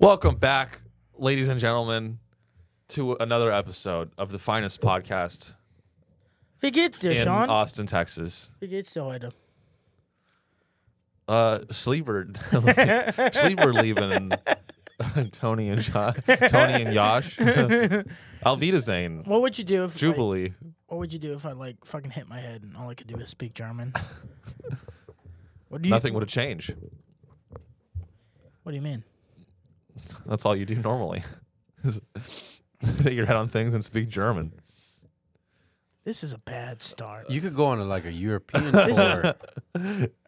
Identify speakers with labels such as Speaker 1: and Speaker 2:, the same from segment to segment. Speaker 1: Welcome back, ladies and gentlemen, to another episode of the finest podcast
Speaker 2: Wie geht's dir,
Speaker 1: in
Speaker 3: uh,
Speaker 2: Sean?
Speaker 1: Austin, Texas.
Speaker 2: Wie geht's dir heute?
Speaker 1: Uh, Sleeper, Sleeper leaving Tony and Josh, Tony and Yosh, Alvita Zane,
Speaker 2: What would you do if like,
Speaker 1: Jubilee.
Speaker 2: What would you do if I like fucking hit my head and all I could do is speak German? What do you
Speaker 1: Nothing would have changed.
Speaker 2: What do you mean?
Speaker 1: That's all you do normally. is Hit your head on things and speak German.
Speaker 2: This is a bad start.
Speaker 3: You could go on a, like a European tour.
Speaker 2: Uh,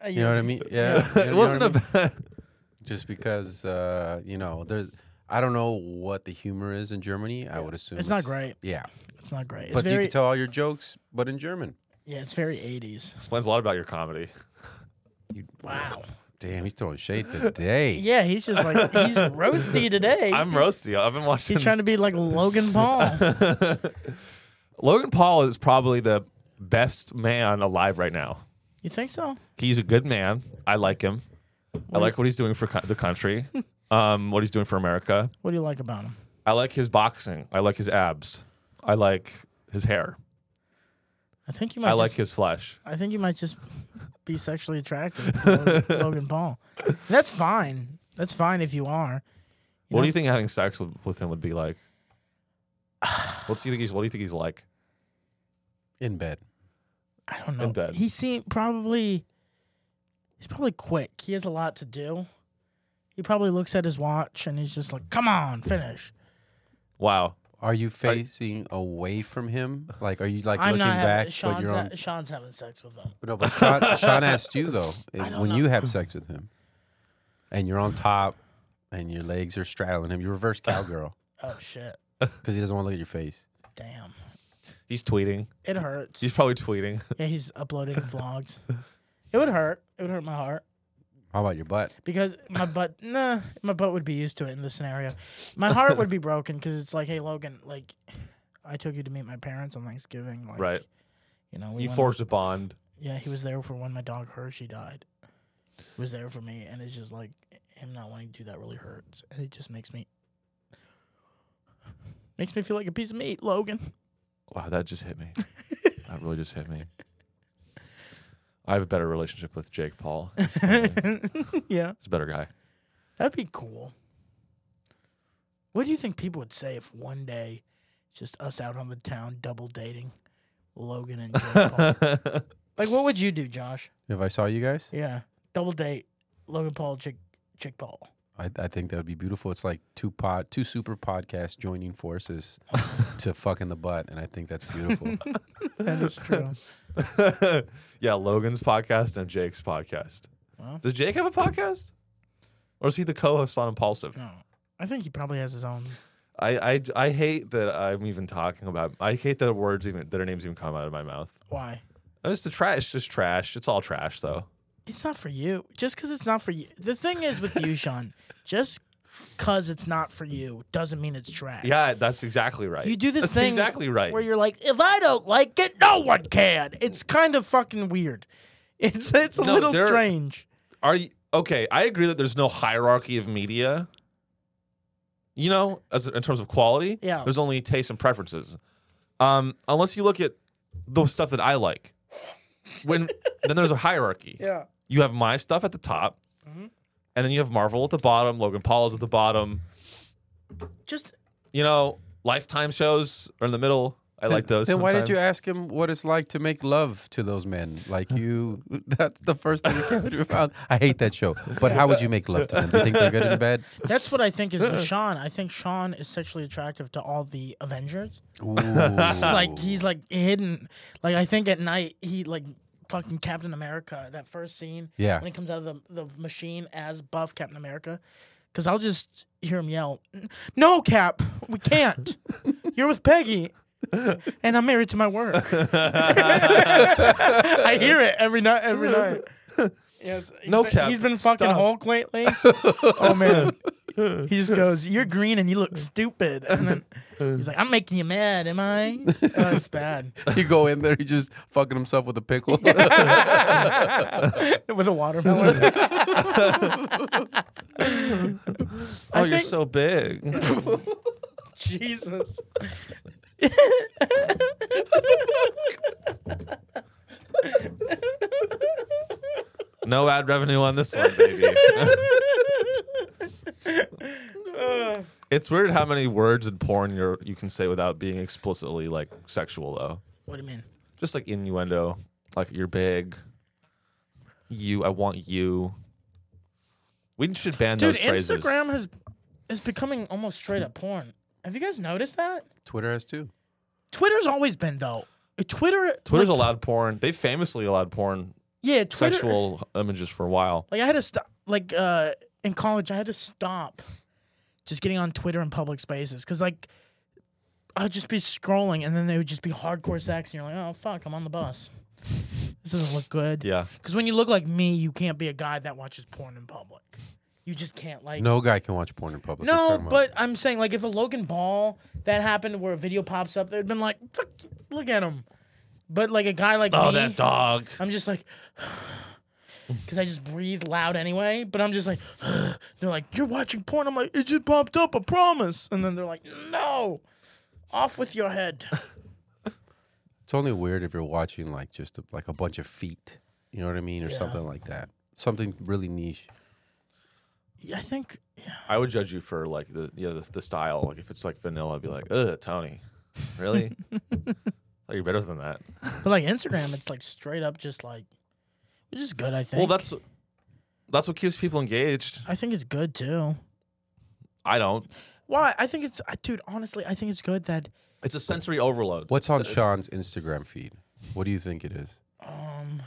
Speaker 3: You know what I mean? Yeah. you know- you
Speaker 1: It
Speaker 3: know
Speaker 1: wasn't
Speaker 3: what I
Speaker 1: a
Speaker 3: mean?
Speaker 1: bad.
Speaker 3: just because uh, you know there's. I don't know what the humor is in Germany. I would assume
Speaker 2: It's not great.
Speaker 3: Yeah,
Speaker 2: It's not great. It's
Speaker 3: but you
Speaker 2: very
Speaker 3: can tell all your jokes, but in German.
Speaker 2: yeah. It's very eighties.
Speaker 1: Explains a lot about your comedy.
Speaker 2: Wow.
Speaker 3: Damn, he's throwing shade today.
Speaker 2: Yeah, he's just like he's roasty today.
Speaker 1: I'm roasty. I've been watching.
Speaker 2: he's trying to be like Logan Paul.
Speaker 1: Logan Paul is probably the best man alive right now.
Speaker 2: you think so?
Speaker 1: He's a good man. I like him. I like what he's doing for co- the country, um, what he's doing for America.
Speaker 2: What do you like about him?
Speaker 1: I like his boxing. I like his abs. I like his hair.
Speaker 2: I think you might.
Speaker 1: I like
Speaker 2: just,
Speaker 1: his flesh.
Speaker 2: I think you might just be sexually attracted to Logan- Logan Paul. That's fine. That's fine if you are.
Speaker 1: What
Speaker 2: know-
Speaker 1: do you think having sex with, with him would be like? What's do you think he's? What do you think he's like?
Speaker 3: in bed.
Speaker 2: I don't know.
Speaker 1: bed.
Speaker 2: He seemed probably he's probably quick. He has a lot to do. He probably looks at his watch and he's just like, "Come on, finish."
Speaker 1: Wow.
Speaker 3: Are you facing away from him? Like, are you like
Speaker 2: I'm
Speaker 3: looking
Speaker 2: not
Speaker 3: back?
Speaker 2: having Sean's,
Speaker 3: but you're on.
Speaker 2: ha- Sean's having sex with him.
Speaker 3: No, but Sean, Sean asked you though
Speaker 2: I don't
Speaker 3: when
Speaker 2: know.
Speaker 3: you have sex with him, and you're on top, and your legs are straddling him. You reverse cowgirl
Speaker 2: Oh shit!
Speaker 3: because he doesn't want to look at your face.
Speaker 2: Damn,
Speaker 1: He's tweeting.
Speaker 2: it hurts.
Speaker 1: He's probably tweeting.
Speaker 2: yeah, he's uploading vlogs. It would hurt. It would hurt my heart
Speaker 3: How about your butt?
Speaker 2: because my butt. Nah, my butt would be used to it in this scenario. My heart would be broken because it's like, hey, Logan, like, I took you to meet my parents on Thanksgiving. Like,
Speaker 1: Right.
Speaker 2: You know, we
Speaker 1: You
Speaker 2: went-
Speaker 1: forged a bond.
Speaker 2: Yeah, he was there for when my dog Hershey died. He was there for me, and it's just like him not wanting to do that really hurts, and it just makes me makes me feel like a piece of meat, Logan.
Speaker 1: Wow, that just hit me. that really just hit me. I have a better relationship with Jake Paul. He's funny.
Speaker 2: yeah,
Speaker 1: He's a better guy.
Speaker 2: that'd be cool. What do you think people would say if one day it's just us out on the town double dating Logan and Jake Paul? like, what would you do, Josh?
Speaker 3: If I saw you guys,
Speaker 2: Yeah, double date Logan Paul, Chick Chick Paul.
Speaker 3: I, I think that would be beautiful. It's like two pod, two super podcasts joining forces to fuck in the butt, and I think that's beautiful.
Speaker 2: That is true.
Speaker 1: yeah, Logan's podcast and Jake's podcast.
Speaker 2: Well.
Speaker 1: Does Jake have a podcast? Or is he the co-host on Impulsive?
Speaker 2: no, I think he probably has his own.
Speaker 1: I, I, I hate that I'm even talking about. I hate that words even that our names even come out of my mouth.
Speaker 2: Why?
Speaker 1: It's the trash. It's just trash. It's all trash though.
Speaker 2: It's not for you. Just because it's not for you. The thing is with you, Sean, just because it's not for you doesn't mean it's trash.
Speaker 1: Yeah, that's exactly right.
Speaker 2: You do this
Speaker 1: That's
Speaker 2: thing
Speaker 1: exactly right.
Speaker 2: where you're like, if I don't like it, no one can. It's kind of fucking weird. It's it's a
Speaker 1: No,
Speaker 2: little
Speaker 1: there-
Speaker 2: strange.
Speaker 1: Are you okay? I agree that there's no hierarchy of media. You know, as in terms of quality,
Speaker 2: Yeah.
Speaker 1: There's only taste and preferences. Um, unless you look at the stuff that I like, when then there's a hierarchy.
Speaker 2: Yeah.
Speaker 1: You have my stuff at the top, and then you have Marvel at the bottom. Logan Paul is at the bottom.
Speaker 2: Just
Speaker 1: You know, Lifetime shows are in the middle. I like those.
Speaker 3: Then why didn't you
Speaker 1: sometimes.
Speaker 3: ask him what it's like to make love to those men? Like you, that's the first thing you came to mind. I hate that show. But how would you make love to them? Do you think they're good in bed?
Speaker 2: that's what I think is with Sean. I think Sean is sexually attractive to all the Avengers.
Speaker 3: Ooh.
Speaker 2: It's like he's like hidden. Like I think at night he like fucking Captain America. That first scene.
Speaker 3: Yeah.
Speaker 2: When he comes out of the the machine as buff Captain America, because I'll just hear him yell, "No, Cap, we can't. You're with Peggy." and I'm married to my work. I hear it every night. Every night. Yes, he's
Speaker 1: No,
Speaker 2: been,
Speaker 1: Cap,
Speaker 2: He's been fucking
Speaker 1: stop.
Speaker 2: Hulk lately. oh man, He just goes, "You're green and you look stupid," and then he's like, "I'm making you mad, am I?" Oh, that's bad.
Speaker 3: You go in there, he just fucking himself with a pickle.
Speaker 2: With a watermelon.
Speaker 1: oh,
Speaker 2: I
Speaker 1: you're
Speaker 2: think-
Speaker 1: so big.
Speaker 2: Jesus.
Speaker 1: No ad revenue on this one, baby. it's weird how many words in porn you you can say without being explicitly like sexual though.
Speaker 2: What do you mean?
Speaker 1: Just like innuendo, like you're big. You, I want you. We should ban
Speaker 2: Dude,
Speaker 1: those phrases.
Speaker 2: Instagram has is becoming almost straight up porn. Have you guys noticed that?
Speaker 3: Twitter has too.
Speaker 2: Twitter's always been though. Twitter
Speaker 1: Twitter's
Speaker 2: like,
Speaker 1: allowed porn. They famously allowed porn
Speaker 2: Yeah, Twitter
Speaker 1: sexual images for a while.
Speaker 2: Like I had to stop. Like uh, in college, I had to stop just getting on Twitter in public spaces because like I'd just be scrolling and then they would just be hardcore sex and you're like, oh fuck, I'm on the bus. This doesn't look good.
Speaker 1: Yeah.
Speaker 2: Because when you look like me, you can't be a guy that watches porn in public. You just can't like.
Speaker 3: No guy can watch porn in public. What are
Speaker 2: No,
Speaker 3: you talking about?
Speaker 2: but I'm saying like if a Logan Paul that happened where a video pops up, they'd been like, fuck, look at him. But like a guy like
Speaker 1: Oh,
Speaker 2: me,
Speaker 1: that dog.
Speaker 2: I'm just like, because I just breathe loud anyway. But I'm just like, they're like, you're watching porn. I'm like, it just popped up. I promise. And then they're like, no, off with your head.
Speaker 3: it's only weird if you're watching like just a, like a bunch of feet. You know what I mean, or something like that. Something really niche.
Speaker 2: Yeah, I think
Speaker 1: I would judge you for like the yeah the, the style. Like if it's like vanilla, I'd be like, ugh, Tony, really? oh, you're better than that.
Speaker 2: But like Instagram, it's like straight up just like, which is good. I think.
Speaker 1: Well, that's that's what keeps people engaged.
Speaker 2: I think it's good too.
Speaker 1: I don't.
Speaker 2: Why? I think it's, I, dude. Honestly, I think it's good that
Speaker 1: It's a sensory overload.
Speaker 3: What's
Speaker 1: It's-
Speaker 3: on
Speaker 1: it's-
Speaker 3: Sean's Instagram feed? What do you think it is?
Speaker 2: um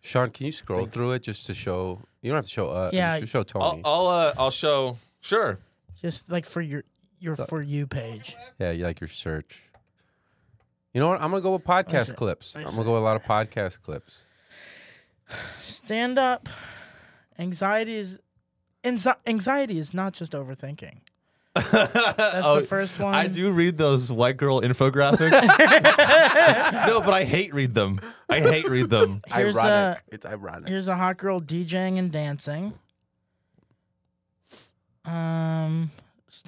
Speaker 3: Sean, can you scroll through it just to show? You don't have to show us.
Speaker 2: Yeah, Oh,
Speaker 3: you should show
Speaker 1: I'll
Speaker 3: Tony.
Speaker 1: I'll, uh, I'll show. Sure.
Speaker 2: just like for your your for you page.
Speaker 3: Yeah, you like your search. You know what? I'm gonna go with podcast
Speaker 2: see.
Speaker 3: clips.
Speaker 2: I
Speaker 3: I'm
Speaker 2: see.
Speaker 3: gonna go with a lot of podcast clips.
Speaker 2: Stand up. Anxiety is anxi- anxiety is not just overthinking. That's
Speaker 1: Oh,
Speaker 2: the first one.
Speaker 1: I do read those white girl infographics. no, but I hate read them. I hate read them.
Speaker 2: Here's uh,
Speaker 3: ironic. it's ironic.
Speaker 2: Here's a hot girl DJing and dancing. Um,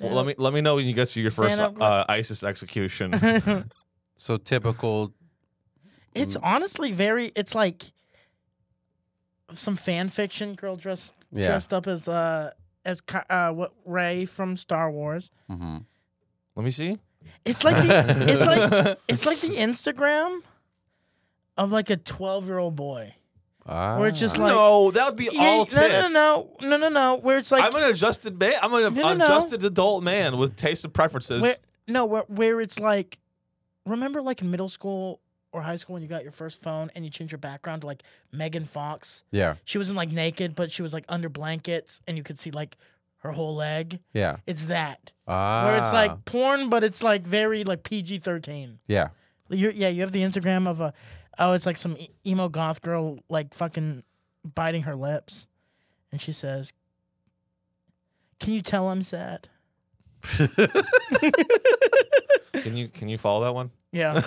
Speaker 1: Well, let me let me know when you get to your first
Speaker 2: Stand up.
Speaker 1: uh, ISIS execution.
Speaker 3: So typical.
Speaker 2: It's honestly very. It's like some fan fiction girl dressed
Speaker 3: Yeah.
Speaker 2: dressed up as uh as Ki- uh what Ray from Star Wars.
Speaker 3: hmm
Speaker 1: let me see.
Speaker 2: It's like the, it's like it's like the Instagram of like a twelve year old boy.
Speaker 3: Ah.
Speaker 2: Where it's just like-
Speaker 1: no, that would be
Speaker 2: Yeah,
Speaker 1: all tits.
Speaker 2: no, no, no, no, no, no, no. Where it's like
Speaker 1: I'm an adjusted man. I'm an
Speaker 2: No, no, no.
Speaker 1: adjusted adult man with taste and preferences.
Speaker 2: Where, no, where, where it's like, remember like in middle school or high school when you got your first phone and you changed your background to like Megan Fox?
Speaker 3: yeah,
Speaker 2: She wasn't like naked, but she was like under blankets and you could see like her whole leg.
Speaker 3: yeah.
Speaker 2: It's that.
Speaker 3: Ah.
Speaker 2: Where it's like porn, but it's like very like PG 13.
Speaker 3: yeah.
Speaker 2: You're, yeah, you have the Instagram of a, oh, it's like some e- emo goth girl like fucking biting her lips. And she says, Can you tell I'm sad?
Speaker 1: Can you can you follow that one?
Speaker 2: Yeah.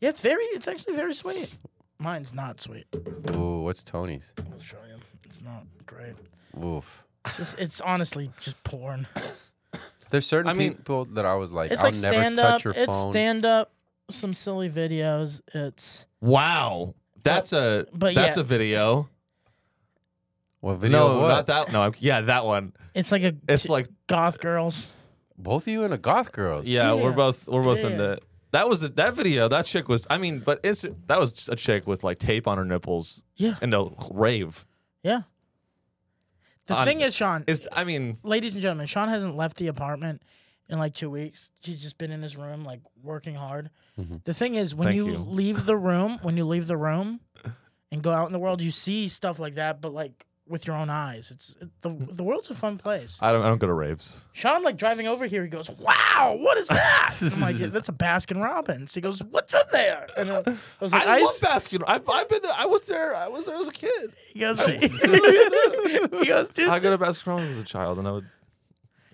Speaker 2: yeah, it's very it's actually very sweet. Mine's not sweet.
Speaker 3: Ooh, what's Tony's?
Speaker 2: I'll show you. It's not great.
Speaker 3: Oof.
Speaker 2: It's, it's honestly just porn.
Speaker 3: There's certain
Speaker 1: I mean-
Speaker 3: people that I was like,
Speaker 2: It's
Speaker 3: I'll
Speaker 2: like
Speaker 3: never
Speaker 2: stand
Speaker 3: touch
Speaker 2: up.
Speaker 3: your
Speaker 2: It's
Speaker 3: phone.
Speaker 2: stand up. Some silly videos. It's
Speaker 1: Wow, that's a
Speaker 2: but
Speaker 1: that's
Speaker 2: yeah.
Speaker 1: a video.
Speaker 3: what video?
Speaker 1: no,
Speaker 3: what?
Speaker 1: not that. No, I'm- yeah, that one.
Speaker 2: it's like a
Speaker 1: It's like
Speaker 2: goth girls.
Speaker 3: Both of you and a goth girl.
Speaker 1: yeah, we're
Speaker 2: Yeah.
Speaker 1: both we're both in
Speaker 2: Yeah.
Speaker 1: the. That was a, that video. That chick was. I mean, but it's that was just a chick with like tape on her nipples
Speaker 2: Yeah.
Speaker 1: and a rave.
Speaker 2: Yeah. The
Speaker 1: On-
Speaker 2: thing is, Sean,
Speaker 1: It's. I mean,
Speaker 2: ladies and gentlemen, Sean hasn't left the apartment in like two weeks. He's just been in his room, like working hard. The thing is, when
Speaker 1: Mm-hmm. Thank
Speaker 2: you,
Speaker 1: you.
Speaker 2: leave the room, when you leave the room and go out in the world, you see stuff like that, but like with your own eyes. It's it, the
Speaker 1: Hmm.
Speaker 2: the world's a fun place.
Speaker 1: I don't. I don't go to raves.
Speaker 2: Sean, like driving over here, he goes, "Wow, what is that?" I'm like, "Yeah, "That's a Baskin Robbins." He goes, "What's in there?" And uh, I was like,
Speaker 1: I,
Speaker 2: "Ice."
Speaker 1: love Baskin. I've, I've been. There. I was there. I was there as a kid.
Speaker 2: he goes, he goes, "Dude,
Speaker 1: I go to Baskin Robbins as a child, and I would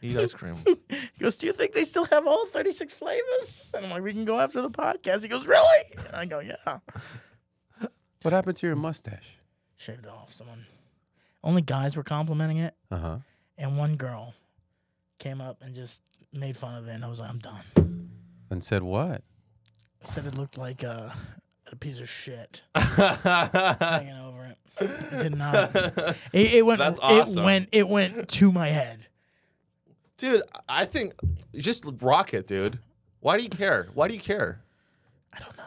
Speaker 1: eat ice cream.
Speaker 2: He goes, Do you think they still have all 36 flavors? And I'm like, We can go after the podcast. He goes, Really? And I go, Yeah.
Speaker 3: What happened to your mustache?
Speaker 2: Shaved it off someone. Only guys were complimenting it.
Speaker 3: Uh huh.
Speaker 2: And one girl came up and just made fun of it. And I was like, I'm done.
Speaker 3: And said what?
Speaker 2: Said it looked like a, a piece of shit
Speaker 1: That's
Speaker 2: hanging over it. It did not. It, it went,
Speaker 1: That's
Speaker 2: It
Speaker 1: awesome.
Speaker 2: went, it went to my head.
Speaker 1: dude. I think just rock it, dude. Why do you care? Why do you care?
Speaker 2: I don't know.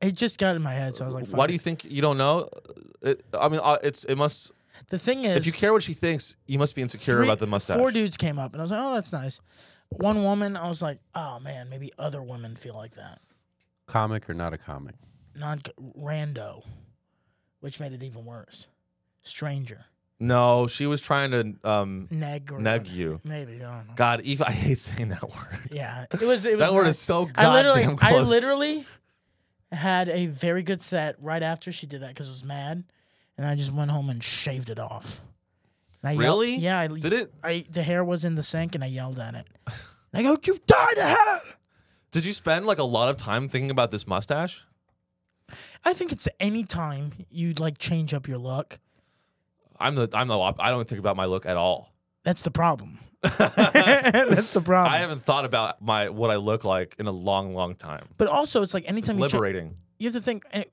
Speaker 2: It just got in my head. So I was like,
Speaker 1: Why
Speaker 2: fuck
Speaker 1: do you
Speaker 2: it.
Speaker 1: think you don't know? It, I mean, uh, it's it must.
Speaker 2: The thing is,
Speaker 1: If you care what she thinks, you must be insecure
Speaker 2: three-
Speaker 1: about the mustache.
Speaker 2: Four dudes came up, and I was like, "Oh, that's nice." One woman, I was like, "Oh man, maybe other women feel like that."
Speaker 3: Comic or not a comic?
Speaker 2: Non rando, which made it even worse. Stranger,
Speaker 1: No, she was trying to um,
Speaker 2: neg, or
Speaker 1: neg you.
Speaker 2: Maybe I don't know.
Speaker 1: God, Eve, I hate saying that word.
Speaker 2: Yeah, it was. It was
Speaker 1: That word
Speaker 2: not-
Speaker 1: is so
Speaker 2: I literally,
Speaker 1: goddamn
Speaker 2: I
Speaker 1: close.
Speaker 2: literally had a very good set right after she did that because I was mad, and I just went home and shaved it off. And I yell-
Speaker 1: Really?
Speaker 2: yeah, I
Speaker 1: Did it?
Speaker 2: I the hair was in the sink, and I yelled at it. And I go, "You dyed the hair!"
Speaker 1: Did you spend like a lot of time thinking about this mustache?
Speaker 2: I think it's any time you'd like change up your look.
Speaker 1: I'm the I'm the op- I don't think about my look at all.
Speaker 2: That's the problem. That's the problem.
Speaker 1: I haven't thought about my what I look like in a long, long time.
Speaker 2: but also, it's like
Speaker 1: It's
Speaker 2: anytime you, cha-
Speaker 1: liberating.
Speaker 2: you have to think. any-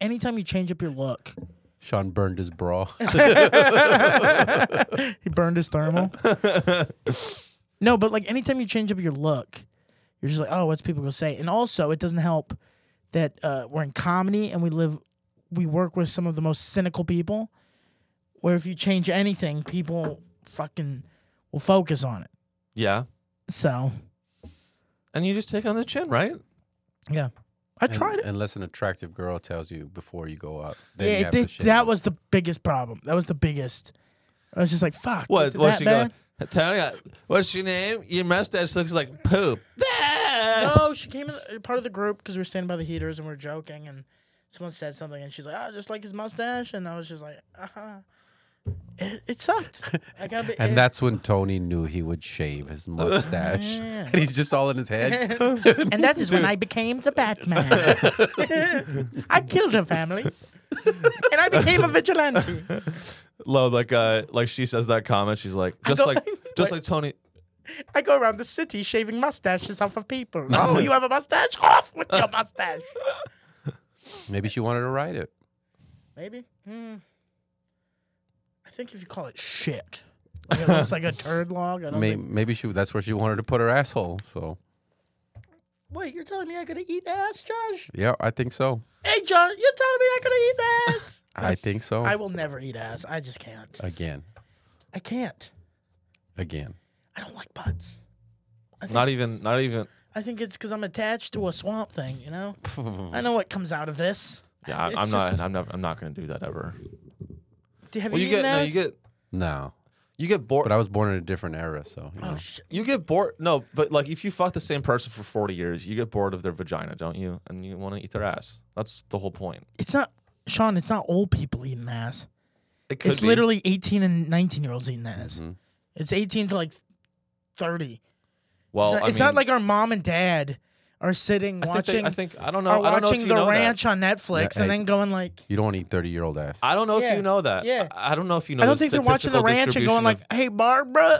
Speaker 2: Anytime you change up your look,
Speaker 3: Sean burned his bra.
Speaker 2: he burned his thermal. no, but like anytime you change up your look, you're just like, oh, what's people gonna say? And also, it doesn't help that uh, we're in comedy and we live, we work with some of the most cynical people. Where if you change anything, people fucking will focus on it.
Speaker 1: Yeah,
Speaker 2: So
Speaker 1: and you just take it on the chin, right?
Speaker 2: yeah, I
Speaker 3: And-
Speaker 2: tried it.
Speaker 3: Unless an attractive girl tells you before you go out. Then you
Speaker 2: Yeah,
Speaker 3: have
Speaker 2: they-
Speaker 3: to shave
Speaker 2: that
Speaker 3: it.
Speaker 2: was the biggest problem. That was the biggest. I was just like, fuck.
Speaker 1: What?
Speaker 2: is it
Speaker 1: what's
Speaker 2: that
Speaker 1: she
Speaker 2: bad?
Speaker 1: going? Tony, uh, what's your name? Your mustache looks like poop.
Speaker 2: No, she came in uh, part of the group because we were standing by the heaters and we were joking, and someone said something, and she's like, "Ah, just like his mustache," and I was just like, "Uh huh." It, it sucked. I gotta be.
Speaker 3: And
Speaker 2: it-
Speaker 3: that's when Tony knew he would shave his mustache.
Speaker 2: Yeah.
Speaker 3: and he's just all in his head.
Speaker 2: and that is when I became the Batman. I killed a family, and I became a vigilante.
Speaker 1: Love like uh like she says that comment. She's like just
Speaker 2: go-
Speaker 1: like just like Tony.
Speaker 2: I go around the city shaving mustaches off of people. Oh, you have a mustache? Off with your mustache.
Speaker 3: Maybe she wanted to ride it.
Speaker 2: Maybe. Hmm. I think if you call it shit, like it looks like a turd log. I don't
Speaker 3: May-
Speaker 2: think-
Speaker 3: Maybe she that's where she wanted to put her asshole. So
Speaker 2: Wait, you're telling me I gotta eat ass, Josh?
Speaker 3: yeah, I think so.
Speaker 2: Hey, Josh, you're telling me I gotta eat ass?
Speaker 3: I think so.
Speaker 2: I will never eat ass. I just can't.
Speaker 3: again,
Speaker 2: I can't.
Speaker 3: again.
Speaker 2: I don't like butts.
Speaker 1: Not even not even.
Speaker 2: I think it's because I'm attached to a swamp thing. You know. I know what comes out of this.
Speaker 1: Yeah, I,
Speaker 2: It's
Speaker 1: I'm
Speaker 2: just-
Speaker 1: not. I'm not. I'm not gonna do that ever.
Speaker 2: Do- Have
Speaker 1: Well,
Speaker 2: you,
Speaker 1: you get
Speaker 2: eaten
Speaker 1: no,
Speaker 2: ass?
Speaker 1: you get
Speaker 3: No,
Speaker 1: you get bored.
Speaker 3: but I was born in a different era, so you know.
Speaker 2: Oh, shit.
Speaker 1: You get bored. No, but like if you fuck the same person for 40 years, you get bored of their vagina, don't you? And you want to eat their ass. That's the whole point.
Speaker 2: It's not, Sean. It's not old people eating ass.
Speaker 1: It could
Speaker 2: it's
Speaker 1: be. Mm-hmm.
Speaker 2: literally 18 and 19 year olds eating ass. It's 18 to like 30.
Speaker 1: Well,
Speaker 2: it's not,
Speaker 1: I
Speaker 2: it's not
Speaker 1: mean,
Speaker 2: like our mom and dad are sitting
Speaker 1: I think,
Speaker 2: watching.
Speaker 1: they, I think I don't know.
Speaker 2: are
Speaker 1: I don't know if
Speaker 2: watching
Speaker 1: you
Speaker 2: the
Speaker 1: know
Speaker 2: ranch
Speaker 1: That.
Speaker 2: on Netflix and
Speaker 3: Yeah, hey.
Speaker 2: then going like,
Speaker 3: you don't want to eat thirty-year-old ass.
Speaker 1: I don't know if
Speaker 2: Yeah,
Speaker 1: you know that.
Speaker 2: yeah.
Speaker 1: I I don't know if you know.
Speaker 2: I don't
Speaker 1: the
Speaker 2: think they're watching the
Speaker 1: statistical
Speaker 2: ranch and
Speaker 1: distribution
Speaker 2: going like,
Speaker 1: of-
Speaker 2: "Hey, Barbara,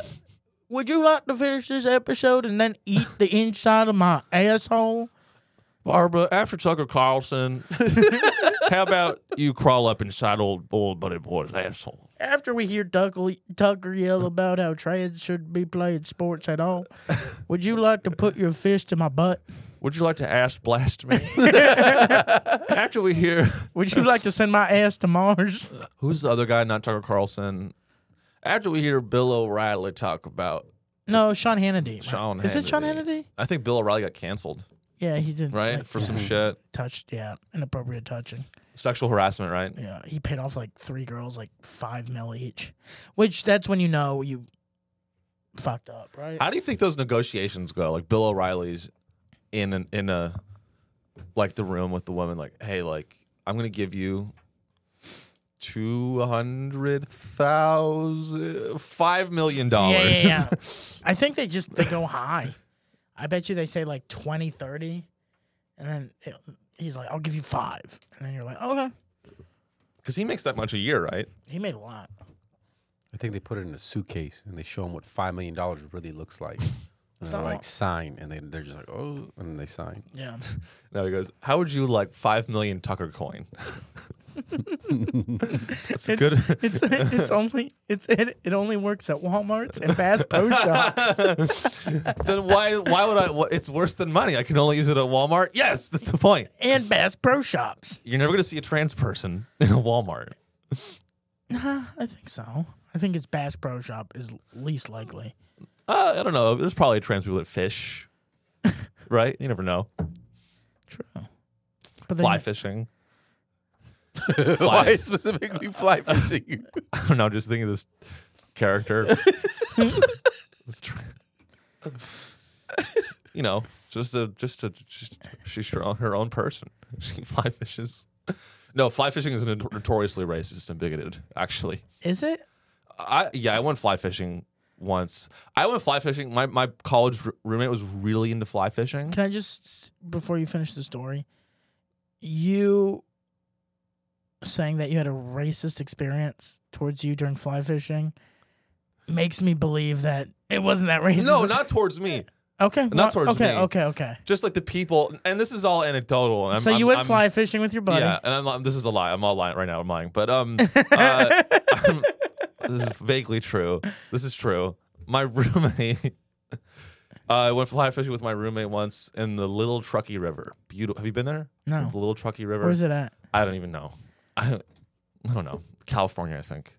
Speaker 2: would you like to finish this episode and then eat the inside of my asshole?"
Speaker 1: Barbara after Tucker Carlson. how about you crawl up inside old old buddy boy's asshole?
Speaker 2: After we hear Tucker, Tucker yell about how trans shouldn't be playing sports at all, would you like to put your fist in my butt?
Speaker 1: Would you like to ass blast me? after we hear
Speaker 2: Would you like to send my ass to Mars?
Speaker 1: who's the other guy, not Tucker Carlson. After we hear Bill O'Reilly talk about
Speaker 2: No, Sean Hannity.
Speaker 1: Sean
Speaker 2: Is it Sean
Speaker 1: Hannity.
Speaker 2: Hannity?
Speaker 1: I think Bill O'Reilly got canceled,
Speaker 2: Yeah, he did.
Speaker 1: right?
Speaker 2: like,
Speaker 1: For
Speaker 2: yeah,
Speaker 1: some shit.
Speaker 2: touched, yeah, inappropriate touching.
Speaker 1: Sexual harassment, right?
Speaker 2: Yeah, uh, he paid off like three girls, like five mil each, which that's when you know you fucked up, right?
Speaker 1: How do you think those negotiations go? Like Bill O'Reilly's in an, in a like the room with the woman, like, hey, like I'm gonna give you two hundred thousand, five million dollars.
Speaker 2: Yeah, yeah, yeah. I think they just they go high. I bet you they say like 20, 30, and then it, he's like, "I'll give you five. and then you're like, "Okay."
Speaker 1: Because he makes that much a year, right?
Speaker 2: He made a lot.
Speaker 3: I think they put it in a suitcase and they show him what five million dollars really looks like. And they're
Speaker 2: not
Speaker 3: like
Speaker 2: lot.
Speaker 3: sign, and they they're just like oh, and they sign.
Speaker 2: Yeah,
Speaker 1: Now he goes, how would you like five million Tucker coin? That's a
Speaker 2: it's,
Speaker 1: good.
Speaker 2: it's it's only it's it, it only works at WalMarts and Bass Pro Shops.
Speaker 1: then why why would I? wh- It's worse than money. I can only use it at Walmart. Yes, that's the point.
Speaker 2: and Bass Pro Shops.
Speaker 1: You're never gonna see a trans person in a Walmart.
Speaker 2: Nah, I think so. I think it's Bass Pro Shop is least likely.
Speaker 1: Uh, I don't know. There's probably trans people that fish, right? You never know.
Speaker 2: True. But then
Speaker 1: Fly
Speaker 2: you-
Speaker 1: fishing.
Speaker 3: Why specifically fly fishing?
Speaker 1: I don't know. Just thinking of this character. This tra- you know, just a just a just she's her own, her own person. She fly fishes. No, fly fishing is notor- notoriously racist and bigoted. Actually,
Speaker 2: Is it?
Speaker 1: I yeah, I went fly fishing once. I went fly fishing. My my college r- roommate was really into fly fishing.
Speaker 2: Can I just before you finish the story, you saying that you had a racist experience towards you during fly fishing makes me believe that it wasn't that racist.
Speaker 1: No, not towards me.
Speaker 2: okay, well,
Speaker 1: towards
Speaker 2: okay,
Speaker 1: me.
Speaker 2: okay, okay.
Speaker 1: Just like the people, and this is all anecdotal. And I'm,
Speaker 2: so you
Speaker 1: I'm-
Speaker 2: went
Speaker 1: I'm-
Speaker 2: fly fishing with your buddy.
Speaker 1: Yeah, and I'm, this is a lie. I'm all lying right now. I'm lying, but um, uh, I'm- this is vaguely true. This is true. My roommate, uh, I went fly fishing with my roommate once in the Little Truckee River. Beautiful. Have you been there?
Speaker 2: No.
Speaker 1: the Little Truckee River.
Speaker 2: Where's it at?
Speaker 1: I don't even know. I don't, I don't know. California, I think.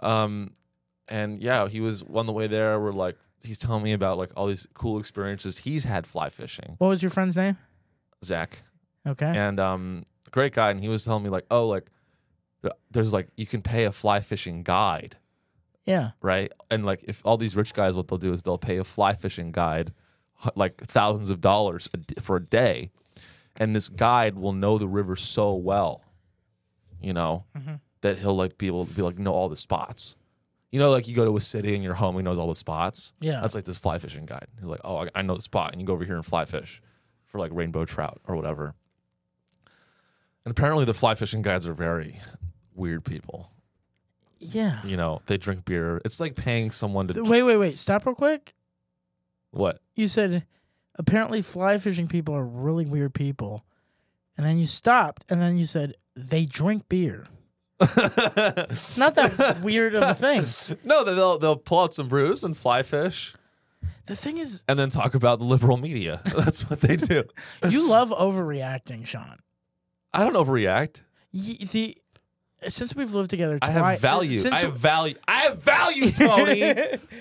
Speaker 1: Um, and yeah, he was on the way there. We're like, he's telling me about like all these cool experiences he's had fly fishing.
Speaker 2: What was your friend's name?
Speaker 1: Zach
Speaker 2: Okay.
Speaker 1: and um, great guy, and he was telling me like, oh, like th- there's like you can pay a fly fishing guide,
Speaker 2: yeah.
Speaker 1: right? And like if all these rich guys, what they'll do is they'll pay a fly fishing guide h- like thousands of dollars a d- for a day, and this guide will know the river so well, you know, that he'll like be able to be like know all the spots. You know, like you go to a city and you're home, he knows all the spots.
Speaker 2: Yeah.
Speaker 1: That's like this fly fishing guide. He's like, oh, I, I know the spot. And you go over here and fly fish for like rainbow trout or whatever. And apparently the fly fishing guides are very weird people.
Speaker 2: Yeah.
Speaker 1: You know, they drink beer. It's like paying someone to.
Speaker 2: Wait, wait, wait. Stop real quick.
Speaker 1: what?
Speaker 2: you said apparently fly fishing people are really weird people and then you stopped and then you said they drink beer not that weird of a thing
Speaker 1: No, they'll, they'll pull out some brews and fly fish
Speaker 2: the thing is
Speaker 1: and then talk about the liberal media. That's what they do.
Speaker 2: you love overreacting sean
Speaker 1: I don't overreact.
Speaker 2: Y the, since we've lived together
Speaker 1: I
Speaker 2: twice,
Speaker 1: have value.
Speaker 2: uh, since
Speaker 1: I have value. I have values, Tony.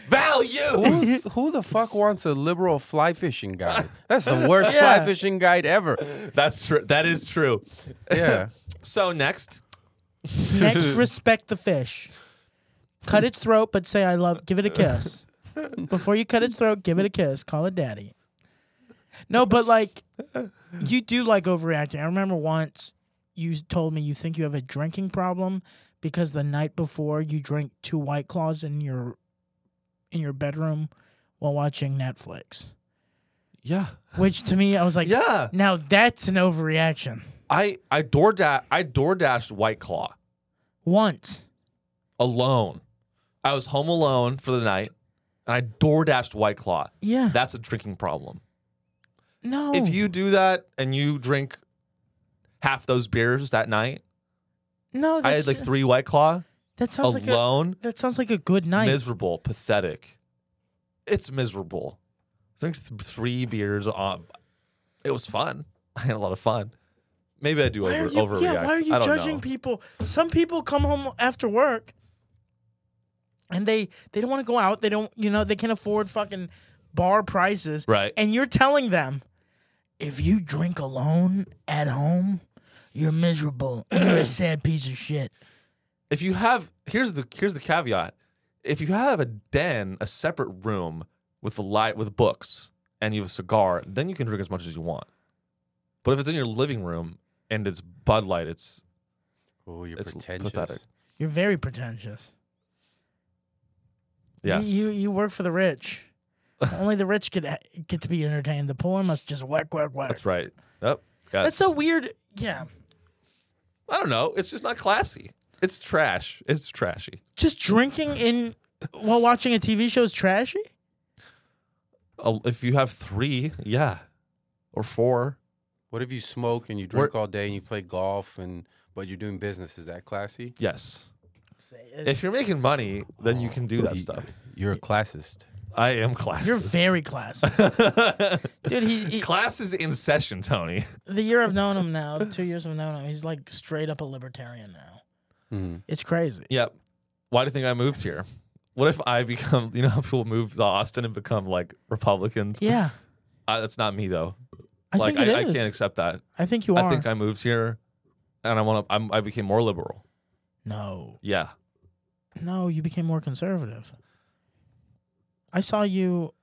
Speaker 1: values.
Speaker 3: Who's, who the fuck wants a liberal fly fishing guide? That's the worst
Speaker 2: Yeah.
Speaker 3: fly fishing guide ever.
Speaker 1: That's true. That is true.
Speaker 3: Yeah.
Speaker 1: So next,
Speaker 2: next respect the fish cut its throat but say i love give it a kiss before you cut its throat give it a kiss call it daddy no but like you do like overreacting i remember once you told me you think you have a drinking problem because the night before you drank two white claws in your in your bedroom while watching netflix
Speaker 1: yeah,
Speaker 2: which to me i was like
Speaker 1: yeah.
Speaker 2: now that's an overreaction
Speaker 1: I I door I door dashed White Claw
Speaker 2: once
Speaker 1: alone. I was home alone for the night, and I door dashed White Claw.
Speaker 2: yeah
Speaker 1: That's a drinking problem.
Speaker 2: no
Speaker 1: If you do that and you drink half those beers that night, I
Speaker 2: no
Speaker 1: had
Speaker 2: Oh, that's-
Speaker 1: like three White Claw
Speaker 2: that sounds like a,
Speaker 1: alone.
Speaker 2: That sounds like a good night.
Speaker 1: miserable, pathetic. It's miserable. I think th- three beers. Um, it was fun. I had a lot of fun. Maybe I do
Speaker 2: why are
Speaker 1: over,
Speaker 2: you,
Speaker 1: overreact.
Speaker 2: yeah, why are you
Speaker 1: I don't
Speaker 2: judging
Speaker 1: know.
Speaker 2: people? Some people come home after work and they they don't want to go out. They don't, you know, they can't afford fucking bar prices.
Speaker 1: Right.
Speaker 2: And you're telling them if you drink alone at home, You're miserable. and You're a sad piece of shit.
Speaker 1: if you have here's the here's the caveat if you have a den a separate room with the light with books and you have a cigar then you can drink as much as you want but if it's in your living room and it's bud light it's
Speaker 3: Oh, you're
Speaker 1: It's
Speaker 3: pretentious.
Speaker 1: pathetic.
Speaker 2: You're very pretentious. You-
Speaker 1: yes
Speaker 2: You you work for the rich. Only the rich get get to be entertained. The poor must just whack whack whack.
Speaker 1: that's right yep
Speaker 2: That's so weird. Yeah.
Speaker 1: i don't know it's just not classy it's trash it's trashy
Speaker 2: Just drinking in while watching a TV show is trashy?
Speaker 1: Uh, if you have three yeah or four
Speaker 3: What if you smoke and you drink all day and you play golf and but you're doing business? Is that classy?
Speaker 1: yes if you're making money then you can do that stuff
Speaker 3: You're a classist.
Speaker 1: i am
Speaker 2: You're
Speaker 1: classy
Speaker 2: very classist. Dude, he, he-
Speaker 1: class is in session tony
Speaker 2: the year I've known him now, the two years I've known him, he's like straight up a libertarian now.
Speaker 1: Mm-hmm.
Speaker 2: It's crazy.
Speaker 1: Yep. Why do you think I moved here? What if I become, you know, how people move to Austin and become like Republicans?
Speaker 2: Yeah.
Speaker 1: I, that's not me though.
Speaker 2: I
Speaker 1: like
Speaker 2: think it
Speaker 1: I, I
Speaker 2: is.
Speaker 1: can't accept that.
Speaker 2: I think you are.
Speaker 1: I think I moved here, and I want to. I became more liberal.
Speaker 2: no.
Speaker 1: Yeah.
Speaker 2: No, you became more conservative. I saw you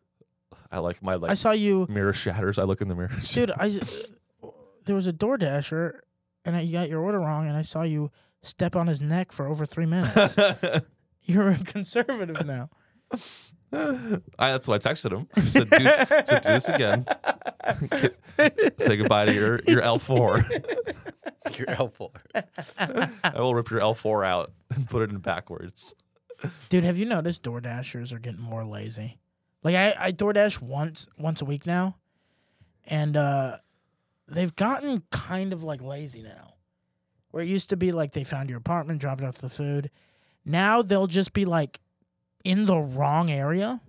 Speaker 1: I like my like
Speaker 2: I saw you
Speaker 1: mirror shatters. I look in the mirror.
Speaker 2: dude i there was a door dasher and I, you got your order wrong and i saw you step on his neck for over three minutes you're a conservative now
Speaker 1: I, that's what I texted him. I said, "Dude, I said, do this again. Say goodbye to your your L four.
Speaker 3: You're helpful.
Speaker 1: I will rip your L four out and put it in backwards.
Speaker 2: dude have you noticed door dashers are getting more lazy like i i door dash once once a week now and uh they've gotten kind of like lazy now where it used to be like they found your apartment dropped off the food now they'll just be like in the wrong area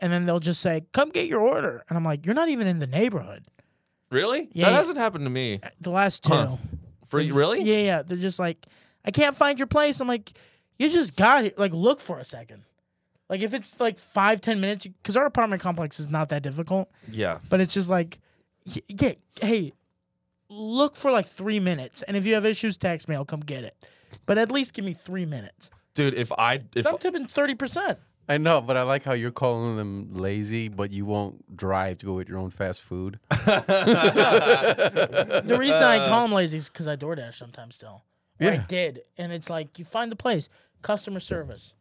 Speaker 2: and then they'll just say come get your order and i'm like you're not even in the neighborhood
Speaker 1: Really?
Speaker 2: Yeah,
Speaker 1: that
Speaker 2: yeah.
Speaker 1: hasn't happened to me.
Speaker 2: the last two
Speaker 1: Huh. For you, really?
Speaker 2: yeah yeah they're just like i can't find your place i'm like you just got it like look for a second like if it's like five ten minutes because our apartment complex is not that difficult
Speaker 1: Yeah.
Speaker 2: but it's just like y- yeah hey look for like three minutes and if you have issues text me i'll come get it but at least give me three minutes
Speaker 1: Dude, if I if
Speaker 2: i'm tipping 30%
Speaker 3: I know, but I like how you're calling them lazy, but you won't drive to go get your own fast food.
Speaker 2: the reason i call them lazy is because i doordash sometimes still Or i
Speaker 3: Yeah.
Speaker 2: did and it's like you find the place customer service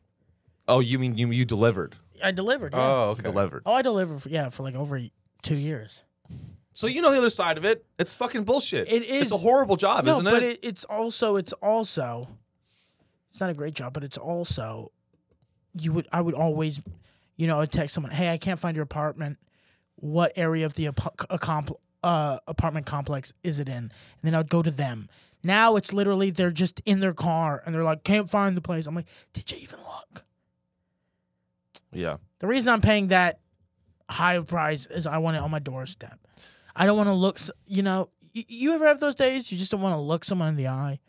Speaker 1: Oh, you mean you you delivered?
Speaker 2: i delivered yeah.
Speaker 3: Oh, okay.
Speaker 1: Delivered.
Speaker 2: Oh, I delivered. For, yeah, for like over two years.
Speaker 1: So you know the other side of it. It's fucking bullshit.
Speaker 2: It
Speaker 1: It's a
Speaker 2: is.
Speaker 1: horrible job,
Speaker 2: no,
Speaker 1: isn't
Speaker 2: but
Speaker 1: it?
Speaker 2: it, it's also it's also it's not a great job, but it's also you would I would always you know I'd text someone, hey, I can't find your apartment. What area of the ap- a comp- uh, apartment complex is it in? And then I'd go to them. Now it's literally they're just in their car and they're like, can't find the place. I'm like, did you even look?
Speaker 1: yeah.
Speaker 2: The reason I'm paying that high of price is I want it on my doorstep. I don't want to look, s- you know, you, you ever have those days you just don't want to look someone in the eye?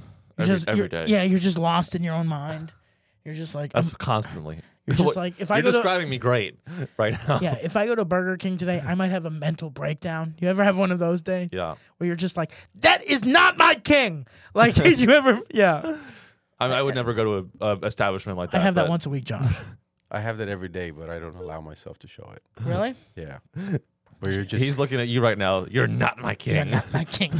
Speaker 2: You're
Speaker 1: Every-
Speaker 2: just,
Speaker 1: every
Speaker 2: you're-
Speaker 1: day.
Speaker 2: Yeah, you're just lost in your own mind. You're just like, um,
Speaker 1: That's constantly.
Speaker 2: You're just like, if I
Speaker 1: you're
Speaker 2: go to-
Speaker 1: describing me great right now.
Speaker 2: yeah, if I go to Burger King today, I might have a mental breakdown. You ever have one of those days
Speaker 1: Yeah.
Speaker 2: where you're just like, that is not my king? Like, you ever, yeah.
Speaker 1: I, mean, I would never go to a, a establishment like
Speaker 2: I
Speaker 1: that.
Speaker 2: have that
Speaker 1: but
Speaker 2: once a week, Josh.
Speaker 3: I have that every day, but I don't allow myself to show it.
Speaker 2: really?
Speaker 3: Yeah. Where you're just
Speaker 1: He's looking at you right now. You're not my
Speaker 2: You're
Speaker 1: king.
Speaker 2: not my king.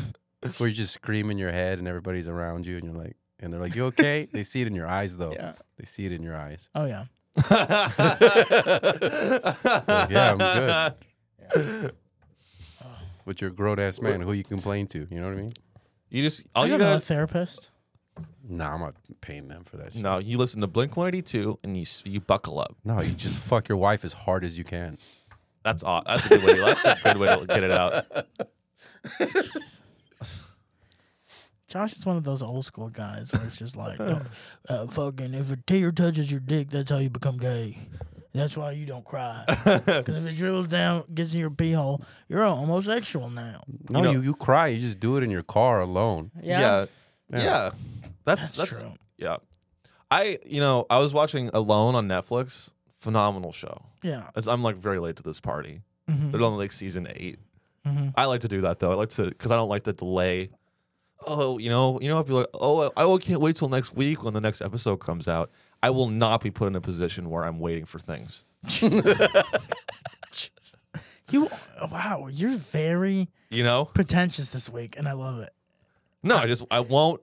Speaker 3: where you just scream in your head and everybody's around you and you're like and they're like, You okay? they see it in your eyes though.
Speaker 2: Yeah.
Speaker 3: They see it in your eyes.
Speaker 2: Oh, yeah.
Speaker 1: yeah,
Speaker 3: I'm But you're a grown ass man who you complain to. You know what I mean?
Speaker 1: You just
Speaker 2: Are
Speaker 1: all
Speaker 2: you
Speaker 1: you
Speaker 2: I'm not a
Speaker 1: got.
Speaker 2: therapist.
Speaker 3: Nah, I'm not paying them for that shit.
Speaker 1: No, you listen to Blink 182 and you s- you buckle up.
Speaker 3: No, you just fuck your wife as hard as you can.
Speaker 1: That's aw- that's a good way. That's a good way to get it out.
Speaker 2: Josh is one of those old school guys where it's just like, no, uh, fucking, if a tear touches your dick, that's how you become gay. That's why you don't cry. Because if it dribbles down, gets in your pee hole, you're a homosexual now.
Speaker 3: No, you,
Speaker 1: know-
Speaker 3: you, cry. You just do it in your car alone.
Speaker 1: Yeah. Yeah.
Speaker 3: Yeah.
Speaker 1: That's,
Speaker 2: That's
Speaker 1: that's
Speaker 2: true.
Speaker 1: Yeah. I, you know, I was watching Alone on Netflix. Phenomenal show.
Speaker 2: Yeah.
Speaker 1: As I'm like very late to this party.
Speaker 2: Mhm.
Speaker 1: They're on like season eight. I like to do that though. I like to because I don't like the delay. Oh, you know, you know, I'd be like, oh, I, I can't wait till next week when the next episode comes out. I will not be put in a position where I'm waiting for things.
Speaker 2: Jeez. You oh, wow, you're very
Speaker 1: You know?
Speaker 2: pretentious this week, and I love it.
Speaker 1: No, I just I won't.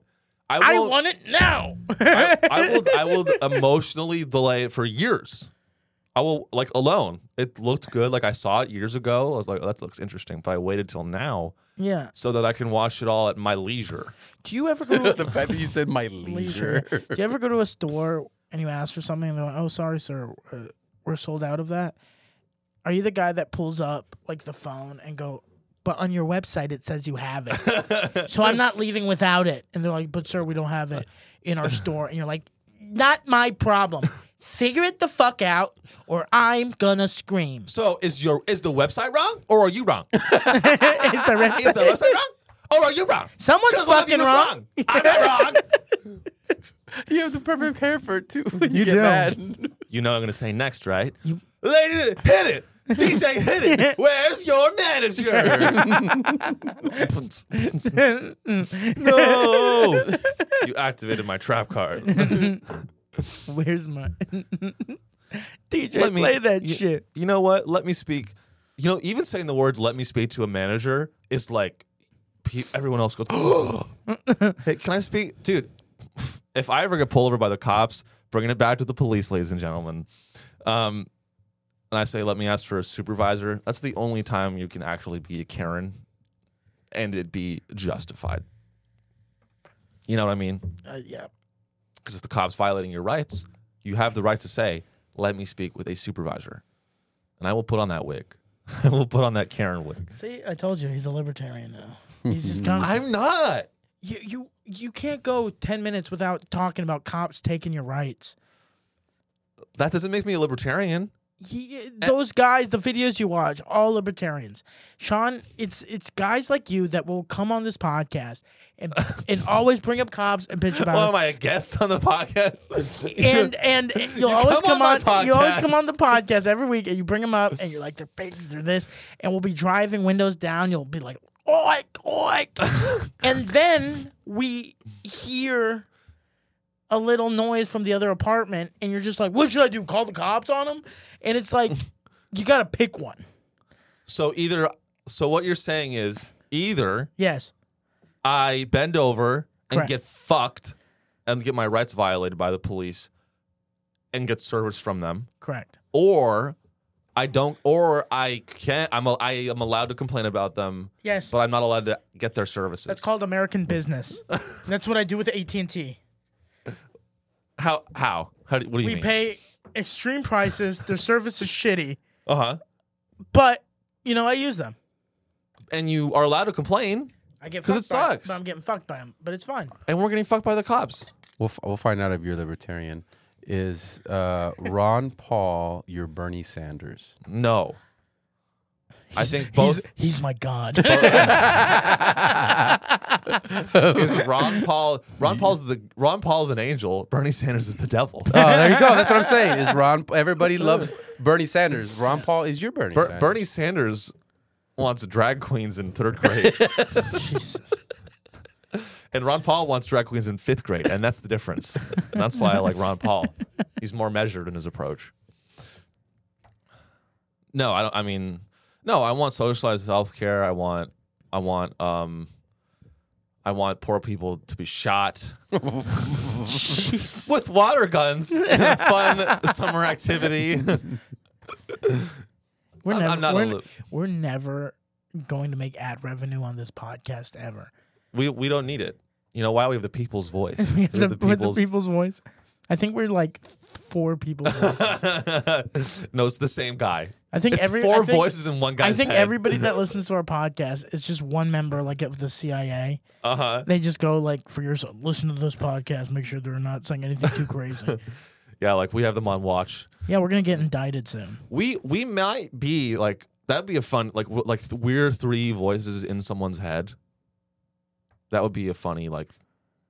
Speaker 1: I,
Speaker 2: I
Speaker 1: won't,
Speaker 2: want it now.
Speaker 1: I, I will. I will emotionally delay it for years. I will like alone. It looked good. Like I saw it years ago. I was like, oh, that looks interesting. But I waited till now
Speaker 2: yeah.
Speaker 1: so that I can watch it all at my leisure.
Speaker 2: Do you ever go
Speaker 3: the
Speaker 2: to
Speaker 3: fact that you said my
Speaker 2: a leisure?
Speaker 3: leisure.
Speaker 2: Do you ever go to a store and you ask for something and they're like, "Oh, sorry, sir, uh, we're sold out of that." Are you the guy that pulls up like the phone and go, "But on your website it says you have it, so I'm not leaving without it." And they're like, "But sir, we don't have it in our store," and you're like, "Not my problem." Figure it the fuck out, or I'm gonna scream.
Speaker 1: So is your is the website wrong or are you wrong?
Speaker 2: Is the rest-
Speaker 1: Is the website wrong or are you wrong?
Speaker 2: Someone's
Speaker 1: 'Cause one of you
Speaker 2: fucking
Speaker 1: is
Speaker 2: wrong.
Speaker 1: I'm not wrong.
Speaker 3: You have the perfect hair for it too. When you,
Speaker 2: You
Speaker 3: get
Speaker 2: do.
Speaker 3: mad.
Speaker 1: You know what I'm gonna say next, right? Ladies, hit it. DJ, hit it. Where's your manager?
Speaker 2: Mm,
Speaker 1: no. You activated my trap card.
Speaker 2: Where's my DJ?
Speaker 1: Let me-
Speaker 2: play that
Speaker 1: you-
Speaker 2: shit.
Speaker 1: You know what? Let me speak. You know, even saying the word "let me speak" to a manager is like pe- everyone else goes. hey, can I speak, dude? If I ever get pulled over by the cops, bringing it back to the police, ladies and gentlemen, um, and I say, "Let me ask for a supervisor." That's the only time you can actually be a Karen, and it be justified. You know what I mean?
Speaker 2: Uh, yeah.
Speaker 1: because if the cop's violating your rights, you have the right to say, "Let me speak with a supervisor," and I will put on that wig. I will put on that Karen wig.
Speaker 2: See, I told you he's a libertarian now. He's just constant-
Speaker 1: I'm not.
Speaker 2: you, you you can't go ten minutes without talking about cops taking your rights.
Speaker 1: That doesn't make me a libertarian.
Speaker 2: He,
Speaker 1: Eh.
Speaker 2: those guys, the videos you watch, all libertarians. Sean, it's it's guys like you that will come on this podcast and and always bring up cops and bitch about
Speaker 1: Well, am
Speaker 2: them.
Speaker 1: I a guest on the podcast?
Speaker 2: and and you'll always
Speaker 1: come
Speaker 2: come
Speaker 1: on
Speaker 2: on,
Speaker 1: my
Speaker 2: you always
Speaker 1: podcast.
Speaker 2: come on the podcast every week and you bring them up and you're like they're pigs they're this and we'll be driving windows down you'll be like oik oik and then we hear a little noise from the other apartment and you're just like what should I do call the cops on them and it's like you gotta pick one
Speaker 1: so either, so what you're saying is either
Speaker 2: yes
Speaker 1: I bend over and
Speaker 2: Correct.
Speaker 1: get fucked and get my rights violated by the police and get service from them,
Speaker 2: correct
Speaker 1: or I don't, or I can't. I'm a, I am allowed to complain about them.
Speaker 2: yes
Speaker 1: but I'm not allowed to get their services.
Speaker 2: that's called American business that's what I do with AT and T.
Speaker 1: how? How? How? Do, what do you
Speaker 2: We
Speaker 1: mean?
Speaker 2: pay extreme prices. Their service is shitty.
Speaker 1: uh huh.
Speaker 2: But you know, I use them.
Speaker 1: And you are allowed to complain,
Speaker 2: I get
Speaker 1: 'Cause
Speaker 2: fucked
Speaker 1: it
Speaker 2: by 'em,
Speaker 1: sucks.
Speaker 2: but I'm getting fucked by them. But it's fine.
Speaker 1: and we're getting fucked by the cops.
Speaker 3: We'll f- we'll find out if you're libertarian. Is uh, Ron Paul your Bernie Sanders?
Speaker 1: No, I think both
Speaker 2: He's, he's my god.
Speaker 1: is Ron Paul. Ron Paul's the Ron Paul's an angel. Bernie Sanders is the devil.
Speaker 3: Oh, there you go. That's what I'm saying. Is Ron? Everybody loves Bernie Sanders. Ron Paul is your Bernie.
Speaker 1: Ber-
Speaker 3: Sanders.
Speaker 1: Bernie Sanders wants drag queens in third grade,
Speaker 2: Jesus.
Speaker 1: and Ron Paul wants drag queens in fifth grade, and that's the difference. And that's why I like Ron Paul. He's more measured in his approach. No, I don't. I mean, no. I want socialized health care. I want. I want. Um. I want poor people to be shot
Speaker 2: Jeez.
Speaker 1: with water guns. in a fun summer activity.
Speaker 2: We're
Speaker 1: I'm-
Speaker 2: never,
Speaker 1: I'm not a
Speaker 2: we're,
Speaker 1: lo-
Speaker 2: we're never going to make ad revenue on this podcast ever.
Speaker 1: we we don't need it. You know why? We have the people's voice. We have
Speaker 2: the, with the people's voice. I think we're like four people. voices.
Speaker 1: no, it's the same guy.
Speaker 2: I think
Speaker 1: It's
Speaker 2: every
Speaker 1: four
Speaker 2: I think,
Speaker 1: voices in one guy's
Speaker 2: I think
Speaker 1: head.
Speaker 2: everybody that listens to our podcast is just one member, like of the CIA.
Speaker 1: Uh-huh.
Speaker 2: They just go like, "For yours, listen to this podcast. Make sure they're not saying anything too crazy."
Speaker 1: Yeah, like we have them on watch.
Speaker 2: yeah, we're gonna get indicted soon.
Speaker 1: We we might be like that'd be a fun like w- like th- we're three voices in someone's head. That would be a funny like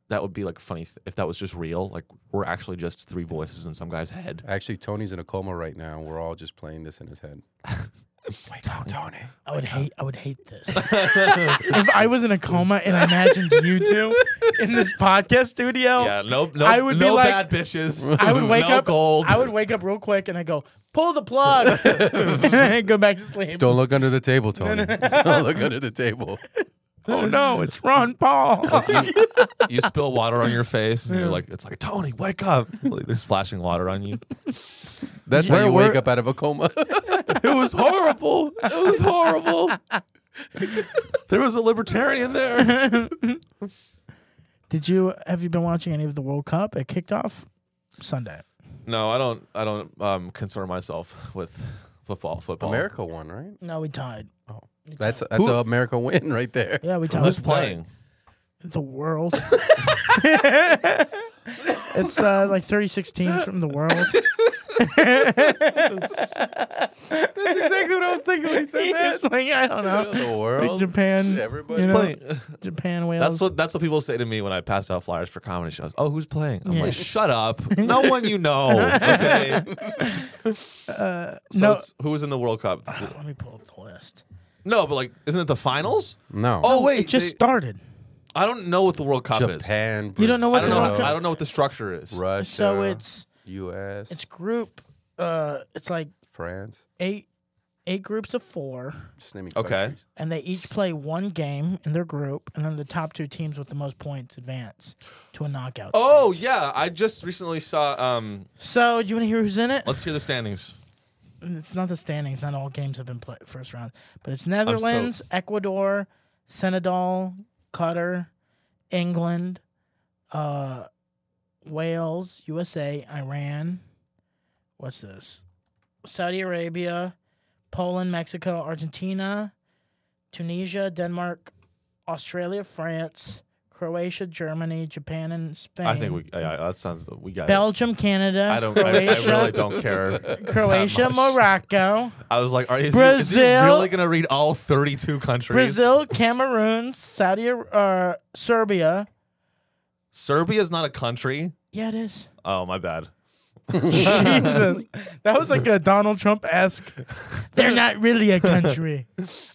Speaker 1: that would be like funny th- if that was just real. Like we're actually just three voices in some guy's head.
Speaker 3: Actually, Tony's in a coma right now. We're all just playing this in his head. Wait, don't, Tony.
Speaker 2: I would hate. I would hate this. if I was in a coma and I imagined you two in this podcast studio,
Speaker 1: Yeah, no, no,
Speaker 2: Oh, I would be
Speaker 1: no
Speaker 2: like-
Speaker 1: bad bitches.
Speaker 2: I would wake
Speaker 1: no
Speaker 2: up.
Speaker 1: Gold.
Speaker 2: I would wake up real quick and I go pull the plug and go back to sleep.
Speaker 3: Don't look under the table, Tony. don't look under the table.
Speaker 2: Oh no, it's Ron Paul.
Speaker 1: you spill water on your face, and you're like, it's like Tony, wake up! Like, they're splashing water on you.
Speaker 3: That's
Speaker 1: Where
Speaker 3: how you
Speaker 1: were-
Speaker 3: wake up out of a coma.
Speaker 1: It was horrible. It was horrible. There was a libertarian there.
Speaker 2: Did you have you been watching any of the World Cup? It kicked off Sunday.
Speaker 1: No, I don't. I don't um, concern myself with football. Football.
Speaker 3: America won, right?
Speaker 2: No, we tied.
Speaker 3: Oh.
Speaker 2: We
Speaker 3: That's
Speaker 2: tied.
Speaker 3: that's
Speaker 1: Who-
Speaker 3: a America win right there.
Speaker 2: yeah, we tied.
Speaker 1: Who's
Speaker 2: We tied.
Speaker 1: playing?
Speaker 2: the world. it's uh, like 36 teams from the world.
Speaker 3: That's exactly what I was thinking when he
Speaker 2: like, I don't know.
Speaker 3: The
Speaker 2: Like
Speaker 3: world.
Speaker 2: Japan,
Speaker 3: Everybody.
Speaker 2: you know,
Speaker 1: Playing.
Speaker 2: Japan, Wales.
Speaker 1: That's what that's what people say to me when I pass out flyers for comedy shows. Oh, who's playing? I'm
Speaker 2: Yeah.
Speaker 1: like, shut up. No one you know. Okay. so
Speaker 2: Uh, no-
Speaker 1: it's who was in the World Cup?
Speaker 2: Let me pull up the list.
Speaker 1: No, but like, isn't it the finals?
Speaker 3: No.
Speaker 1: Oh wait,
Speaker 2: it just
Speaker 1: they-
Speaker 2: started.
Speaker 1: I don't know what the World Cup is.
Speaker 3: Japan.
Speaker 2: You don't know
Speaker 1: I
Speaker 2: what
Speaker 1: don't
Speaker 2: the
Speaker 1: know.
Speaker 2: World Cup-
Speaker 1: I don't know what the structure is.
Speaker 3: Russia.
Speaker 2: So it's
Speaker 3: U.S.
Speaker 2: it's group. Uh, it's like
Speaker 3: France.
Speaker 2: eight eight groups of four,
Speaker 3: Just naming
Speaker 1: Okay.
Speaker 3: countries.
Speaker 2: and they each play one game in their group, and then the top two teams with the most points advance to a knockout.
Speaker 1: Oh yeah, I just recently saw. Um,
Speaker 2: So do you want to hear who's in it?
Speaker 1: let's hear the standings.
Speaker 2: it's not the standings. Not all games have been played first round, but it's Netherlands, Ecuador, Senegal, Qatar, England, uh, Wales, USA, Iran. What's this? Saudi Arabia, Poland, Mexico, Argentina, Tunisia, Denmark, Australia, France, Croatia, Germany, Japan, and Spain.
Speaker 1: I think we. Yeah, yeah, that sounds. We got. it.
Speaker 2: Belgium, Canada,
Speaker 1: I don't. I,
Speaker 2: Croatia,
Speaker 1: I really don't care. that
Speaker 2: Croatia,
Speaker 1: much.
Speaker 2: Morocco.
Speaker 1: I was like, are, is, He, is he
Speaker 2: Brazil.
Speaker 1: really gonna read all 32 countries?
Speaker 2: Brazil, Cameroon, Saudi, Ar- uh, Serbia.
Speaker 1: Serbia's not a country.
Speaker 2: Yeah, it is.
Speaker 1: Oh my bad.
Speaker 2: Jesus, that was like a Donald Trump esque. They're not really a country.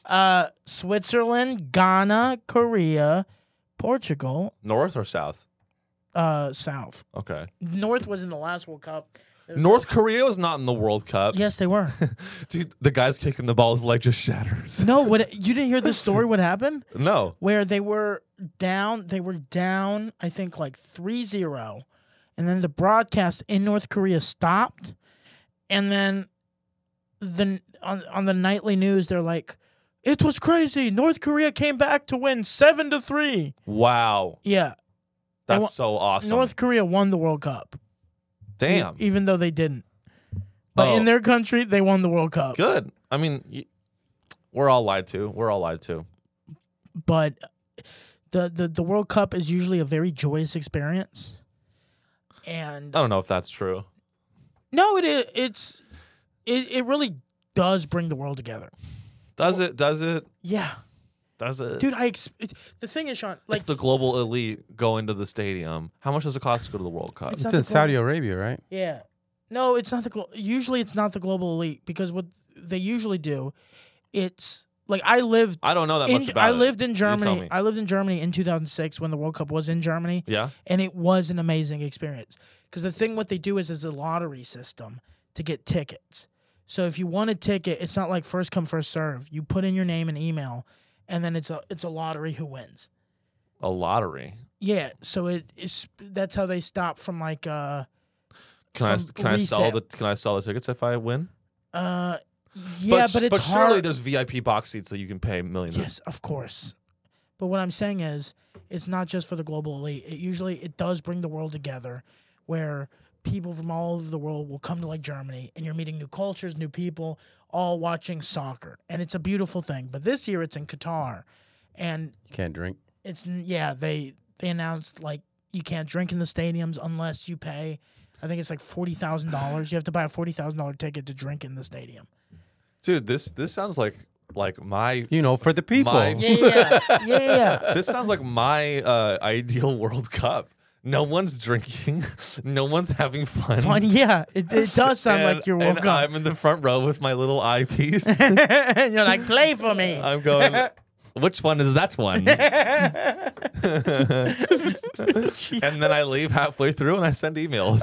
Speaker 2: Uh, Switzerland, Ghana, Korea, Portugal,
Speaker 1: North or South?
Speaker 2: uh, South.
Speaker 1: Okay.
Speaker 2: North was in the last World Cup. There was-
Speaker 1: North Korea was not in the World Cup.
Speaker 2: Yes, they were.
Speaker 1: Dude, the guy's kicking the ball, his leg just shatters.
Speaker 2: No, what you didn't hear the story? What happened?
Speaker 1: No.
Speaker 2: where they were down they were down i think like 3-0 and then the broadcast in north korea stopped and then the on, on the nightly news they're like it was crazy north korea came back to win 7 to 3
Speaker 1: Wow.
Speaker 2: yeah
Speaker 1: That's
Speaker 2: wa-
Speaker 1: so awesome.
Speaker 2: north korea won the world cup e-
Speaker 1: Damn.
Speaker 2: even though they didn't but
Speaker 1: Oh.
Speaker 2: in their country they won the world cup
Speaker 1: Good. I mean, y- we're all lied to. We're all lied to.
Speaker 2: but the, the the world cup is usually a very joyous experience and
Speaker 1: I don't know if that's true.
Speaker 2: No, it is. It's it. It really does bring the world together.
Speaker 1: Does it? Does it?
Speaker 2: Yeah,
Speaker 1: Does it?
Speaker 2: dude. I ex- it, the thing is, Sean. Like
Speaker 1: it's the global elite going to the stadium. How much does it cost to go to the World Cup?
Speaker 2: It's
Speaker 3: It's
Speaker 2: not
Speaker 3: in
Speaker 2: the
Speaker 3: Saudi Arabia, right?
Speaker 2: yeah, no, it's not the. Glo- usually, it's not the global elite because what they usually do, it's like I lived.
Speaker 1: I don't know that
Speaker 2: In,
Speaker 1: much about
Speaker 2: I
Speaker 1: it.
Speaker 2: lived in
Speaker 1: tell
Speaker 2: Germany.
Speaker 1: me.
Speaker 2: I lived in Germany in 2006 when the World Cup was in Germany,
Speaker 1: Yeah.
Speaker 2: and it was an amazing experience. Because the thing what they do is is a lottery system to get tickets. So if you want a ticket, it's not like first come first serve. You put in your name and email, and then it's a it's a lottery who wins.
Speaker 1: A lottery.
Speaker 2: Yeah, so it is that's how they stop from like uh
Speaker 1: Can I
Speaker 2: From
Speaker 1: can I sell
Speaker 2: resale.
Speaker 1: the can I sell the tickets if I win?
Speaker 2: uh yeah,
Speaker 1: but
Speaker 2: but, it's hard.
Speaker 1: surely there's VIP box seats that you can pay millions.
Speaker 2: Yes, of course. But what I'm saying is, it's not just for the global elite. It usually it does bring the world together, where people from all over the world will come to like Germany, and you're meeting new cultures, new people, all watching soccer, and it's a beautiful thing. But this year it's in Qatar, and
Speaker 3: You can't drink.
Speaker 2: it's yeah they they announced like you can't drink in the stadiums unless you pay. I think it's like forty thousand dollars. You have to buy a forty thousand dollar ticket to drink in the stadium.
Speaker 1: Dude, this this sounds like like my
Speaker 3: You know, for the people.
Speaker 1: My-
Speaker 2: yeah, yeah, yeah.
Speaker 1: this sounds like my uh, ideal World Cup. No one's drinking. No one's having fun.
Speaker 2: Fun, yeah. It, it does sound
Speaker 1: And-
Speaker 2: like you're
Speaker 1: and
Speaker 2: woke up.
Speaker 1: I'm in the front row with my little eyepiece.
Speaker 2: and you're like, play for me.
Speaker 1: I'm going. Which one is that one? and then I leave halfway through and I send emails.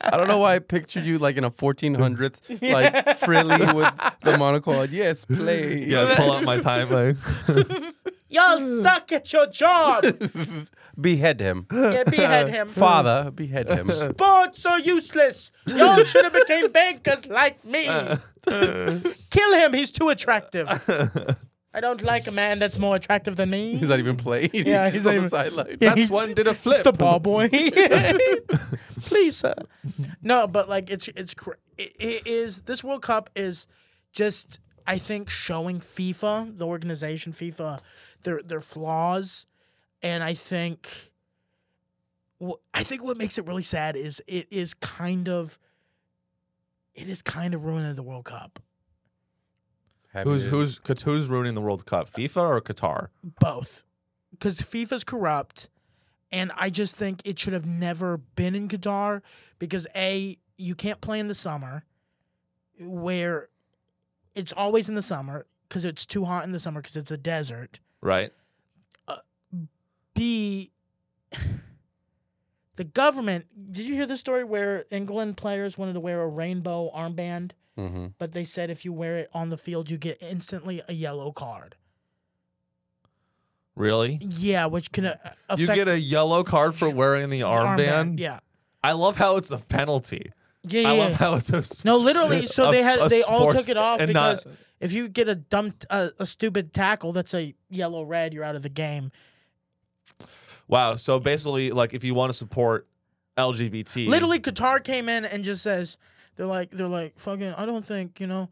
Speaker 3: I don't know why I pictured you like in a 1400th, like frilly with the monocle. and, Yes, play.
Speaker 1: yeah, I pull out my time. Like,
Speaker 2: Y'all suck at your job.
Speaker 3: Behead him.
Speaker 2: yeah, behead him.
Speaker 3: Father, behead him.
Speaker 2: Sports are useless. Y'all should have became bankers like me. Kill him. He's too attractive. I don't like a man that's more attractive than me.
Speaker 3: He's not even playing.
Speaker 2: Yeah, he's
Speaker 3: he's, just
Speaker 2: not
Speaker 3: on
Speaker 2: even-
Speaker 3: the sideline.
Speaker 2: Yeah,
Speaker 1: That's
Speaker 2: he's-
Speaker 1: one did a
Speaker 2: It's
Speaker 1: flip.
Speaker 2: the ball boy. Please, sir. No, but like it's it's cr- it, it is this World Cup is just I think showing FIFA, the organization FIFA, their their flaws, and I think wh- I think what makes it really sad is it is kind of it is kind of ruining the World Cup.
Speaker 1: who's who's who's ruining the World Cup? FIFA or Qatar?
Speaker 2: both because FIFA's corrupt, and I just think it should have never been in Qatar because a you can't play in the summer, where it's always in the summer because it's too hot in the summer because it's a desert.
Speaker 1: Right.
Speaker 2: B the government. Did you hear the story where England players wanted to wear a rainbow armband,
Speaker 3: hmm
Speaker 2: but they said if you wear it on the field, you get instantly a yellow card.
Speaker 1: Really?
Speaker 2: Yeah, which can uh, affect
Speaker 1: You get a yellow card for wearing the
Speaker 2: the
Speaker 1: armband.
Speaker 2: Yeah.
Speaker 1: I love how it's a penalty.
Speaker 2: Yeah, yeah.
Speaker 1: I love
Speaker 2: yeah.
Speaker 1: how it's a s-
Speaker 2: No, literally. So
Speaker 1: a-
Speaker 2: they had
Speaker 1: a
Speaker 2: they all
Speaker 1: sports
Speaker 2: took it off
Speaker 1: and not-
Speaker 2: because if you get a dumb uh, a stupid tackle that's a yellow red, you're out of the game.
Speaker 1: wow. So basically, like if you want to support LGBT,
Speaker 2: Literally, Qatar came in and just says they're like they're like fucking. I don't think you know.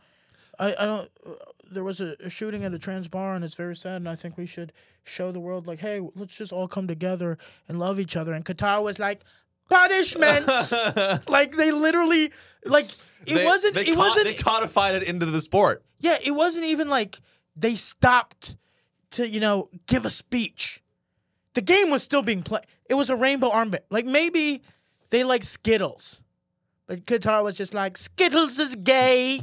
Speaker 2: I I don't. Uh, there was a, a shooting at a trans bar and it's very sad and I think we should show the world like hey let's just all come together and love each other and Qatar was like punishment like they literally like it
Speaker 1: They-
Speaker 2: wasn't
Speaker 1: They
Speaker 2: it
Speaker 1: co-
Speaker 2: wasn't
Speaker 1: They codified it into the sport.
Speaker 2: Yeah, it wasn't even like they stopped to, you know, give a speech. The game was still being played. It was a rainbow armband. Like maybe they like Skittles. But Qatar was just like, Skittles is gay.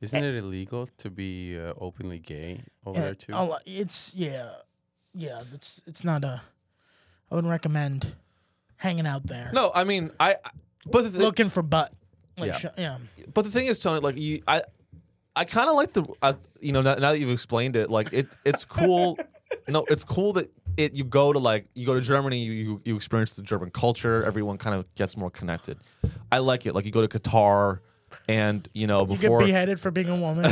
Speaker 3: Isn't it illegal to be uh, openly gay over
Speaker 2: Yeah, oh.
Speaker 3: there too?
Speaker 2: I'll- it's yeah. Yeah, it's it's not a I wouldn't recommend hanging out there.
Speaker 1: No, I mean, I. I- But the,
Speaker 2: Looking for butt. Like
Speaker 3: Yeah.
Speaker 2: sh- yeah.
Speaker 1: but the thing is, Tony, like you, I, I kind of like the, I, you know, now, now that you've explained it, like it, it's cool. no, it's cool that it. You go to like you go to Germany, you you, you experience the German culture. Everyone kind of gets more connected. I like it. Like you go to Qatar, and you know
Speaker 2: You get
Speaker 1: before
Speaker 2: beheaded for being a woman.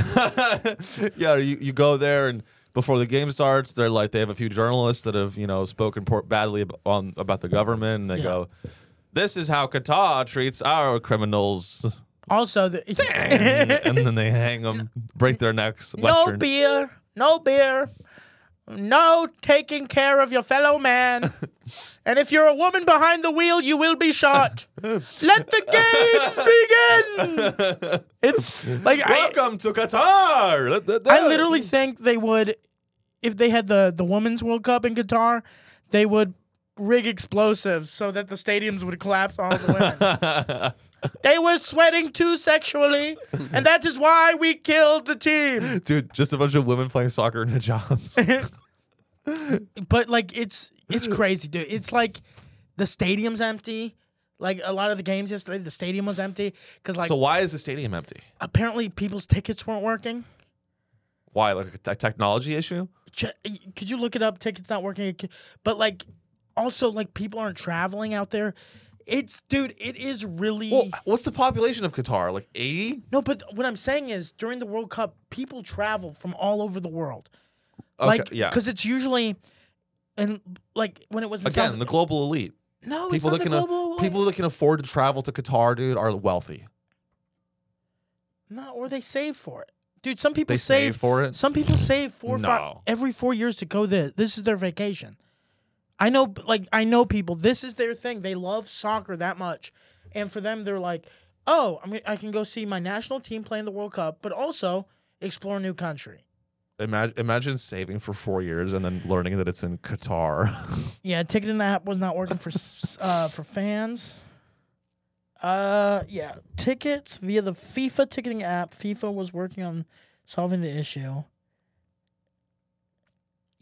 Speaker 1: yeah, you, you go there and before the game starts, they're like they have a few journalists that have you know spoken por- badly ab- on about the government, and they
Speaker 2: Yeah.
Speaker 1: go, "This is how Qatar treats our criminals,"
Speaker 2: also the
Speaker 1: and, then they hang them, break their necks.
Speaker 2: No
Speaker 1: Western.
Speaker 2: beer, no beer, no taking care of your fellow man. and if you're a woman behind the wheel, you will be shot. Let the games begin. It's like I,
Speaker 1: Welcome to Qatar. Let- let-
Speaker 2: I literally think they would, if they had the the women's World Cup in Qatar, they would rig explosives so that the stadiums would collapse on the women. They were sweating too sexually, and that is why we killed the team.
Speaker 1: dude, just a bunch of women playing soccer in hijabs.
Speaker 2: but like it's it's crazy, dude. It's like the stadium's empty. Like a lot of the games yesterday, the stadium was empty because like
Speaker 1: so why is the stadium empty?
Speaker 2: apparently people's tickets weren't working.
Speaker 1: Why like a t- technology issue?
Speaker 2: Ch- Could you look it up? Tickets not working, but like also like people aren't traveling out there. It's dude, it is really
Speaker 1: Well, what's the population of Qatar? Like eighty?
Speaker 2: no. But what I'm saying is during the World Cup, people travel from all over the world.
Speaker 1: Okay,
Speaker 2: like
Speaker 1: yeah.
Speaker 2: because it's usually and like when it was in
Speaker 1: Again,
Speaker 2: South-
Speaker 1: the global elite.
Speaker 2: no Oh, it's
Speaker 1: people
Speaker 2: not
Speaker 1: that
Speaker 2: the
Speaker 1: can uh,
Speaker 2: global-
Speaker 1: people that can afford to travel to Qatar, dude, are wealthy.
Speaker 2: No, or they save for it. Dude, some people
Speaker 1: They save,
Speaker 2: save,
Speaker 1: for it.
Speaker 2: some people save four or five
Speaker 1: No.
Speaker 2: every four years to go there. This is their vacation. I know like I know people, this is their thing. They love soccer that much. And for them they're like, "Oh, I mean I can go see my national team play in the World Cup, but also explore a new country."
Speaker 1: imagine imagine saving for four years and then learning that it's in Qatar.
Speaker 2: Yeah, ticketing app was not working for s- uh, for fans. Uh, yeah, tickets via the FIFA ticketing app. FIFA was working on solving the issue.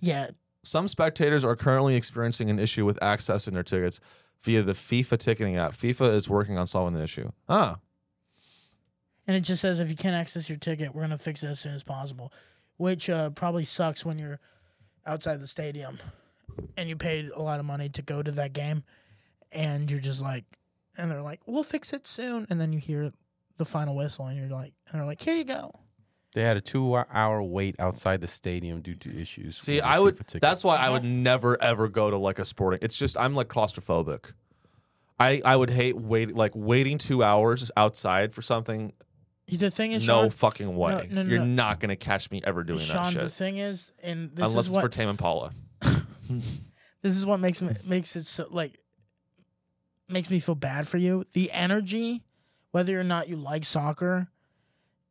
Speaker 2: Yeah,
Speaker 1: Some spectators are currently experiencing an issue with accessing their tickets via the FIFA ticketing app. FIFA is working on solving the issue. Ah,
Speaker 2: and it just says if you can't access your ticket, we're gonna fix it as soon as possible, which uh, probably sucks when you're outside the stadium and you paid a lot of money to go to that game, and you're just like, and they're like, we'll fix it soon, and then you hear the final whistle, and you're like, and they're like, here you go.
Speaker 3: They had a two-hour wait outside the stadium due to issues.
Speaker 1: see,
Speaker 3: with the
Speaker 1: I would.
Speaker 3: FIFA ticket.
Speaker 1: That's why I
Speaker 2: Uh-huh.
Speaker 1: would never ever go to like a sporting. It's just I'm like claustrophobic. I I would hate wait like waiting two hours outside for something.
Speaker 2: The thing is,
Speaker 1: no
Speaker 2: Sean,
Speaker 1: fucking way.
Speaker 2: no, no,
Speaker 1: You're
Speaker 2: no.
Speaker 1: not gonna catch me ever doing
Speaker 2: Sean, the
Speaker 1: that shit
Speaker 2: thing is, and this
Speaker 1: unless
Speaker 2: is
Speaker 1: it's
Speaker 2: what
Speaker 1: for Tame Impala.
Speaker 2: this is what makes me, makes it so like makes me feel bad for you. The energy, whether or not you like soccer,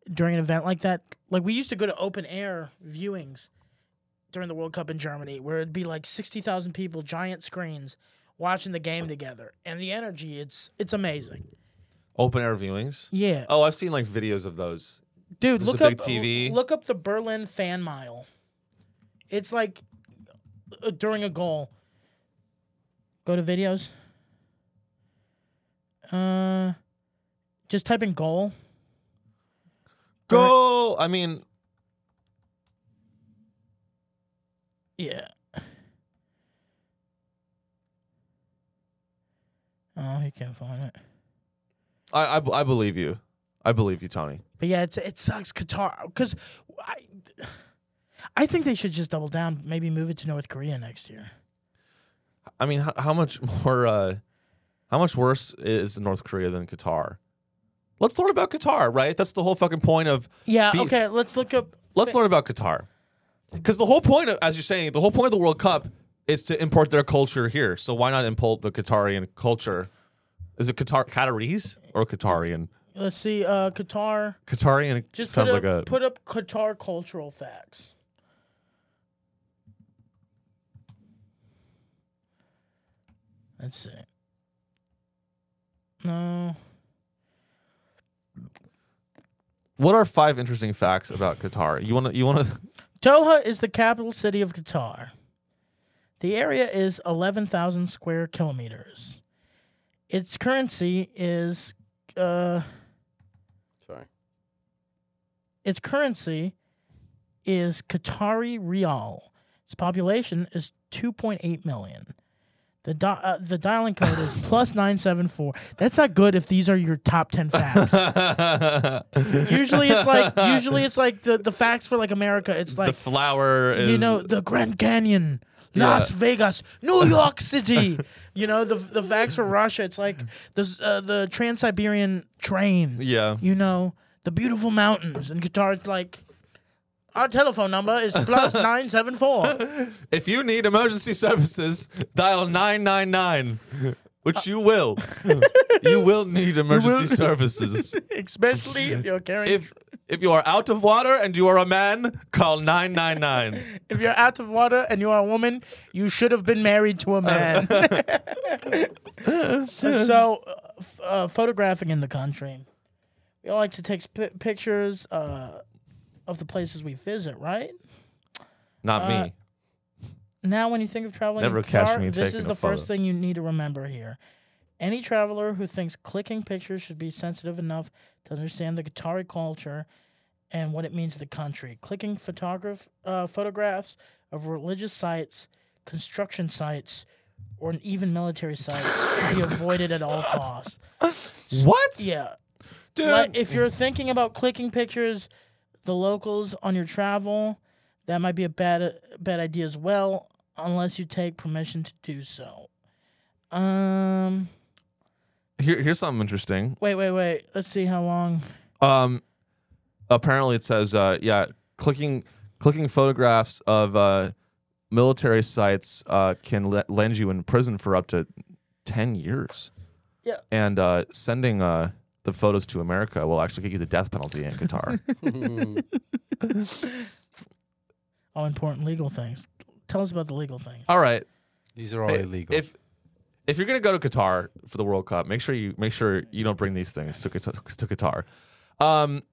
Speaker 2: during an event like that, like we used to go to open air viewings during the World Cup in Germany, where it'd be like sixty thousand people, giant screens, watching the game together, and the energy, it's it's amazing.
Speaker 1: Open air viewings.
Speaker 2: Yeah,
Speaker 1: Oh, I've seen like videos of those.
Speaker 2: Dude,
Speaker 1: Just
Speaker 2: look
Speaker 1: a
Speaker 2: up
Speaker 1: big TV.
Speaker 2: Look up the Berlin fan mile. It's like uh, during a goal. Go to videos. Uh, just type in goal.
Speaker 1: Go. I mean,
Speaker 2: Yeah. Oh, you can't find it.
Speaker 1: I, I, I believe you. I believe you, Tony.
Speaker 2: But yeah, it's it sucks Qatar because I, I think they should just double down. Maybe move it to North Korea next year.
Speaker 1: I mean, how, how much more, uh, how much worse is North Korea than Qatar? Let's learn about Qatar, right? That's the whole fucking point of.
Speaker 2: Yeah.
Speaker 1: Fi-
Speaker 2: okay. Let's look up.
Speaker 1: Let's learn about Qatar, because the whole point of, as you're saying, the whole point of the World Cup is to import their culture here. So why not import the Qatarian culture? Is it Qatar Qatarese or Qatarian?
Speaker 2: Let's see. Uh, Qatar.
Speaker 1: Qatarian
Speaker 2: Just
Speaker 1: sounds
Speaker 2: put
Speaker 1: like
Speaker 2: up,
Speaker 1: a
Speaker 2: put up Qatar cultural facts. Let's see. No.
Speaker 1: What are five interesting facts about Qatar? You want to you want to
Speaker 2: Doha is the capital city of Qatar. The area is 11,000 square kilometers. Its currency is uh
Speaker 3: Sorry.
Speaker 2: its currency is Qatari rial. Its population is 2.8 million. The di- uh, the dialing code is plus 974. That's not good if these are your top 10 facts. usually it's like usually it's like the, the facts for like America it's
Speaker 1: the
Speaker 2: like
Speaker 1: flower is
Speaker 2: you know the Grand Canyon, Las
Speaker 1: Yeah.
Speaker 2: Vegas, New York City. you know the the facts for Russia it's like the uh, the Trans-Siberian train
Speaker 1: yeah.
Speaker 2: you know, the beautiful mountains and guitars like our telephone number is plus nine seven four.
Speaker 1: If you need emergency services, dial 999, which you will. you will need emergency services.
Speaker 2: Especially if you're carrying if,
Speaker 1: If if you are out of water and you are a man, call 999.
Speaker 2: you're out of water and you are a woman, you should have been married to a man. so, uh, f- uh, photographing in the country, we all like to take pi pictures uh, of the places we visit, right?
Speaker 1: Not
Speaker 2: Uh,
Speaker 1: me.
Speaker 2: Now, when you think of traveling,
Speaker 1: Never
Speaker 2: in
Speaker 1: catch
Speaker 2: Qatar,
Speaker 1: me
Speaker 2: this
Speaker 1: taking
Speaker 2: is
Speaker 1: a
Speaker 2: the
Speaker 1: photo.
Speaker 2: first thing you need to remember here. Any traveler who thinks clicking pictures should be sensitive enough to understand the Qatari culture and what it means to the country. Clicking photograph uh, photographs of religious sites, construction sites, or an even military site should be avoided at all costs.
Speaker 1: What?
Speaker 2: Yeah.
Speaker 1: Dude.
Speaker 2: But if you're thinking about clicking pictures, the locals on your travel, that might be a bad bad idea as well, unless you take permission to do so. Um,
Speaker 1: Here, here's something interesting.
Speaker 2: wait, wait, wait. Let's see how long.
Speaker 1: Um, apparently it says, uh, yeah, clicking clicking photographs of uh, military sites uh, can le- land you in prison for up to ten years.
Speaker 2: Yeah.
Speaker 1: and uh, sending uh, the photos to America will actually get you the death penalty in Qatar.
Speaker 2: all oh, important legal things. Tell us about the legal things.
Speaker 1: All right.
Speaker 3: These are all
Speaker 1: Hey,
Speaker 3: Oh, illegal.
Speaker 1: If if you're gonna go to Qatar for the World Cup, make sure you make sure you don't bring these things to Qatar. To Qatar. Um,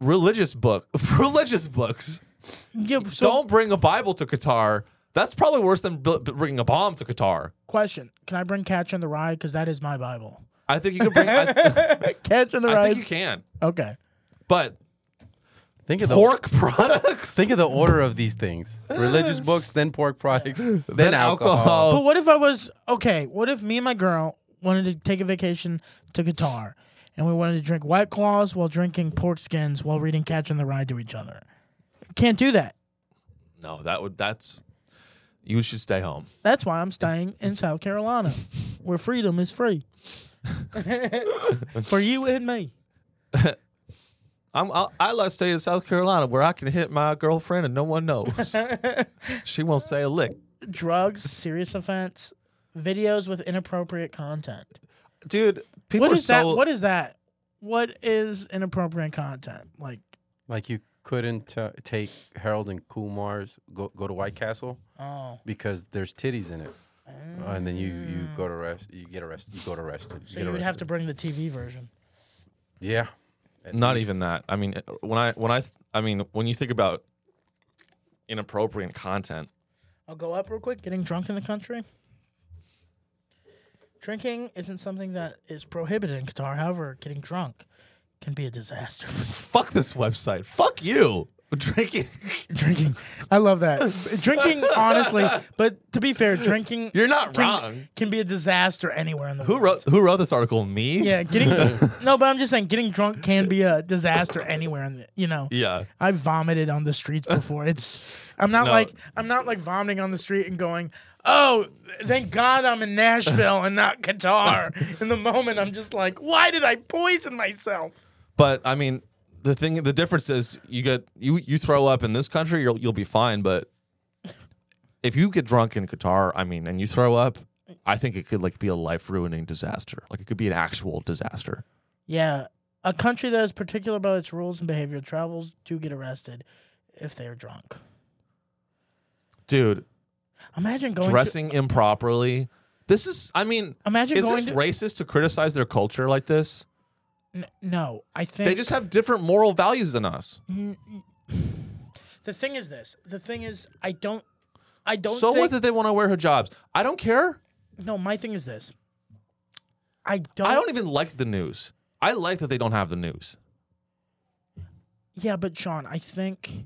Speaker 1: religious book, religious books.
Speaker 2: Yeah, so
Speaker 1: don't bring a Bible to Qatar. That's probably worse than bu- bu- bringing a bomb to Qatar.
Speaker 2: question: Can I bring Catch in the Rye? Because that is my Bible.
Speaker 1: I think you can bring. I,
Speaker 2: Catch in the
Speaker 1: I
Speaker 2: Rye.
Speaker 1: think you can,
Speaker 2: Okay.
Speaker 1: but
Speaker 3: think of the
Speaker 1: pork products,
Speaker 3: think of the order of these things: religious books, then pork products, then,
Speaker 1: then
Speaker 3: alcohol.
Speaker 1: Oh.
Speaker 2: But what if I was okay? What if me and my girl wanted to take a vacation to Qatar, and we wanted to drink White Claws while drinking pork skins while reading Catch in the Rye to each other? Can't do that.
Speaker 1: No, that would that's. You should stay home.
Speaker 2: That's why I'm staying in South Carolina, where freedom is free for you and me.
Speaker 1: I'm, I, I like to stay in South Carolina where I can hit my girlfriend and no one knows. she won't say a lick.
Speaker 2: Drugs, serious offense, videos with inappropriate content.
Speaker 1: Dude, people
Speaker 2: What
Speaker 1: are
Speaker 2: is
Speaker 1: so.
Speaker 2: that? What is that? What is inappropriate content? Like,
Speaker 3: Like you couldn't uh, take Harold and Kumar's go go to White Castle
Speaker 2: oh,
Speaker 3: because there's titties in it, Uh, and then you you go to arrest, you get arrested, you go to arrested.
Speaker 2: so you would have to bring the TV version.
Speaker 3: yeah. At
Speaker 1: Not
Speaker 3: least.
Speaker 1: even that. I mean, when I when I I mean, when you think about inappropriate content,
Speaker 2: I'll go up real quick. Getting drunk in the country. Drinking isn't something that is prohibited in Qatar. However, getting drunk can be a disaster.
Speaker 1: fuck this website. Fuck you. Drinking.
Speaker 2: drinking, I love that. drinking, honestly, but to be fair, drinking
Speaker 1: You're not
Speaker 2: can,
Speaker 1: wrong.
Speaker 2: can be a disaster anywhere in the
Speaker 1: Who
Speaker 2: world.
Speaker 1: wrote who wrote this article? Me?
Speaker 2: Yeah, getting no, but I'm just saying, getting drunk can be a disaster anywhere in the you know.
Speaker 1: Yeah.
Speaker 2: I vomited on the streets before. It's I'm not
Speaker 1: No.
Speaker 2: like I'm not like vomiting on the street and going, "Oh, thank God I'm in Nashville and not Qatar." in the moment, I'm just like, "Why did I poison myself?"
Speaker 1: But I mean, the thing the difference is you get you you throw up in this country, you'll you'll be fine, but if you get drunk in Qatar, I mean, and you throw up, I think it could like be a life-ruining disaster. Like it could be an actual disaster.
Speaker 2: Yeah, a country that is particular about its rules and behavior travels do get arrested if they are drunk.
Speaker 1: Dude,
Speaker 2: Imagine going
Speaker 1: dressing improperly. This is I mean,
Speaker 2: to Imagine
Speaker 1: is
Speaker 2: going
Speaker 1: this
Speaker 2: to
Speaker 1: racist to criticize their culture like this?
Speaker 2: n- No, I think
Speaker 1: They just have different moral values than us.
Speaker 2: the thing is this. The thing is I don't I don't
Speaker 1: So
Speaker 2: think
Speaker 1: what that they want to wear hijabs? I don't care.
Speaker 2: No, my thing is this. I don't,
Speaker 1: I don't even like the news. I like that they don't have the news.
Speaker 2: Yeah, but Sean, I think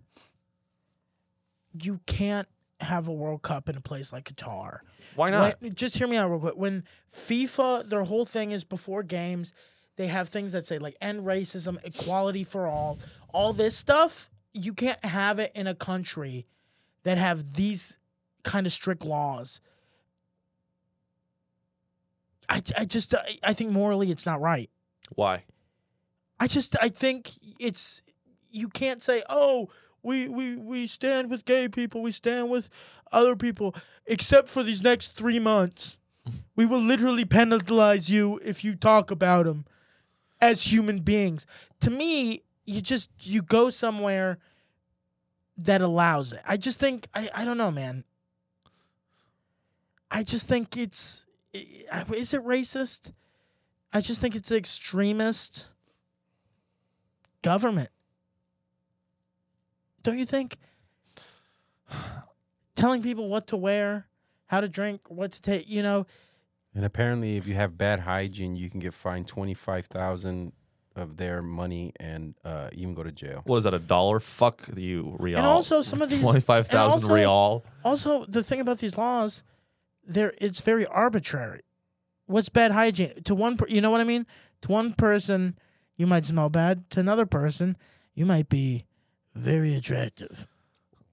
Speaker 2: you can't have a World Cup in a place like Qatar.
Speaker 1: Why not?
Speaker 2: When- just hear me out real quick. When FIFA, their whole thing is before games, they have things that say like end racism, equality for all, all this stuff. You can't have it in a country that have these kind of strict laws. I, I just I, I think morally it's not right.
Speaker 1: Why?
Speaker 2: I just I think it's you can't say oh we we we stand with gay people we stand with other people except for these next three months we will literally penalize you if you talk about them as human beings to me you just you go somewhere that allows it I just think I I don't know man I just think it's i- is it racist I just think it's extremist government. Don't you think? Telling people what to wear, how to drink, what to take, you know,
Speaker 3: And apparently, if you have bad hygiene, you can get fined twenty five thousand of their money and uh, even go to jail.
Speaker 1: What is that? A dollar? Fuck you, real.
Speaker 2: and also some of these
Speaker 1: twenty-five thousand
Speaker 2: and also-
Speaker 1: real.
Speaker 2: Also, the thing about these laws, they're it's very arbitrary. What's bad hygiene to one? Per, you know what I mean? To one person, you might smell bad. To another person, you might be very attractive.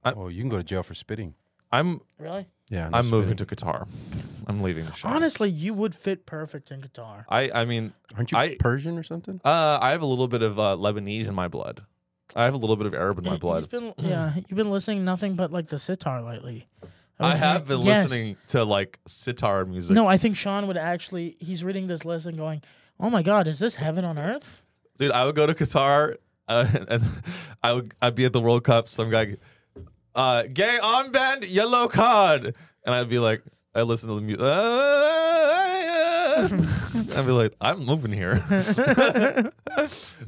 Speaker 3: Oh, you can go to jail for spitting.
Speaker 1: I'm
Speaker 2: Really?
Speaker 3: Yeah, no
Speaker 1: I'm moving to
Speaker 3: spitting.
Speaker 1: Qatar. I'm leaving the show.
Speaker 2: Honestly, you would fit perfect in Qatar.
Speaker 1: I I mean,
Speaker 3: Aren't you
Speaker 1: I-
Speaker 3: Persian or something?
Speaker 1: uh, I have a little bit of uh, Lebanese in my blood. I have a little bit of Arab in my
Speaker 2: He's
Speaker 1: blood.
Speaker 2: been- yeah, you've been listening nothing but like the sitar lately.
Speaker 1: I
Speaker 2: mean,
Speaker 1: have been
Speaker 2: yes.
Speaker 1: listening to like sitar music.
Speaker 2: No, I think Sean would actually. He's reading this list and going, "Oh my God, is this heaven on earth?"
Speaker 1: dude. I would go to Qatar, uh, and I would I'd be at the World Cup. Some guy, uh, gay armband, yellow card. And I'd be like, I listen to the music. I'd be like, I'm moving here.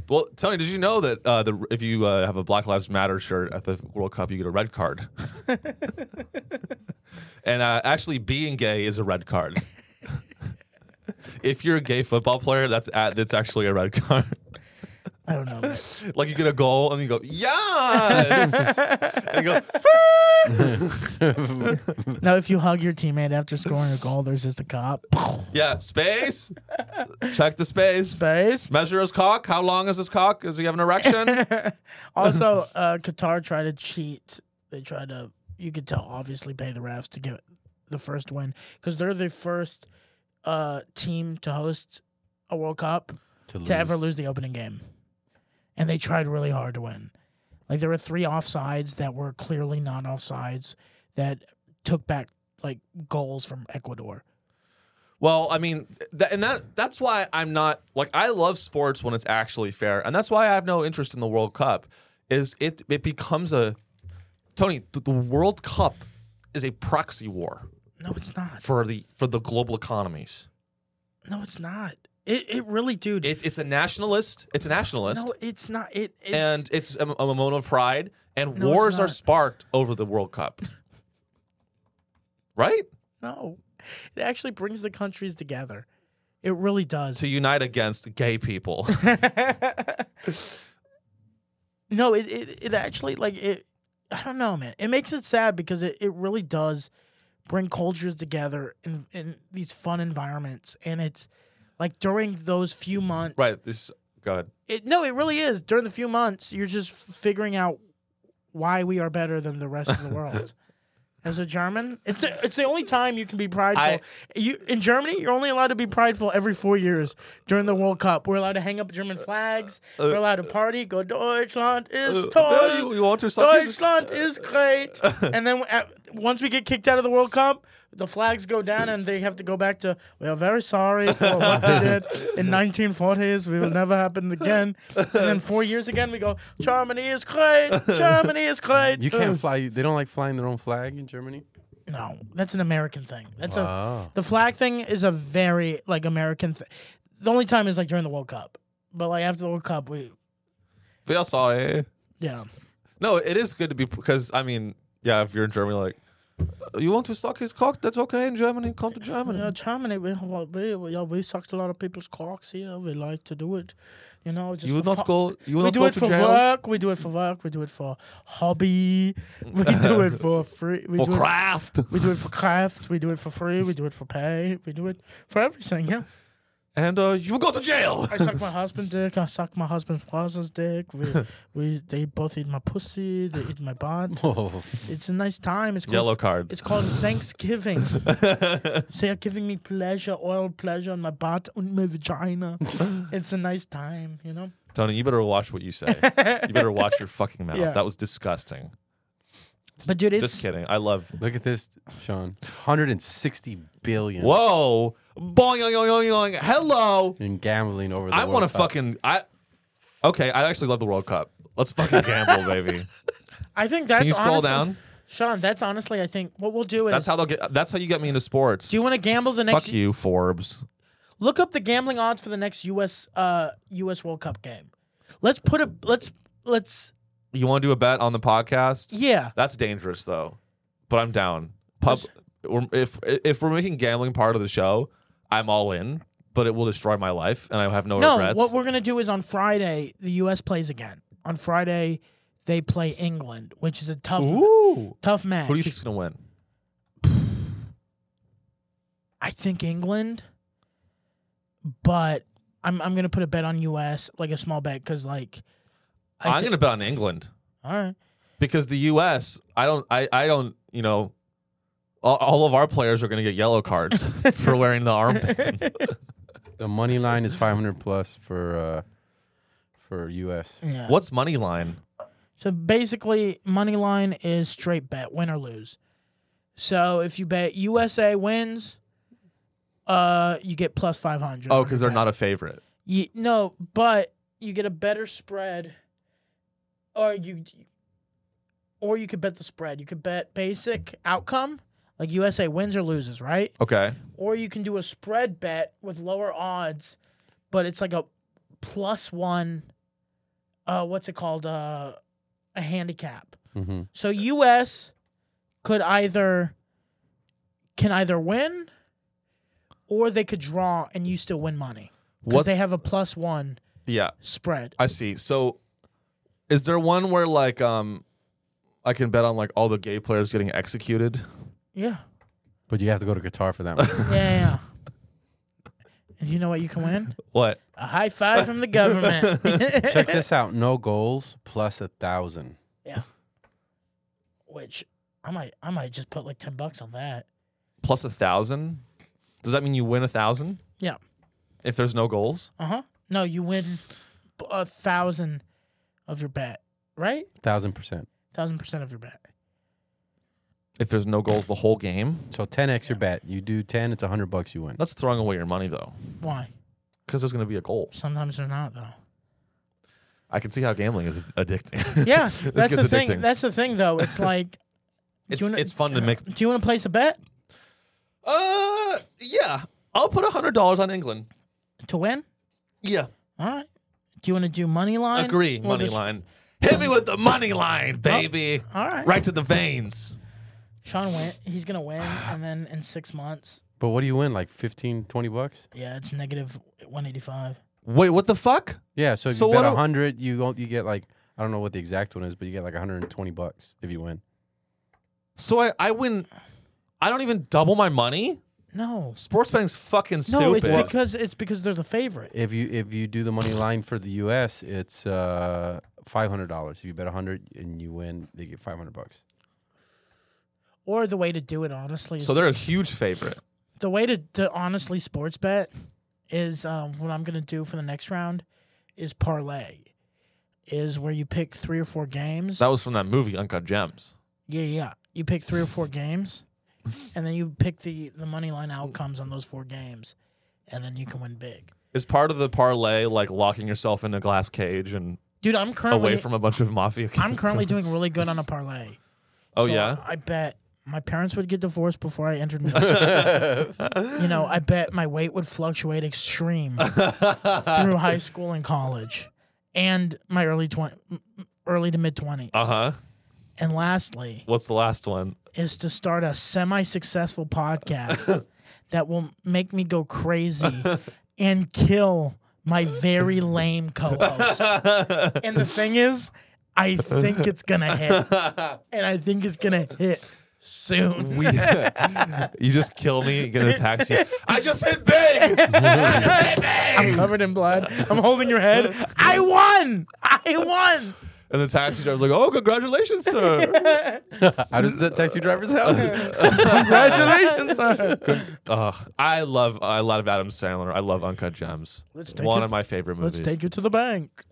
Speaker 1: well, Tony, did you know that uh, the, if you uh, have a Black Lives Matter shirt at the World Cup, you get a red card? and uh, actually, being gay is a red card. if you're a gay football player, that's at, that's actually a red card.
Speaker 2: I don't know. man.
Speaker 1: like you get a goal and you go, yes, and you go,
Speaker 2: now, if you hug your teammate after scoring a goal, there's just a cop.
Speaker 1: Yeah, space. Check the space.
Speaker 2: Space.
Speaker 1: Measure his cock. How long is his cock? Does he have an erection?
Speaker 2: Also, uh, Qatar tried to cheat. They tried to, you could tell, obviously, pay the refs to get the first win because they're the first uh, team to host a World Cup
Speaker 3: To
Speaker 2: to ever lose the opening game. And they tried really hard to win. Like, there were three offsides that were clearly not offsides that took back, like, goals from Ecuador.
Speaker 1: well, I mean, th- and that that's why I'm not like I love sports when it's actually fair, and that's why I have no interest in the World Cup. Is it? It becomes a Tony. th- the World Cup is a proxy war
Speaker 2: No, it's not.
Speaker 1: for the for the global economies.
Speaker 2: No, it's not. It, it really, dude.
Speaker 1: It, it's a nationalist. It's a nationalist.
Speaker 2: no, it's not. It, it's,
Speaker 1: and it's a, a moment of pride. And
Speaker 2: No, it's
Speaker 1: wars are
Speaker 2: not.
Speaker 1: sparked over the World Cup, right?
Speaker 2: No. It actually brings the countries together. It really does.
Speaker 1: To unite against gay people.
Speaker 2: No, it, it, it actually, like, it, I don't know, man. It makes it sad because it, it really does bring cultures together in, in these fun environments. And it's like during those few months.
Speaker 1: right. This. Go ahead.
Speaker 2: It, no, it really is. During the few months, you're just f- figuring out why we are better than the rest of the world. As a German, it's the, it's the only time you can be prideful.
Speaker 1: I-
Speaker 2: you in Germany, you're only allowed to be prideful every four years during the World Cup. We're allowed to hang up German flags. We're allowed to party. Go Deutschland is
Speaker 1: Uh,
Speaker 2: toll.
Speaker 1: you, you want to suck his-
Speaker 2: Deutschland is great. And then at, once we get kicked out of the World Cup, the flags go down and they have to go back to, we are very sorry for what we did in 1940s. We will never happen again. And then four years again, we go, Germany is great. Germany is great.
Speaker 3: You can't fly. They don't like flying their own flag in Germany.
Speaker 2: No, that's an American thing. That's
Speaker 3: Wow.
Speaker 2: a, the flag thing is a very, like, American thing. The only time is, like, during the World Cup. But, like, after the World Cup, we,
Speaker 1: Feel sorry.
Speaker 2: yeah.
Speaker 1: No, it is good to be because I mean, yeah, if you're in Germany, like, uh, you want to suck his cock? That's okay in Germany. Come to Germany.
Speaker 2: Yeah, Germany, we, we, we, yeah, we sucked a lot of people's cocks here. We like to do it. You know, just
Speaker 1: you will
Speaker 2: for
Speaker 1: not
Speaker 2: fu-
Speaker 1: go. You will
Speaker 2: We
Speaker 1: not
Speaker 2: do
Speaker 1: go
Speaker 2: it
Speaker 1: to
Speaker 2: for
Speaker 1: jail
Speaker 2: work. We do it for work. We do it for hobby. We do it for free. We
Speaker 1: for
Speaker 2: do it,
Speaker 1: craft.
Speaker 2: we do it for craft. We do it for free. We do it for pay. We do it for everything. Yeah.
Speaker 1: And uh, you will go to jail.
Speaker 2: I suck my husband's dick. I suck my husband's brother's dick. We, we they both eat my pussy. They eat my butt.
Speaker 3: Oh,
Speaker 2: It's a nice time. It's called
Speaker 1: Yellow card.
Speaker 2: It's called Thanksgiving. they are giving me pleasure, oil pleasure on my butt and my vagina. it's a nice time, you know?
Speaker 1: Tony, you better watch what you say. you better watch your fucking mouth.
Speaker 2: Yeah.
Speaker 1: That was disgusting.
Speaker 2: But dude, it's
Speaker 1: Just kidding. I love
Speaker 3: look at this, Sean. 160 billion
Speaker 1: Whoa. Boing, yoing, yoing, yoing, yoing. Hello.
Speaker 3: in gambling over. The
Speaker 1: I
Speaker 3: want to
Speaker 1: fucking. I. Okay, I actually love the World Cup. Let's fucking gamble, baby.
Speaker 2: I think that's
Speaker 1: Can you scroll
Speaker 2: honestly,
Speaker 1: down?
Speaker 2: Sean, that's honestly I think what we'll do is
Speaker 1: That's how they'll get. That's how you get me into sports.
Speaker 2: do you want to gamble the next
Speaker 1: Fuck you, Forbes.
Speaker 2: look up the gambling odds for the next US uh US World Cup game. Let's put a let's let's
Speaker 1: You want to do a bet on the podcast?
Speaker 2: yeah.
Speaker 1: That's dangerous, though. But I'm down. Pub. we're- If if we're making gambling part of the show, I'm all in. But it will destroy my life, and I have no,
Speaker 2: No,
Speaker 1: regrets.
Speaker 2: what we're gonna do is on Friday the US plays again. On Friday they play England, which is a tough
Speaker 1: Ooh.
Speaker 2: tough match.
Speaker 1: Who do you think's gonna win?
Speaker 2: I think England, but I'm I'm gonna put a bet on U.S. like a small bet because like
Speaker 1: I'm
Speaker 2: thi-
Speaker 1: gonna bet on England.
Speaker 2: all right.
Speaker 1: because the U.S. I don't, I, I don't, you know, all, all of our players are going to get yellow cards for wearing the armband.
Speaker 3: The money line is 500 plus for uh, for US.
Speaker 2: Yeah.
Speaker 1: What's money line?
Speaker 2: So basically, money line is straight bet, win or lose. So if you bet USA wins, uh, you get plus five hundred.
Speaker 1: Oh, because they're not a favorite.
Speaker 2: Ye no, but you get a better spread, or you, or you could bet the spread. You could bet basic outcome, like USA wins or loses, right?
Speaker 1: Okay.
Speaker 2: Or you can do a spread bet with lower odds, but it's like a plus one. Uh, what's it called? Uh, a handicap.
Speaker 3: Mm-hmm.
Speaker 2: So US could either can either win or they could draw and you still win money because
Speaker 1: What?
Speaker 2: they have a plus one
Speaker 1: yeah,
Speaker 2: spread.
Speaker 1: I see. So, is there one where like um, I can bet on like all the gay players getting executed?
Speaker 2: Yeah,
Speaker 3: But you have to go to Qatar for that one.
Speaker 2: yeah, yeah. yeah. and you know what you can win?
Speaker 1: What?
Speaker 2: A high five from the government.
Speaker 3: Check this out: no goals plus a thousand.
Speaker 2: Which I might, I might just put like ten bucks on that.
Speaker 1: Plus a thousand? Does that mean you win a thousand?
Speaker 2: Yeah.
Speaker 1: If there's no goals,
Speaker 2: Uh huh. No, you win b- a thousand of your bet, right?
Speaker 3: Thousand percent.
Speaker 2: Thousand percent of your bet.
Speaker 1: if there's no goals the whole game,
Speaker 3: So ten x your bet. You do ten, it's a hundred bucks. You win.
Speaker 1: that's throwing away your money though,
Speaker 2: Why?
Speaker 1: because there's going to be a goal.
Speaker 2: Sometimes they're not though.
Speaker 1: I can see how gambling is addicting.
Speaker 2: Yeah,
Speaker 1: This
Speaker 2: that's the
Speaker 1: gets
Speaker 2: thing.
Speaker 1: addicting.
Speaker 2: That's the thing, though. It's like,
Speaker 1: it's,
Speaker 2: you wanna-
Speaker 1: it's fun to make.
Speaker 2: do you want to place a bet
Speaker 1: Uh, yeah. I'll put a hundred dollars on England.
Speaker 2: to win?
Speaker 1: Yeah,
Speaker 2: All right. Do you want to do money line?
Speaker 1: agree.
Speaker 2: Or
Speaker 1: money
Speaker 2: just-
Speaker 1: line. Hit me with the money line, baby.
Speaker 2: All right.
Speaker 1: Right to the veins.
Speaker 2: Sean win. He's gonna win, and then in six months,
Speaker 3: But what do you win? Like 15, 20 bucks?
Speaker 2: yeah, it's negative one eighty five.
Speaker 1: Wait, what the fuck?
Speaker 3: Yeah. So if
Speaker 1: So
Speaker 3: you bet
Speaker 1: what do-
Speaker 3: a hundred, you won't- you get like I don't know what the exact one is, but you get like hundred and twenty bucks if you win.
Speaker 1: So I, I win. I don't even double my money.
Speaker 2: No.
Speaker 1: Sports betting's fucking stupid.
Speaker 2: No, it's because it's because they're the favorite.
Speaker 3: If you if you do the money line for the U.S., it's uh five hundred dollars. If you bet a hundred and you win, they get five hundred bucks.
Speaker 2: Or the way to do it honestly. Is
Speaker 1: so they're a huge favorite.
Speaker 2: the way to, to honestly sports bet is um, what I'm gonna do for the next round is parlay. Is where you pick three or four games.
Speaker 1: That was from that movie Uncut Gems.
Speaker 2: Yeah, yeah. You pick three or four games, and then you pick the the money line outcomes on those four games, and then you can win big.
Speaker 1: Is part of the parlay like locking yourself in a glass cage and
Speaker 2: Dude, I'm currently
Speaker 1: away from a bunch of mafia?
Speaker 2: Oh, I'm currently doing really good on a parlay.
Speaker 1: oh
Speaker 2: So
Speaker 1: yeah.
Speaker 2: I, I bet my parents would get divorced before I entered middle school. you know, I bet my weight would fluctuate extreme through high school and college, and my early twenty, early to mid twenties.
Speaker 1: Uh huh.
Speaker 2: And lastly,
Speaker 1: What's the last one?
Speaker 2: is to start a semi-successful podcast that will make me go crazy and kill my very lame co-host. and the thing is, I think it's gonna hit, and I think it's gonna hit soon.
Speaker 1: We, you just kill me, get in a taxi. I just hit big. I just hit big.
Speaker 2: I'm covered in blood. I'm holding your head. I won. I won.
Speaker 1: And the taxi driver's like, "Oh, congratulations, sir."
Speaker 3: Uh, How does the taxi driver sound?
Speaker 2: Congratulations.
Speaker 1: Ugh, I love I love Adam Sandler. I love Uncut Gems.
Speaker 2: Let's take
Speaker 1: One
Speaker 2: it-
Speaker 1: of my favorite movies.
Speaker 2: Let's take it to the bank.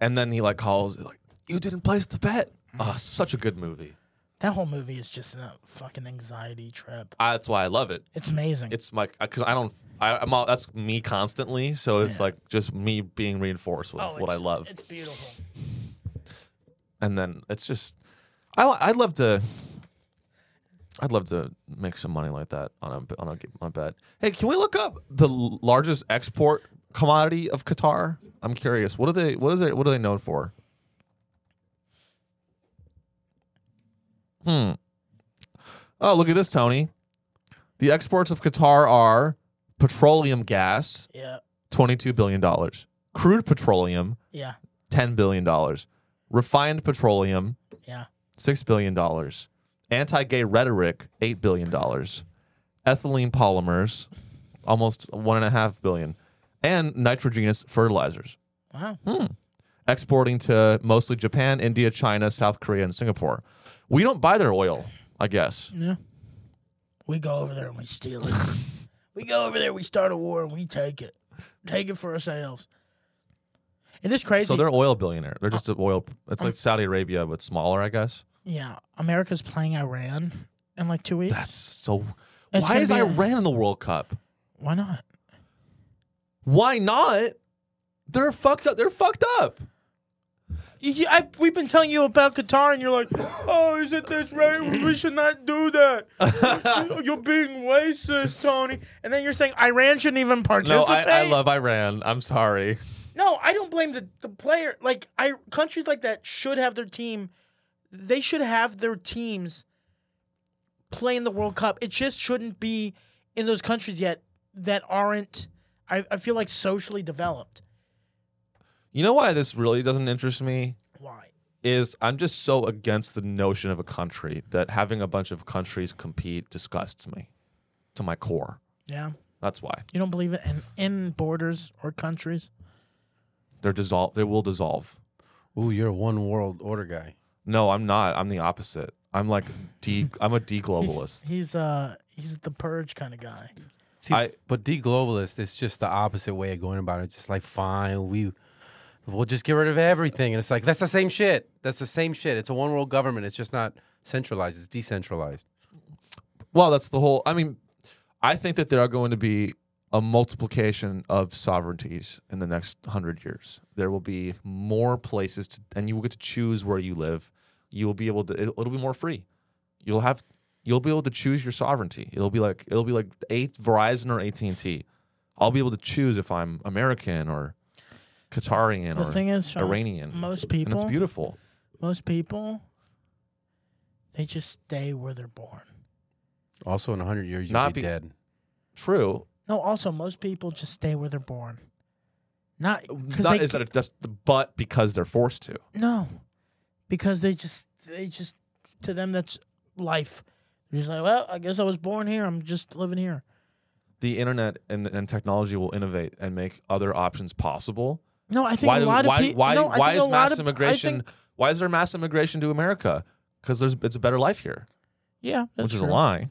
Speaker 1: and then he like calls like, "You didn't place the bet." Oh, such a good movie.
Speaker 2: That whole movie is just a fucking anxiety trip.
Speaker 1: I, that's why I love it.
Speaker 2: It's amazing.
Speaker 1: It's my because I don't. I, I'm all, that's me constantly. So it's
Speaker 2: Yeah.
Speaker 1: like just me being reinforced with
Speaker 2: Oh,
Speaker 1: what I
Speaker 2: it's-
Speaker 1: love.
Speaker 2: It's beautiful.
Speaker 1: and then it's just I I'd love to I'd love to make some money like that on a on a, on a bet. Hey, can we look up the l- largest export commodity of Qatar? I'm curious. What are they what is it what are they known for? Hmm. Oh, look at this, Tony. The exports of Qatar are petroleum gas,
Speaker 2: Yeah.
Speaker 1: $22 billion. Crude petroleum,
Speaker 2: Yeah.
Speaker 1: $10 billion. Refined petroleum,
Speaker 2: Yeah.
Speaker 1: $6 billion. Anti gay rhetoric, $8 billion. Ethylene polymers, almost $1.5 billion. And nitrogenous fertilizers. Hmm.
Speaker 2: Wow.
Speaker 1: Exporting to mostly Japan, India, China, South Korea, and Singapore. We don't buy their oil, I guess.
Speaker 2: Yeah. We go over there and we steal it. we go over there, we start a war, and we take it. Take it for ourselves. It is crazy.
Speaker 1: So they're oil billionaire. They're just an oil. It's like Saudi Arabia, but smaller, I guess.
Speaker 2: yeah. America's playing Iran in like two weeks.
Speaker 1: That's so.
Speaker 2: It's
Speaker 1: Why
Speaker 2: gonna
Speaker 1: is
Speaker 2: be a-
Speaker 1: Iran in the World Cup?
Speaker 2: Why not?
Speaker 1: Why not? They're fucked up. They're fucked up.
Speaker 2: You, I, we've been telling you about Qatar, and you're like, "Oh, is it this right? We should not do that. You- You're being racist, Tony." And then you're saying Iran shouldn't even
Speaker 1: No,
Speaker 2: participate.
Speaker 1: I, I love Iran. I'm sorry.
Speaker 2: No, I don't blame the, the player. Like I countries like that should have their team. They should have their teams play in the World Cup. It just shouldn't be in those countries yet that aren't. I, I feel like socially developed.
Speaker 1: You know why this really doesn't interest me?
Speaker 2: Why?
Speaker 1: Is I'm just so against the notion of a country that having a bunch of countries compete disgusts me to my core.
Speaker 2: Yeah,
Speaker 1: That's why.
Speaker 2: you don't believe it in in borders or countries.
Speaker 1: They're dissolve they will dissolve.
Speaker 3: Ooh, you're a one world order guy.
Speaker 1: No, I'm not. I'm the opposite. I'm like de I'm a deglobalist.
Speaker 2: He's uh he's the purge kind of guy.
Speaker 3: See,
Speaker 1: I-
Speaker 3: but deglobalist is just the opposite way of going about it. It's just like, fine, we we'll just get rid of everything, and it's like that's the same shit. That's the same shit. It's a one world government. It's just not centralized. It's decentralized.
Speaker 1: Well, that's the whole I mean, I think that there are going to be a multiplication of sovereignties in the next hundred years. There will be more places to, and you will get to choose where you live. You will be able to it'll, it'll be more free. You'll have you'll be able to choose your sovereignty. It'll be like it'll be like eight Verizon or AT and T. I'll be able to choose if I'm American or Qatarian
Speaker 2: The
Speaker 1: or
Speaker 2: thing is, Sean,
Speaker 1: Iranian.
Speaker 2: most
Speaker 1: and it's
Speaker 2: people
Speaker 1: beautiful.
Speaker 2: most people they just stay where they're born.
Speaker 3: Also, in hundred years, you'll
Speaker 1: Not
Speaker 3: be
Speaker 1: be-
Speaker 3: dead.
Speaker 1: True.
Speaker 2: No, also most people just stay where they're born. Not because
Speaker 1: Uh, Not
Speaker 2: they
Speaker 1: is that
Speaker 2: ca-
Speaker 1: a, that's the but because they're forced to.
Speaker 2: no, because they just they just to them that's life. They're just like, well, I guess I was born here. I'm just living here.
Speaker 1: The internet and, and technology will innovate and make other options possible.
Speaker 2: No, I think
Speaker 1: Why
Speaker 2: a
Speaker 1: do,
Speaker 2: lot
Speaker 1: why
Speaker 2: of people.
Speaker 1: why,
Speaker 2: no, I
Speaker 1: why
Speaker 2: think
Speaker 1: is
Speaker 2: a lot
Speaker 1: mass
Speaker 2: of- I
Speaker 1: immigration
Speaker 2: think-
Speaker 1: why is there mass immigration to America? Because there's it's a better life here,
Speaker 2: yeah, that's
Speaker 1: which is a
Speaker 2: true.
Speaker 1: lie.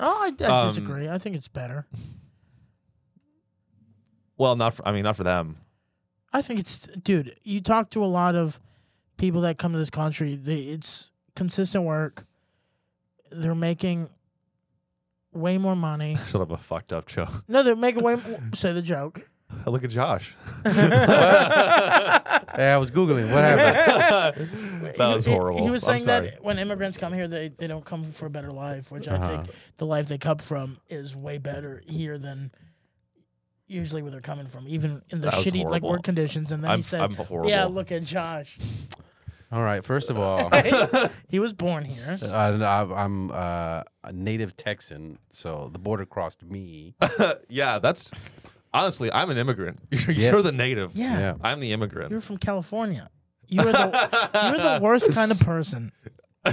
Speaker 2: Oh, I, I
Speaker 1: Um,
Speaker 2: disagree. I think it's better.
Speaker 1: Well, not for, I mean not for them.
Speaker 2: I think it's dude. You talk to a lot of people that come to this country. They, it's consistent work. They're making way more money.
Speaker 1: Shut up, a fucked up joke.
Speaker 2: No, they're making way. say the joke.
Speaker 1: Look at Josh.
Speaker 3: Yeah, I was googling. What happened?
Speaker 1: that
Speaker 2: He-
Speaker 1: was
Speaker 2: he-
Speaker 1: horrible.
Speaker 2: He, was
Speaker 1: I'm
Speaker 2: saying
Speaker 1: sorry.
Speaker 2: that when immigrants come here, they, they don't come for a better life, which I
Speaker 3: Uh-huh.
Speaker 2: think the life they come from is way better here than usually where they're coming from, even in the
Speaker 1: That was
Speaker 2: shitty like
Speaker 1: horrible.
Speaker 2: work conditions. And then
Speaker 1: I'm,
Speaker 2: he said,
Speaker 1: I'm horrible.
Speaker 2: "Yeah, look at Josh.
Speaker 3: all right. First of all,
Speaker 2: He was born here.
Speaker 3: Uh, and I, I'm uh, a native Texan, so the border crossed me.
Speaker 2: Uh-huh.
Speaker 1: yeah, that's honestly, I'm an immigrant. You're,
Speaker 3: Yes.
Speaker 1: you're the native.
Speaker 2: Yeah,
Speaker 3: Yeah.
Speaker 1: I'm the immigrant.
Speaker 2: you're from California. You are the you're the worst kind of person.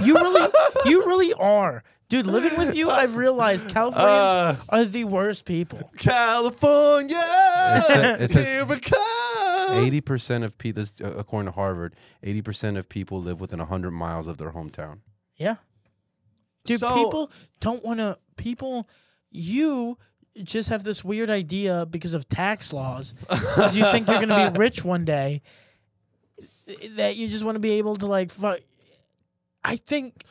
Speaker 2: You really you really are, dude. Living with you, I've realized
Speaker 1: Uh.
Speaker 2: Californians are the worst people.
Speaker 1: California,
Speaker 3: It's a- it's a-
Speaker 1: here it comes.
Speaker 3: Eighty percent of people, according to Harvard, eighty percent of people live within hundred miles of their hometown.
Speaker 2: Yeah. Dude,
Speaker 1: So-
Speaker 2: people don't want to. People, you just have this weird idea because of tax laws, because you think you're going to be rich one day, that you just want to be able to, like, fuck. I think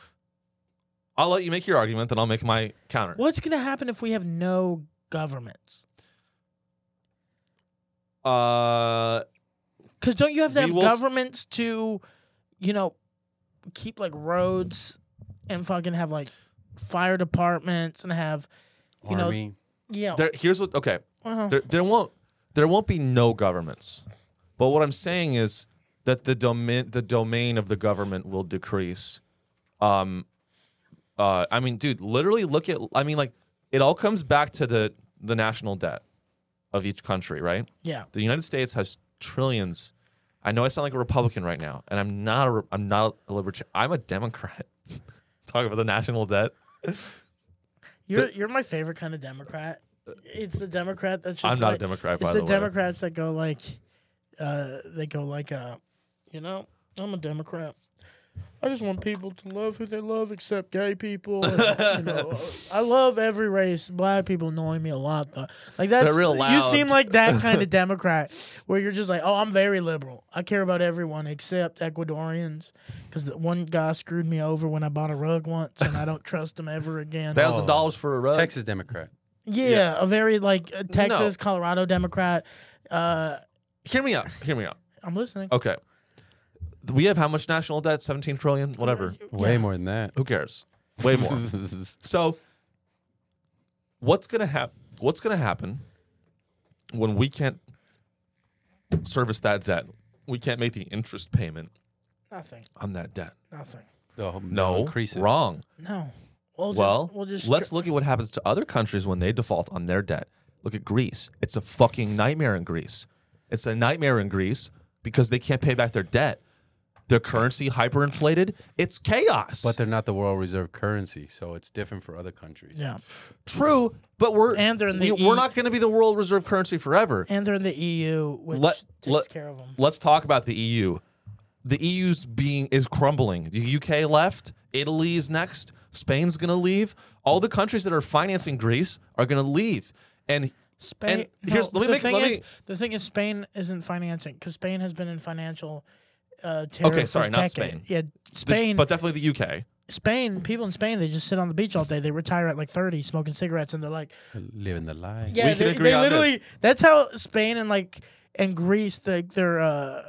Speaker 1: I'll let you make your argument, then I'll make my counter.
Speaker 2: what's going to happen if we have no governments?
Speaker 1: Uh,
Speaker 2: Because don't you have to
Speaker 1: We
Speaker 2: have
Speaker 1: will s-
Speaker 2: governments to, you know, keep, like, roads and fucking have, like, fire departments and have, you know,
Speaker 3: Army.
Speaker 2: yeah.
Speaker 1: there, here's what. Okay,
Speaker 2: uh-huh.
Speaker 1: there, there won't there won't be no governments, but what I'm saying is that the domain the domain of the government will decrease. Um, uh, I mean, dude, literally look at. I mean, like, it all comes back to the the national debt of each country, right?
Speaker 2: yeah.
Speaker 1: the United States has trillions. I know I sound like a Republican right now, and I'm not a re- I'm not a libertarian. I'm a Democrat. Talk about the national debt.
Speaker 2: You're you're my favorite kind of Democrat. It's the Democrat that's just
Speaker 1: I'm not
Speaker 2: like,
Speaker 1: a Democrat,
Speaker 2: It's
Speaker 1: by
Speaker 2: the,
Speaker 1: the, way.
Speaker 2: Democrats that go like, uh, they go like, uh, you know, I'm a Democrat. I just want people to love who they love, except gay people. and, you know, I love every race. Black people annoy me a lot, though. Like that's
Speaker 1: real
Speaker 2: You
Speaker 1: loud.
Speaker 2: seem like that kind of Democrat, where you're just like, oh, I'm very liberal. I care about everyone except Ecuadorians, because the one guy screwed me over when I bought a rug once, and I don't trust him ever again.
Speaker 1: Thousand dollars for a
Speaker 2: uh,
Speaker 1: rug.
Speaker 3: Oh. Texas Democrat.
Speaker 2: Yeah, a very like uh, Texas, Colorado Democrat. Uh,
Speaker 1: Hear me out. Hear me out. Oh.
Speaker 2: I'm listening.
Speaker 1: Okay. we have how much national debt? 17 trillion, whatever.
Speaker 3: Way more than that.
Speaker 2: Uh,
Speaker 1: Who cares? Way more. so what's gonna happen? What's gonna happen when we can't service that debt? We can't make the interest payment
Speaker 2: Nothing.
Speaker 1: on that debt.
Speaker 2: Nothing.
Speaker 3: Oh,
Speaker 1: No,
Speaker 3: increase it.
Speaker 1: wrong.
Speaker 2: No. We'll just,
Speaker 1: well,
Speaker 2: we'll just
Speaker 1: let's look at what happens to other countries when they default on their debt. Look at Greece. It's a fucking nightmare in Greece. It's a nightmare in Greece because they can't pay back their debt. Their currency hyperinflated. It's chaos.
Speaker 3: But they're not the world reserve currency, so it's different for other countries.
Speaker 2: yeah.
Speaker 1: True, but we're
Speaker 2: And they're in the
Speaker 1: we, are
Speaker 2: E-
Speaker 1: not going to be the world reserve currency forever.
Speaker 2: And they're in the EU, which
Speaker 1: Let-
Speaker 2: takes
Speaker 1: let-
Speaker 2: care of them.
Speaker 1: Let's talk about the EU. The EU's being is crumbling. The UK left. Italy is next. Spain's going to leave. All the countries that are financing Greece are going to leave. And
Speaker 2: Spain.
Speaker 1: and here's-
Speaker 2: no,
Speaker 1: let me
Speaker 2: the
Speaker 1: make-
Speaker 2: thing
Speaker 1: let me-
Speaker 2: is, the thing is, Spain isn't financing because Spain has been in financial uh, terror.
Speaker 1: Okay,
Speaker 2: for
Speaker 1: sorry, not
Speaker 2: decades.
Speaker 1: Spain.
Speaker 2: Yeah,
Speaker 1: the-
Speaker 2: Spain.
Speaker 1: but definitely the UK.
Speaker 2: Spain. People in Spain, they just sit on the beach all day. They retire at like thirty, smoking cigarettes, and they're like,
Speaker 3: Living the life.
Speaker 2: yeah,
Speaker 1: We can
Speaker 2: they,
Speaker 1: agree
Speaker 2: they
Speaker 1: on
Speaker 2: literally. That's how Spain and like and Greece, the, their uh,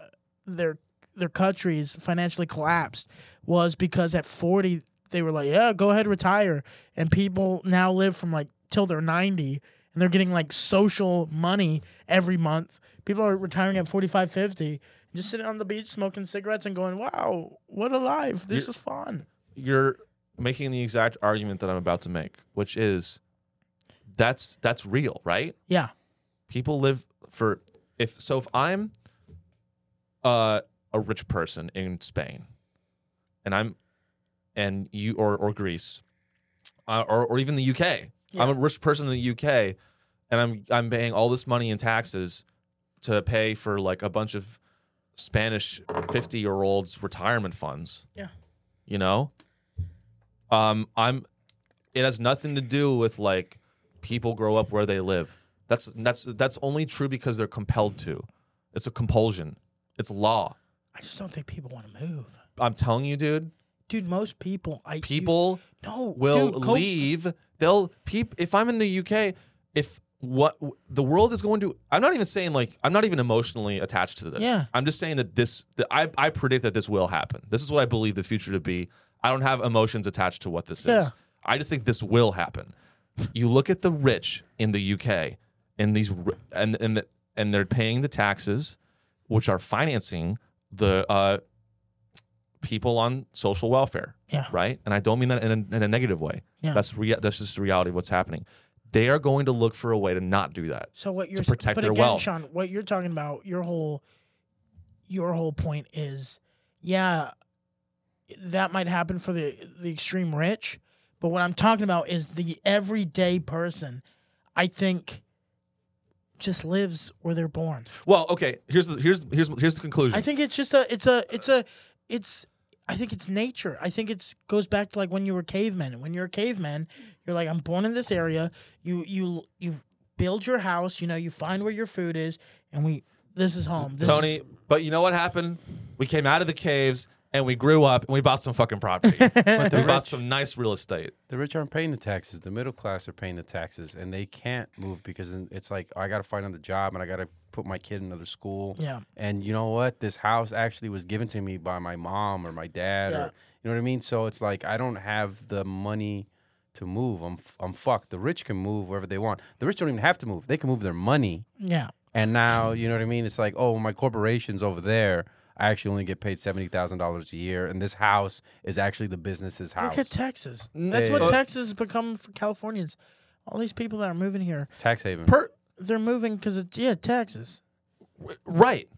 Speaker 2: their their countries financially collapsed was because at forty they were like, yeah, go ahead, retire, and people now live from like till they're ninety, and they're getting like social money every month. People are retiring at 45, 50, just sitting on the beach smoking cigarettes and going, wow, what a life! This
Speaker 1: You're-
Speaker 2: is fun.
Speaker 1: You're making the exact argument that I'm about to make, which is that's that's real, right?
Speaker 2: Yeah,
Speaker 1: people live for if so if i'm uh, a rich person in spain and i'm and you or or greece uh, or or even the uk i'm a rich person in the uk and i'm i'm paying all this money in taxes to pay for like a bunch of spanish 50 year olds retirement funds
Speaker 2: Yeah.
Speaker 1: you know um i'm it has nothing to do with like people grow up where they live. That's that's that's only true because they're compelled to. It's a compulsion. It's law.
Speaker 2: I just don't think people want to move,
Speaker 1: I'm telling you, dude.
Speaker 2: dude. Most people, I you-
Speaker 1: People
Speaker 2: no
Speaker 1: will
Speaker 2: dude, co-
Speaker 1: leave. They'll peep. If I'm in the UK, if what the world is going to, I'm not even saying like I'm not even emotionally attached to this.
Speaker 2: Yeah.
Speaker 1: I'm just saying that this. That I I predict that this will happen. This is what I believe the future to be. I don't have emotions attached to what this
Speaker 2: Yeah.
Speaker 1: is. I just think this will happen. You look at the rich in the UK and these ri- and and the, and they're paying the taxes, which are financing the uh, people on social welfare.
Speaker 2: Yeah.
Speaker 1: Right. And I don't mean that in a, in a negative way.
Speaker 2: Yeah.
Speaker 1: That's rea- that's just the reality of what's happening. They are going to look for a way to not do that.
Speaker 2: So what you're
Speaker 1: protect
Speaker 2: but
Speaker 1: their
Speaker 2: again,
Speaker 1: wealth.
Speaker 2: Sean, what you're talking about, your whole your whole point is, yeah, that might happen for the the extreme rich, but what I'm talking about is the everyday person. I think just lives where they're born.
Speaker 1: Well, okay. Here's the here's here's here's the conclusion.
Speaker 2: I think it's just a it's a it's a it's I think it's nature. I think it's goes back to like when you were cavemen. And When you're a caveman, you're like I'm born in this area. You you you build your house, you know, you find where your food is and we this is home. This
Speaker 1: Tony.
Speaker 2: is-
Speaker 1: but you know what happened? We came out of the caves and we grew up and we bought some fucking property. we
Speaker 3: But the
Speaker 1: bought
Speaker 3: rich,
Speaker 1: some nice real estate.
Speaker 3: the rich aren't paying the taxes. The middle class are paying the taxes, and they can't move because then it's like I got to find another job, and I got to put my kid in another school.
Speaker 2: Yeah.
Speaker 3: And you know what? This house actually was given to me by my mom or my dad,
Speaker 2: Yeah.
Speaker 3: or you know what I mean. So it's like I don't have the money to move. I'm f- I'm fucked. The rich can move wherever they want. The rich don't even have to move. They can move their money.
Speaker 2: yeah.
Speaker 3: And now, you know what I mean? It's like, oh, my corporation's over there. I actually only get paid seventy thousand dollars a year, and this house is actually the business's house.
Speaker 2: Look at Texas. That's what
Speaker 3: Hey.
Speaker 2: Texas has become for Californians. All these people that are moving here,
Speaker 3: Tax haven.
Speaker 1: Per
Speaker 2: they're moving cuz it's yeah, Texas.
Speaker 1: right.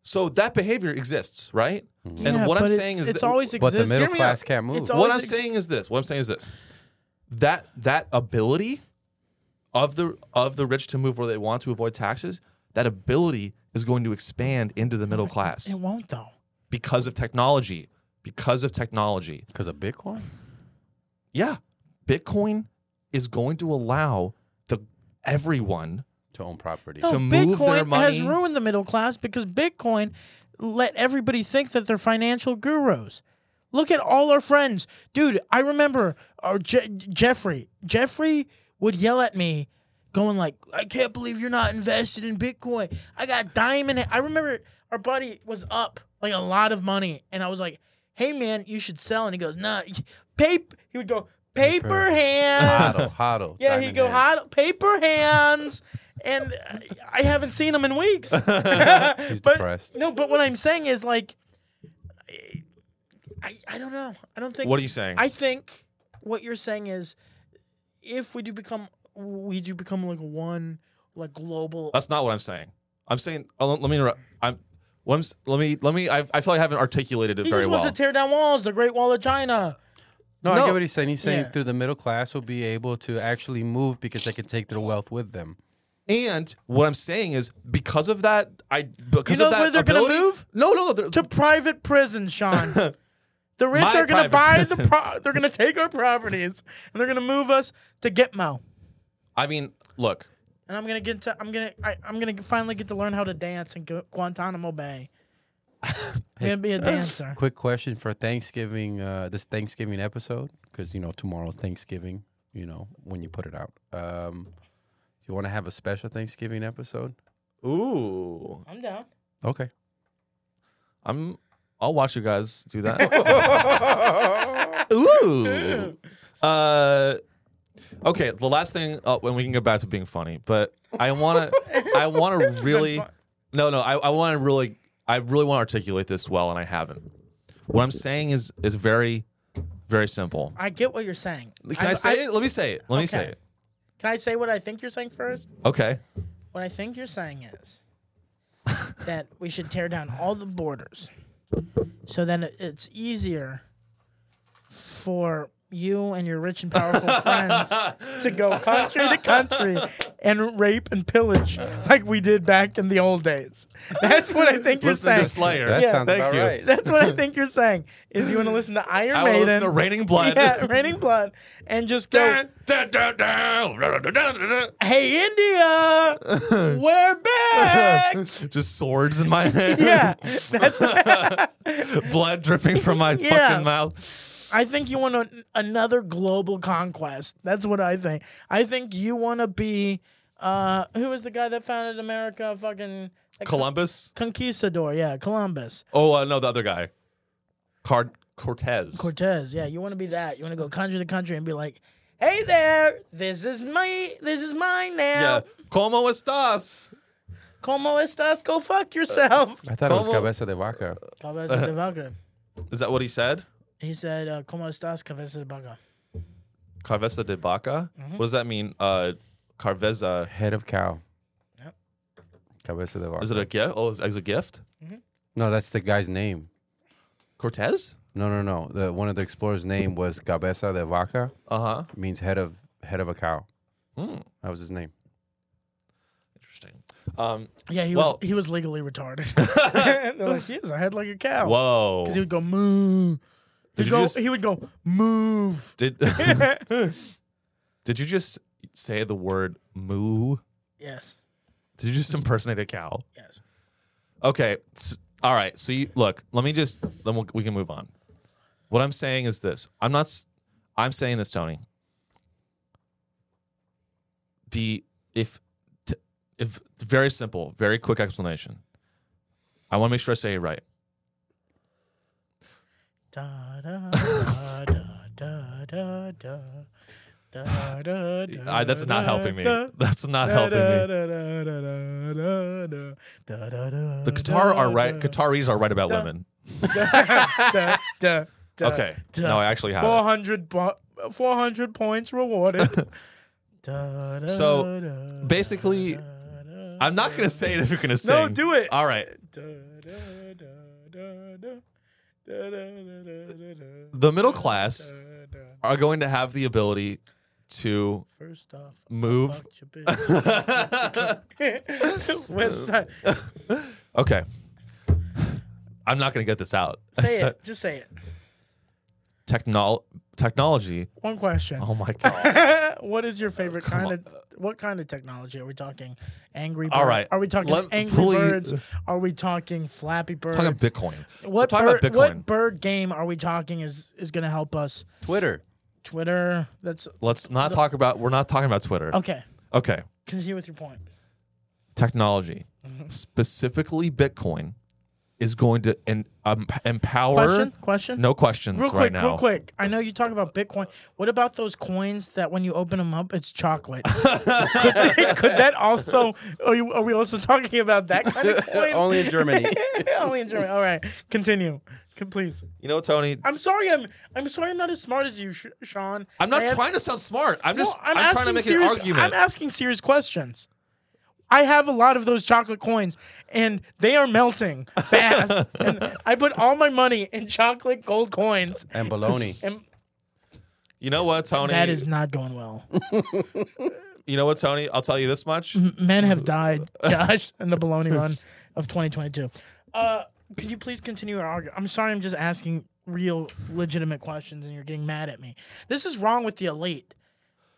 Speaker 1: So that behavior exists, right?
Speaker 2: Yeah,
Speaker 1: and what I'm
Speaker 2: but it's-
Speaker 1: saying is
Speaker 2: it's
Speaker 1: that-
Speaker 2: always
Speaker 3: but
Speaker 2: exists.
Speaker 3: the middle
Speaker 1: Hear me
Speaker 3: class
Speaker 1: out.
Speaker 3: can't move.
Speaker 2: It's
Speaker 1: what
Speaker 2: always
Speaker 1: I'm
Speaker 2: ex-
Speaker 1: saying is this. What I'm saying is this. That that ability of the of the rich to move where they want to avoid taxes, that ability is going to expand into the middle class
Speaker 2: It won't though.
Speaker 1: because of technology. Because of technology.
Speaker 3: Because of Bitcoin?
Speaker 1: Yeah. Bitcoin is going to allow the everyone
Speaker 3: To own property.
Speaker 2: No,
Speaker 1: to move
Speaker 2: Bitcoin
Speaker 1: their
Speaker 2: has
Speaker 1: money-
Speaker 2: ruined the middle class because Bitcoin let everybody think that they're financial gurus. Look at all our friends, dude. I remember our Je- Jeffrey. Jeffrey would yell at me, going like, "I can't believe you're not invested in Bitcoin." I got diamond. I remember our buddy was up. like like a lot of money. And I was like, hey, man, you should sell. And he goes, nah, paper. He would go, paper,
Speaker 3: Paper.
Speaker 2: hands.
Speaker 3: Huddle, huddle.
Speaker 2: Yeah, he'd go, hot paper hands. and uh, I haven't seen him in weeks.
Speaker 3: He's
Speaker 2: But-
Speaker 3: depressed.
Speaker 2: No, but what I'm saying is like, I, I, I don't know. I don't think.
Speaker 1: What are you saying?
Speaker 2: I think what you're saying is, if we do become, we do become like one, like global.
Speaker 1: That's not what I'm saying. I'm saying oh, let me interrupt. I'm, what I'm s- let me let me. I, I feel like I haven't articulated it
Speaker 2: he
Speaker 1: very
Speaker 2: just
Speaker 1: well.
Speaker 2: wants to tear down walls, the Great Wall of China.
Speaker 3: No, I
Speaker 1: No.
Speaker 3: get what he's saying. He's saying
Speaker 2: Yeah.
Speaker 3: through the middle class will be able to actually move because they can take their wealth with them.
Speaker 1: and what I'm saying is because of that, I because
Speaker 2: You know
Speaker 1: of that
Speaker 2: where they're gonna
Speaker 1: ability,
Speaker 2: move?
Speaker 1: No, no, they're-
Speaker 2: To private prison, Sean. the rich
Speaker 1: My
Speaker 2: are gonna
Speaker 1: private
Speaker 2: buy the.
Speaker 1: prisons.
Speaker 2: Pro- they're gonna take our properties and they're gonna move us to Gitmo.
Speaker 1: I mean, look,
Speaker 2: And I'm gonna get to. I'm gonna. I, I'm gonna finally get to learn how to dance in Gu- Guantanamo Bay. I'm gonna be a dancer.
Speaker 3: Quick question for Thanksgiving, uh, this Thanksgiving episode, because you know tomorrow's Thanksgiving. You know when you put it out. Um, do you want to have a special Thanksgiving episode?
Speaker 1: ooh,
Speaker 2: I'm down.
Speaker 3: Okay.
Speaker 1: I'm. I'll watch you guys do that. Ooh. Uh, okay. The last thing, uh, when we can get back to being funny, but I want to. I want to really.
Speaker 2: fun.
Speaker 1: No, no. I, I want to really. I really want to articulate this well, and I haven't. What I'm saying is is very, very simple.
Speaker 2: I get what you're saying.
Speaker 1: Can I, say it? Let me say it. Let me say
Speaker 2: Okay.
Speaker 1: it.
Speaker 2: Can I say what I think you're saying first?
Speaker 1: Okay.
Speaker 2: What I think you're saying is that we should tear down all the borders so that it- it's easier for you and your rich and powerful friends to go country to country and rape and pillage like we did back in the old days. That's what I think you're
Speaker 1: Listen
Speaker 2: saying.
Speaker 1: to Slayer.
Speaker 3: That
Speaker 2: Yeah.
Speaker 3: sounds
Speaker 1: Thank
Speaker 3: about
Speaker 1: you.
Speaker 3: right.
Speaker 2: That's what I think you're saying. Is you want to listen to Iron
Speaker 1: I will
Speaker 2: Maiden?
Speaker 1: listen to Raining Blood.
Speaker 2: Yeah, Raining Blood, and just go.
Speaker 1: Dun, dun, dun, dun, dun, dun, dun, dun,
Speaker 2: Hey India, we're back.
Speaker 1: dun. Just swords in my hand.
Speaker 2: yeah, that's,
Speaker 1: Blood dripping from my
Speaker 2: Yeah.
Speaker 1: fucking mouth.
Speaker 2: I think you want an another global conquest. That's what I think. I think you want to be. Uh, who was the guy that founded America? Fucking
Speaker 1: Columbus.
Speaker 2: Conquistador. Yeah, Columbus,
Speaker 1: Oh uh, no, the other guy, Card Cortez.
Speaker 2: Cortez. Yeah, you want to be that. You want to go country to country and be like, "Hey there, this is me. This is mine now.
Speaker 1: yeah. Como estás?
Speaker 2: Como estás? Go fuck yourself."
Speaker 3: I thought it was
Speaker 1: Como-
Speaker 3: cabeza de vaca.
Speaker 2: Cabeza de vaca.
Speaker 1: Is that what he said?
Speaker 2: He said, uh, "Como estás, cabeza de vaca?"
Speaker 1: Carveza de vaca.
Speaker 2: Mm-hmm.
Speaker 1: What does that mean? Uh, Carveza.
Speaker 3: Head of cow.
Speaker 2: Yep.
Speaker 3: Cabeza de vaca.
Speaker 1: Is it a gift? Oh, is, is it a gift?
Speaker 3: no, that's the guy's name.
Speaker 1: Cortez.
Speaker 3: No, no, no. The one of the explorers' name was Cabeza de Vaca.
Speaker 1: Uh huh.
Speaker 3: It means head of head of a cow.
Speaker 1: Hmm.
Speaker 3: That was his name.
Speaker 1: Interesting. Um.
Speaker 2: Yeah, he
Speaker 1: Well-
Speaker 2: was he was legally retarded. They're like, yes, I had like a cow.
Speaker 1: Whoa.
Speaker 2: Because Oh. he would go moo.
Speaker 1: Did
Speaker 2: He'd
Speaker 1: you
Speaker 2: go,
Speaker 1: just-
Speaker 2: He would go move.
Speaker 1: Did Did you just say the word moo?
Speaker 2: yes,
Speaker 1: Did you just impersonate a cow?
Speaker 2: yes.
Speaker 1: Okay. s all right. So you look. Let me just. Then we'll, we can move on. What I'm saying is this. I'm not. s- I'm saying this, Tony. The if t- if very simple, very quick explanation. I want to make sure I say it right.
Speaker 2: Da da da da da da da. Da, da, da,
Speaker 1: I, that's not
Speaker 2: da,
Speaker 1: helping me.
Speaker 2: da,
Speaker 1: That's not
Speaker 2: da,
Speaker 1: helping
Speaker 2: da,
Speaker 1: me.
Speaker 2: da, da, da, da, da, da, da, da,
Speaker 1: The Qatar
Speaker 2: da,
Speaker 1: are right.
Speaker 2: da,
Speaker 1: Qataris are right about
Speaker 2: da.
Speaker 1: women.
Speaker 2: da, da, da,
Speaker 1: Okay.
Speaker 2: da.
Speaker 1: No, I actually have. it.
Speaker 2: 400, bo- 400 points rewarded. Da, da,
Speaker 1: So,
Speaker 2: da,
Speaker 1: basically,
Speaker 2: da, da,
Speaker 1: I'm not gonna say it if you're gonna sing.
Speaker 2: No, do it.
Speaker 1: All right.
Speaker 2: Da, da, da, da, da. Da, da, da, da, da, da.
Speaker 1: The middle class
Speaker 2: Da, da.
Speaker 1: are going to have the ability to
Speaker 2: First off, I
Speaker 1: move.
Speaker 2: fucked your bitch. West Side.
Speaker 1: Okay. I'm not gonna get this out.
Speaker 2: Say it. Just say it.
Speaker 1: Technol technology.
Speaker 2: One question.
Speaker 1: Oh my god.
Speaker 2: what is your favorite kind
Speaker 1: Uh, on.
Speaker 2: of what kind of technology are we talking? Angry Birds?
Speaker 1: All right.
Speaker 2: Are we talking
Speaker 1: Let-
Speaker 2: Angry
Speaker 1: fully-
Speaker 2: Birds? Are we talking Flappy Birds?
Speaker 1: talking Bitcoin.
Speaker 2: What
Speaker 1: We're talking
Speaker 2: bird,
Speaker 1: about Bitcoin.
Speaker 2: what bird game are we talking is is going to help us?
Speaker 3: Twitter.
Speaker 2: Twitter. That's
Speaker 1: Let's not talk about. We're not talking about Twitter.
Speaker 2: okay.
Speaker 1: Okay.
Speaker 2: Continue with your point. Mm-hmm.
Speaker 1: Technology, specifically Bitcoin, is going to en- um, empower.
Speaker 2: Question? Question?
Speaker 1: No questions
Speaker 2: Real quick,
Speaker 1: right now.
Speaker 2: real quick. I know you talk about Bitcoin. What about those coins that when you open them up, it's chocolate? Could that also? Are, you, are we also talking about that kind of coin?
Speaker 3: Only in Germany.
Speaker 2: Only in Germany. All right, continue, Can- please.
Speaker 1: You know, Tony,
Speaker 2: I'm sorry. I'm I'm sorry. I'm not as smart as you, Sh- Sean.
Speaker 1: I'm not
Speaker 2: I have-
Speaker 1: trying to sound smart. I'm
Speaker 2: No,
Speaker 1: just I'm,
Speaker 2: asking
Speaker 1: trying to make
Speaker 2: serious,
Speaker 1: an argument.
Speaker 2: I'm asking serious questions. I have a lot of those chocolate coins, and they are melting fast. and I put all my money in chocolate gold coins,
Speaker 3: and baloney.
Speaker 2: and
Speaker 1: you know what, Tony?
Speaker 2: that is not going well.
Speaker 1: You know what, Tony? I'll tell you this much.
Speaker 2: men have died, Josh, in the baloney run of 2022. Uh, could you please continue our argument? I'm sorry, I'm just asking real, legitimate questions, and you're getting mad at me. This is wrong with the elite.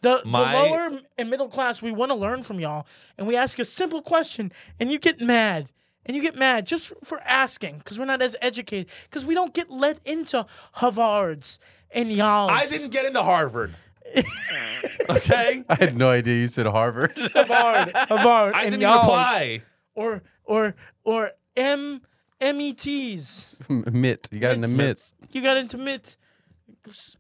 Speaker 2: The,
Speaker 1: My-
Speaker 2: the lower and middle class, we want to learn from y'all, and we ask a simple question, and you get mad. And you get mad just for asking because we're not as educated, because we don't get let into Havards and y'alls.
Speaker 1: I didn't get into Harvard. okay?
Speaker 3: I had no idea you said Harvard.
Speaker 2: Havard, Havard,
Speaker 1: I
Speaker 2: and
Speaker 1: didn't even
Speaker 2: y'alls.
Speaker 1: apply.
Speaker 2: or or or M METs.
Speaker 3: Mitt. You got an admit.
Speaker 2: You got into MIT.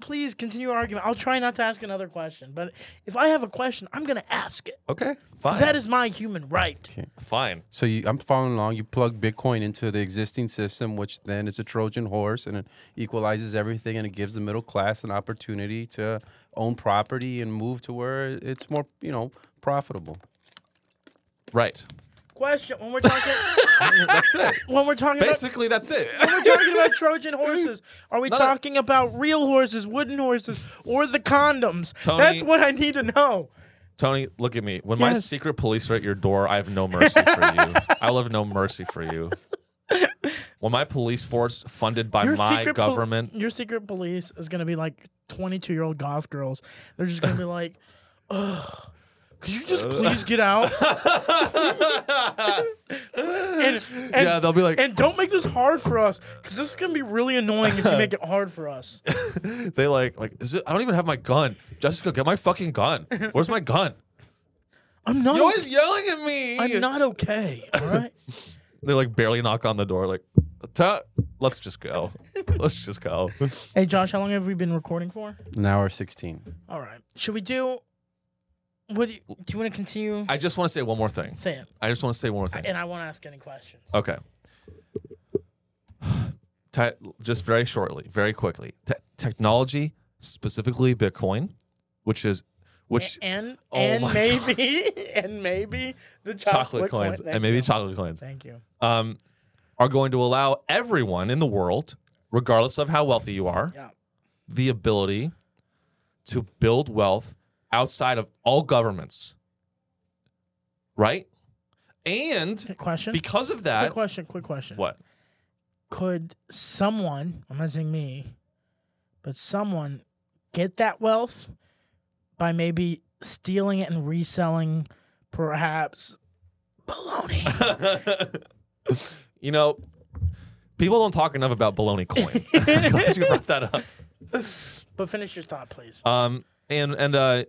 Speaker 2: Please continue your argument. I'll try not to ask another question, but if I have a question, I'm gonna ask it.
Speaker 1: Okay, fine.
Speaker 2: 'Cause That is my human right.
Speaker 1: fine.
Speaker 3: So you, I'm following along. You plug Bitcoin into the existing system, which then it's a Trojan horse and it equalizes everything and it gives the middle class an opportunity to own property and move to where it's more, you know, profitable.
Speaker 1: Right.
Speaker 2: Question when we're talking
Speaker 1: that's it.
Speaker 2: when we're talking about
Speaker 1: Basically, that's it.
Speaker 2: we're talking about Trojan horses. Are we
Speaker 1: No, no.
Speaker 2: talking about real horses, wooden horses, or the condoms?
Speaker 1: Tony-
Speaker 2: That's what I need to know.
Speaker 1: Tony, look at me. When my
Speaker 2: Yes.
Speaker 1: secret police are at your door, I have no mercy for you. I will have no mercy for you. When my police force funded by my
Speaker 2: pol-
Speaker 1: government,
Speaker 2: your secret police is gonna be like twenty-two-year-old goth girls. They're just gonna be like, Ugh, "Could you just please get out?" and, and,
Speaker 1: yeah, they'll be like,
Speaker 2: and don't make this hard for us, because this is gonna be really annoying if you make it hard for us.
Speaker 1: they like, like, is it, I don't even have my gun. Jessica, get my fucking gun. Where's my gun?
Speaker 2: I'm not.
Speaker 1: You're
Speaker 2: Okay.
Speaker 1: always yelling at me.
Speaker 2: I'm not okay. All right.
Speaker 1: They like barely knock on the door. Like, "Ta- let's just go. let's just go.
Speaker 2: hey, Josh, how long have we been recording for?
Speaker 3: An hour 16.
Speaker 2: All right. Should we do? What do you, do you want to continue?
Speaker 1: I just want to say one more thing.
Speaker 2: Say it,
Speaker 1: I just want to say one more thing.
Speaker 2: and I won't ask any questions.
Speaker 1: Okay. Te- just very shortly, very quickly. Te- technology, specifically Bitcoin, which is which
Speaker 2: and
Speaker 1: Oh
Speaker 2: and
Speaker 1: my
Speaker 2: maybe and maybe the
Speaker 1: chocolate
Speaker 2: chocolate,
Speaker 1: coins
Speaker 2: coin.
Speaker 1: and maybe
Speaker 2: Thank you.
Speaker 1: chocolate coins
Speaker 2: Thank you.
Speaker 1: um, are going to allow everyone in the world, regardless of how wealthy you are,
Speaker 2: Yeah.
Speaker 1: the ability to build wealth outside of all governments. Right? And
Speaker 2: Quick question.
Speaker 1: because of
Speaker 2: quick
Speaker 1: that,
Speaker 2: question. Quick question.
Speaker 1: what?
Speaker 2: could someone? I'm not saying me, but someone get that wealth by maybe stealing it and reselling, perhaps baloney.
Speaker 1: you know, people don't talk enough about baloney coin. Glad you brought that up.
Speaker 2: but finish your thought, please.
Speaker 1: Um, and and uh,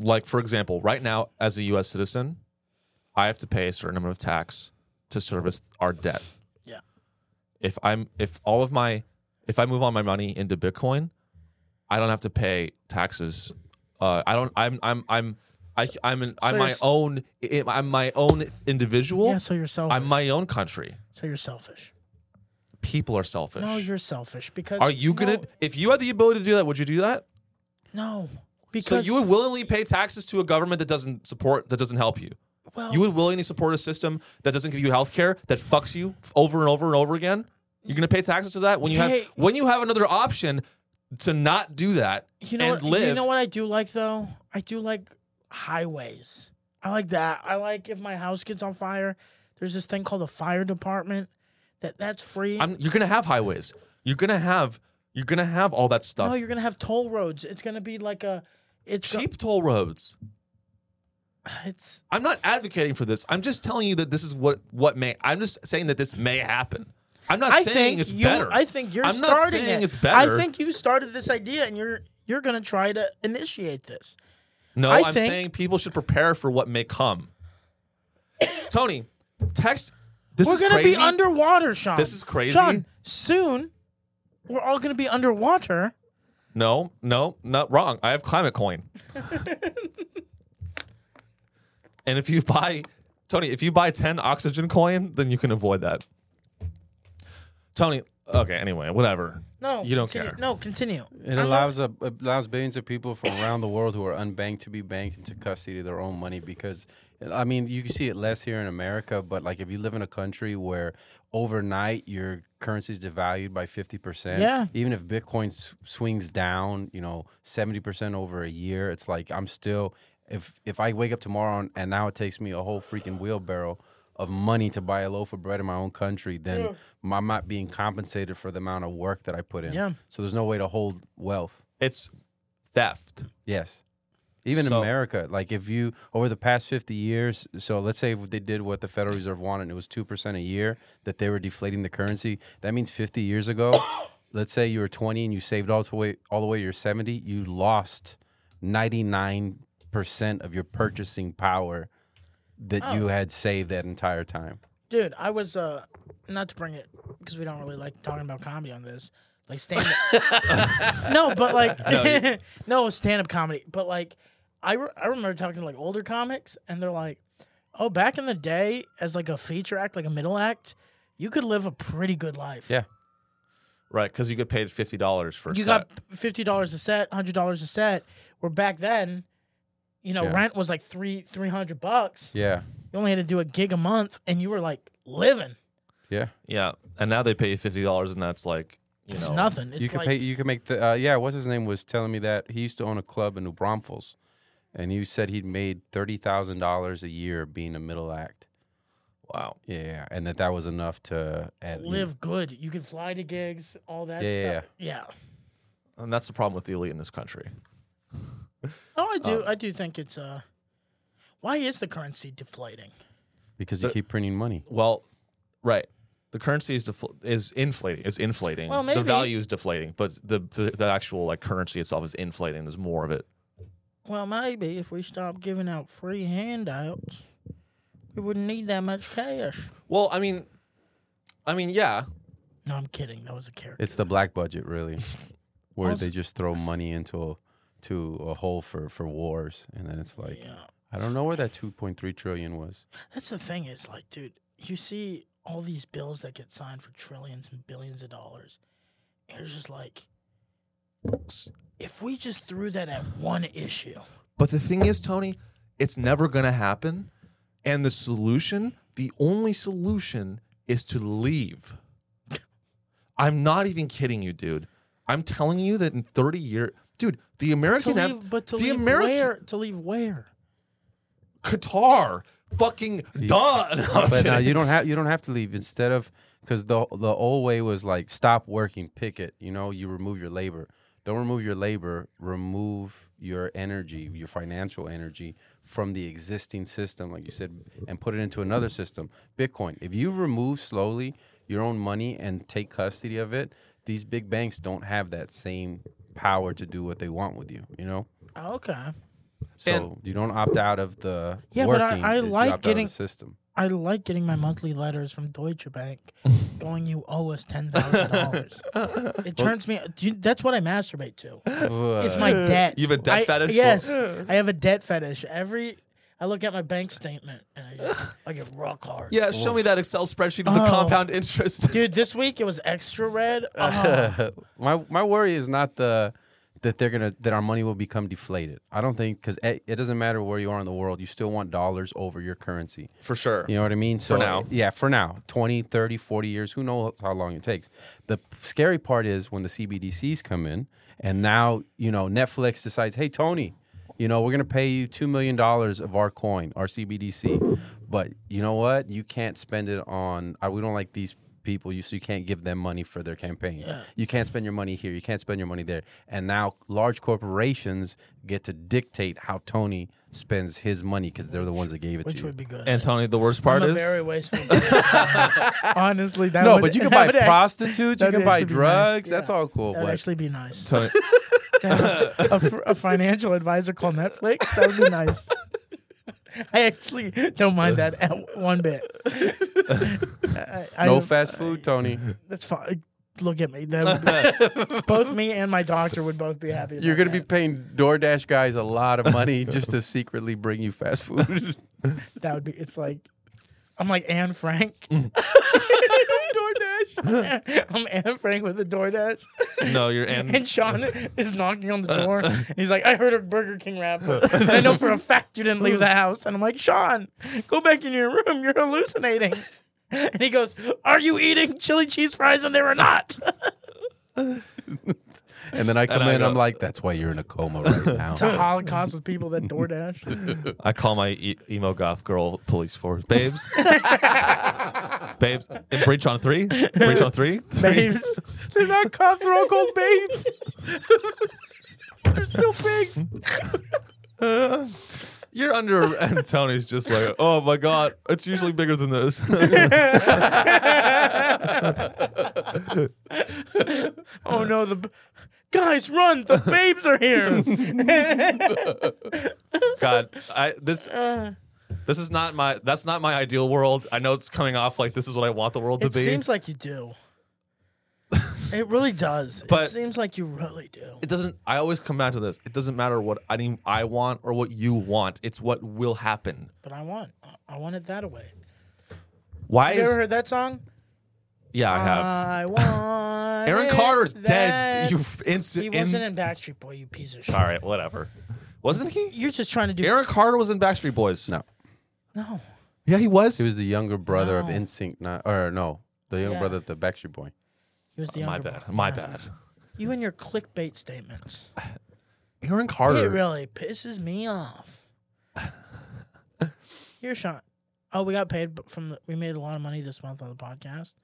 Speaker 1: like for example, right now as a U.S. citizen, I have to pay a certain amount of tax to service our debt.
Speaker 2: Yeah.
Speaker 1: If I'm if all of my if I move all my money into Bitcoin, I don't have to pay taxes. Uh, I don't. I'm. I'm. I'm. I, I'm an, I'm
Speaker 2: you're
Speaker 1: my
Speaker 2: s-
Speaker 1: own I'm my own individual.
Speaker 2: Yeah. So you're selfish.
Speaker 1: I'm my own country.
Speaker 2: so you're selfish.
Speaker 1: People are selfish.
Speaker 2: No, you're selfish because.
Speaker 1: are you
Speaker 2: no,
Speaker 1: gonna? If you had the ability to do that, would you do that?
Speaker 2: No. Because
Speaker 1: So you would willingly pay taxes to a government that doesn't support, that doesn't help you.
Speaker 2: well,
Speaker 1: You would willingly support a system that doesn't give you health care, that fucks you f- over and over and over again. You're gonna pay taxes to that when you have
Speaker 2: Hey.
Speaker 1: when you have another option to not do that
Speaker 2: You know,
Speaker 1: and
Speaker 2: what,
Speaker 1: live.
Speaker 2: you know what I do like though? I do like highways. I like that. I like if my house gets on fire, there's this thing called the fire department that that's free.
Speaker 1: I'm, you're gonna have highways. You're gonna have you're gonna have all that stuff.
Speaker 2: no, you're gonna have toll roads. It's gonna be like a it's go-
Speaker 1: Cheap toll roads.
Speaker 2: it's
Speaker 1: I'm not advocating for this. I'm just telling you that this is what what may. I'm just saying that this may happen. I'm not
Speaker 2: I
Speaker 1: saying
Speaker 2: think
Speaker 1: it's
Speaker 2: you
Speaker 1: better.
Speaker 2: I think you're
Speaker 1: I'm
Speaker 2: starting
Speaker 1: not saying
Speaker 2: it.
Speaker 1: it's better.
Speaker 2: I think you started this idea and you're you're gonna try to initiate this.
Speaker 1: no.
Speaker 2: I
Speaker 1: am
Speaker 2: think-
Speaker 1: saying people should prepare for what may come. Tony, text This
Speaker 2: we're
Speaker 1: is
Speaker 2: gonna
Speaker 1: crazy.
Speaker 2: be underwater, Sean.
Speaker 1: This is crazy.
Speaker 2: Sean, soon we're all gonna be underwater.
Speaker 1: No, no, not wrong. I have climate coin. and if you buy Tony, if you buy 10 oxygen coin, then you can avoid that. Tony, okay, anyway, whatever.
Speaker 2: No,
Speaker 1: You don't
Speaker 2: continue-
Speaker 1: care.
Speaker 2: No, continue.
Speaker 3: It allows a, it allows billions of people from around the world who are unbanked to be banked into custody of their own money because I mean you can see it less here in America, but like if you live in a country where overnight your currency is devalued by fifty percent,
Speaker 2: Yeah.
Speaker 3: even if Bitcoin s- swings down, you know seventy percent over a year, it's like I'm still if if I wake up tomorrow and, and now it takes me a whole freaking wheelbarrow of money to buy a loaf of bread in my own country, then I'm not being compensated for the amount of work that I put in.
Speaker 2: Yeah.
Speaker 3: So there's no way to hold wealth.
Speaker 1: It's theft.
Speaker 3: Yes. Even
Speaker 1: So-
Speaker 3: America, like if you over the past 50 years, so let's say if they did what the Federal Reserve wanted, it was 2% a year that they were deflating the currency. That means 50 years ago, let's say you were 20 and you saved all the way all the way to your 70, you lost 99% of your purchasing power that you had saved that entire time.
Speaker 2: Dude, I was uh not to bring it because we don't really like talking about comedy on this. Like stand up. no, but like no, stand up comedy. But like I re- I remember talking to like older comics and they're like, "Oh, back in the day as like a feature act, like a middle act, you could live a pretty good life."
Speaker 3: Yeah.
Speaker 1: Right, because you get paid fifty dollars for a
Speaker 2: You
Speaker 1: set.
Speaker 2: got fifty dollars a set, hundred dollars a set. Where back then, you know,
Speaker 3: Yeah.
Speaker 2: rent was like three three hundred bucks.
Speaker 3: Yeah.
Speaker 2: You only had to do a gig a month, and you were like living.
Speaker 3: Yeah.
Speaker 1: yeah, and now they pay you fifty dollars, and that's like you
Speaker 2: It's
Speaker 1: know
Speaker 2: nothing. It's
Speaker 3: you can
Speaker 2: like
Speaker 3: pay. You can make the. Uh, yeah, what's his name was telling me that he used to own a club in New Braunfels, and he said he'd made thirty thousand dollars a year being a middle act.
Speaker 1: Wow,
Speaker 3: Yeah, and that that was enough to at least-
Speaker 2: live good. You could fly to gigs, all that
Speaker 3: Yeah,
Speaker 2: stuff. Yeah.
Speaker 1: and that's the problem with the elite in this country.
Speaker 2: Oh, I do. I do think it's uh. Why is the currency deflating?
Speaker 3: because you
Speaker 1: The-
Speaker 3: keep printing money.
Speaker 1: Well, right, the currency is defl- is inflating. Is inflating.
Speaker 2: Well,
Speaker 1: the
Speaker 2: maybe.
Speaker 1: value is deflating, but the, the the actual like currency itself is inflating. There's more of it.
Speaker 2: Well, maybe if we stopped giving out free handouts, we wouldn't need that much cash.
Speaker 1: Well, I mean, I mean, yeah,
Speaker 2: No, I'm kidding. That was a character.
Speaker 3: It's the black budget, really, where
Speaker 2: Also-
Speaker 3: they just throw money into a, to a hole for for wars, and then it's like
Speaker 2: Yeah.
Speaker 3: I don't know where that two point three trillion was.
Speaker 2: That's the thing is like, dude, you see all these bills that get signed for trillions and billions of dollars. And it's just like, if we just threw that at one issue,
Speaker 1: But the thing is, Tony, it's never going to happen. And the solution, the only solution is to leave. I'm not even kidding you, dude. I'm telling you that in 30 years, dude, the
Speaker 2: to
Speaker 1: American em-
Speaker 2: leave, but to
Speaker 1: the
Speaker 2: leave
Speaker 1: American
Speaker 2: where? To leave where?
Speaker 1: Qatar fucking done.
Speaker 3: But now you don't have you don't have to leave. Instead of because the the old way was like stop working, picket. You know, you remove your labor. Don't remove your labor. Remove your energy, your financial energy from the existing system, like you said, and put it into another system. Bitcoin. If you remove slowly your own money and take custody of it, these big banks don't have that same power to do what they want with you. You know.
Speaker 2: Oh, Okay.
Speaker 3: So you don't opt out of the
Speaker 2: Yeah, but I-
Speaker 3: working,
Speaker 2: I
Speaker 3: you
Speaker 2: like
Speaker 3: opt out of the
Speaker 2: getting-
Speaker 3: system.
Speaker 2: I like getting my monthly letters from Deutsche Bank going, you owe us $10,000. it turns me, dude, that's what I masturbate to. It's my debt.
Speaker 1: You have a debt
Speaker 2: I-
Speaker 1: fetish?
Speaker 2: Yes, I have a debt fetish. Every I look at my bank statement and I, just, I get rock hard.
Speaker 1: Yeah, show me that Excel spreadsheet of the
Speaker 2: Oh.
Speaker 1: compound interest.
Speaker 2: dude. This week it was extra red. Oh,
Speaker 3: my my worry is not the that they're gonna that our money will become deflated. I don't think because it, it doesn't matter where you are in the world, you still want dollars over your currency.
Speaker 1: For sure.
Speaker 3: You know what I mean? So
Speaker 1: now.
Speaker 3: Yeah, for now. 20, 30, 40 years, who knows how long it takes. The scary part is when the CBDCs come in and now, you know, Netflix decides, "Hey Tony, you know, we're going to pay you 2 million dollars of our coin, our CBDC. But you know what? You can't spend it on I, we don't like these people you so you can't give them money for their campaign you can't spend your money here you can't spend your money there and now large corporations get to dictate how tony spends his money because they're the ones that gave it to
Speaker 2: which
Speaker 3: you
Speaker 2: would be good.
Speaker 1: And Tony, the worst
Speaker 2: I'm
Speaker 1: part
Speaker 2: a
Speaker 1: is
Speaker 2: very wasteful. Honestly, that
Speaker 3: No,
Speaker 2: would-
Speaker 3: but you can
Speaker 2: that
Speaker 3: buy
Speaker 2: would act-
Speaker 3: prostitutes, you
Speaker 2: that'd
Speaker 3: can buy
Speaker 2: actually be nice.
Speaker 3: drugs. That's
Speaker 2: Yeah.
Speaker 3: all cool.
Speaker 2: That would
Speaker 3: but
Speaker 2: actually be nice.
Speaker 1: Tony,
Speaker 2: To have a, fr- a financial advisor called Netflix. That would be nice. I actually don't mind that at one bit. I, I-
Speaker 3: no fast food, Tony.
Speaker 2: That's fine. Look at me. That- both me and my doctor would both be happy.
Speaker 3: You're
Speaker 2: about
Speaker 3: going to be
Speaker 2: that.
Speaker 3: paying DoorDash guys a lot of money just to secretly bring you fast food.
Speaker 2: That would be. It's like I'm like Anne Frank.
Speaker 3: Mm.
Speaker 2: DoorDash. I'm Anne Frank with the DoorDash,
Speaker 1: No, you're
Speaker 2: and Uh,
Speaker 1: and
Speaker 2: Sean is knocking on the door. He's like, "I heard a Burger King rap. and I know for a fact you didn't leave the house." And I'm like, "Sean, go back in your room. You're hallucinating." And he goes, "Are you eating chili cheese fries?" And they were not.
Speaker 3: And then I come
Speaker 1: And I
Speaker 3: in,
Speaker 1: go-
Speaker 3: I'm like, that's why you're in a coma right now.
Speaker 2: It's a Holocaust with people that DoorDash.
Speaker 1: I call my e- emo goth girl police force babes. babes, in breach on three, breach on three.
Speaker 2: babes. They're not cops. They're all called babes. They're still pigs.
Speaker 1: You're under, and Tony's just like, oh my god, it's usually bigger than this.
Speaker 2: Oh no, the b- guys run. The babes are here.
Speaker 1: god, I this
Speaker 2: Uh.
Speaker 1: this is not my that's not my ideal world. I know it's coming off like this is what I want the world to
Speaker 2: it
Speaker 1: be.
Speaker 2: seems like you do. It really does. it
Speaker 1: But-
Speaker 2: seems like you really do.
Speaker 1: it doesn't. I always come back to this. It doesn't matter what I mean, I want or what you want. It's what will happen.
Speaker 2: But I want, I want it that way.
Speaker 1: Why
Speaker 2: You ever
Speaker 1: is
Speaker 2: heard that song?
Speaker 1: yeah? I have.
Speaker 2: I want.
Speaker 1: Aaron
Speaker 2: it
Speaker 1: Carter's
Speaker 2: that-
Speaker 1: dead. You f-
Speaker 2: He
Speaker 1: instant.
Speaker 2: wasn't in Backstreet Boy. You piece of shit.
Speaker 1: All right, whatever. Wasn't he?
Speaker 2: You're just trying to do
Speaker 1: Aaron Carter was in Backstreet Boys.
Speaker 3: no.
Speaker 2: no.
Speaker 1: Yeah, he was.
Speaker 3: He was the younger brother of
Speaker 2: No.
Speaker 3: Insync, not, or no, the younger
Speaker 2: Yeah.
Speaker 3: brother of the Backstreet Boy.
Speaker 2: He was the
Speaker 1: Uh, my
Speaker 2: younger
Speaker 1: bad.
Speaker 2: one.
Speaker 1: My
Speaker 2: No.
Speaker 1: bad.
Speaker 2: You and your clickbait statements.
Speaker 1: Aaron
Speaker 2: It
Speaker 1: Carter.
Speaker 2: really pisses me off. Your shot. Oh, we got paid b- from the, we made a lot of money this month on the podcast,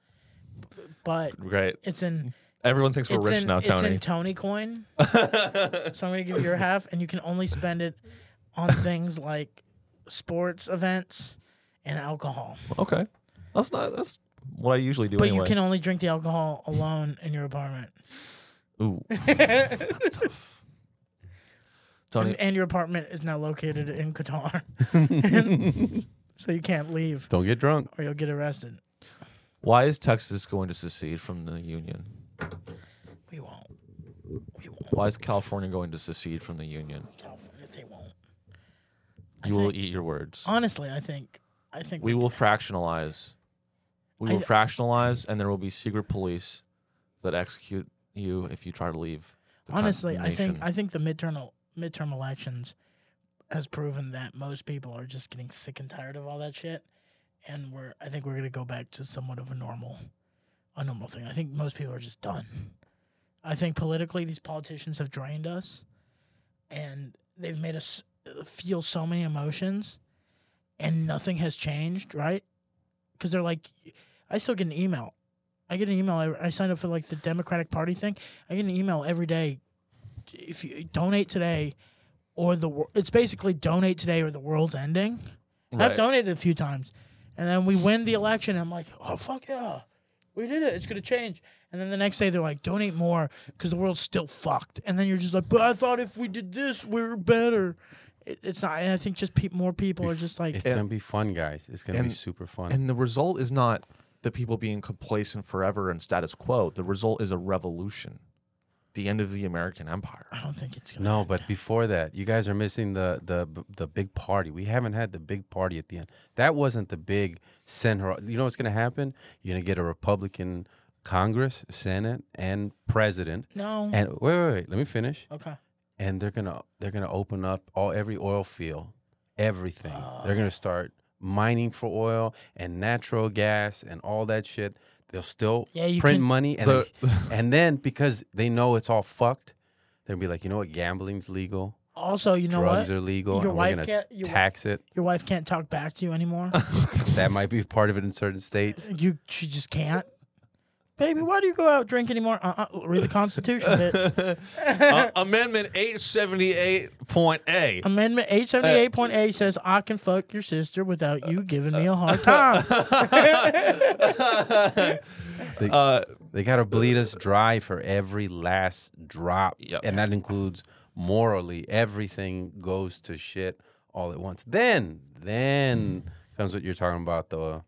Speaker 2: B- but
Speaker 1: Great.
Speaker 2: it's
Speaker 1: Mm-hmm.
Speaker 2: in
Speaker 1: Everyone thinks we're
Speaker 2: it's
Speaker 1: rich
Speaker 2: in,
Speaker 1: now,
Speaker 2: it's
Speaker 1: Tony.
Speaker 2: in Tony coin. so I'm gonna give you your half, and you can only spend it on things like sports events and alcohol.
Speaker 1: okay. That's not. That's what I usually do.
Speaker 2: But
Speaker 1: anyway.
Speaker 2: you can only drink the alcohol alone in your apartment,
Speaker 1: Ooh,
Speaker 2: and,
Speaker 1: that's tough. Tony,
Speaker 2: and your apartment is now located in Qatar, so you can't leave.
Speaker 3: Don't get drunk.
Speaker 2: or you'll get arrested.
Speaker 1: why is Texas going to secede from the union?
Speaker 2: We won't. We won't.
Speaker 1: Why is California going to secede from the union?
Speaker 2: California, they won't.
Speaker 1: You will eat your words.
Speaker 2: Honestly, I think, I think
Speaker 1: We will fractionalize. We will
Speaker 2: I-
Speaker 1: fractionalize, and there will be secret police that execute you if you try to leave. the con-
Speaker 2: honestly, I think,
Speaker 1: nation.
Speaker 2: I think the midterm el- midterm elections has proven that most people are just getting sick and tired of all that shit, and we're, I think we're gonna go back to somewhat of a normal, a normal thing. I think most people are just done. I think politically, these politicians have drained us, and they've made us uh, feel so many emotions, and nothing has changed, right? Because they're like, I still get an email. I get an email. I, I signed up for like the Democratic Party thing. I get an email every day. If you donate today, or the wor- it's basically donate today or the world's ending. I've
Speaker 1: Right.
Speaker 2: donated a few times, and then we win the election. I'm like, oh fuck yeah, we did it. It's gonna change. And then the next day they're like, donate more because the world's still fucked. And then you're just like, but I thought if we did this, we were better. It, it's not. And I think just peop more people are just like,
Speaker 3: It's gonna be fun, guys. It's gonna be
Speaker 1: and-
Speaker 3: super fun.
Speaker 1: And the result is not the people being complacent forever and status quo. The result is a revolution, the end of the American Empire.
Speaker 2: I don't think it's gonna.
Speaker 3: no,
Speaker 2: end.
Speaker 3: but before that, you guys are missing the the the big party. We haven't had the big party at the end. That wasn't the big send her. You know what's gonna happen? You're gonna get a Republican Congress, Senate, and President.
Speaker 2: no.
Speaker 3: And wait, wait, wait. Let me finish.
Speaker 2: okay.
Speaker 3: and they're gonna they're gonna open up all every oil field, everything.
Speaker 2: Ah.
Speaker 3: they're gonna start mining for oil and natural gas and all that shit. They'll still
Speaker 2: Yeah, you
Speaker 3: print
Speaker 2: can-
Speaker 3: money and
Speaker 1: The-
Speaker 3: then- and then because they know it's all fucked, they'll be like, you know what, gambling's legal,
Speaker 2: Also, you know
Speaker 3: drugs
Speaker 2: what?
Speaker 3: are legal,
Speaker 2: Your
Speaker 3: and
Speaker 2: wife
Speaker 3: we're gonna
Speaker 2: can't- your wi-
Speaker 3: tax it.
Speaker 2: Your wife can't talk back to you anymore.
Speaker 3: That might be part of it in certain states.
Speaker 2: you she just can't. Baby, why do you go out drink anymore? Uh, uh, read the Constitution. bitch.
Speaker 1: uh, Amendment 878 point A.
Speaker 2: Amendment eight seventy eight point eight says I can fuck your sister without you giving me a hard time.
Speaker 1: Uh,
Speaker 3: They gotta bleed us dry for every last drop,
Speaker 1: Yep.
Speaker 3: and that includes morally. Everything goes to shit all at once. Then, then comes what you're talking about the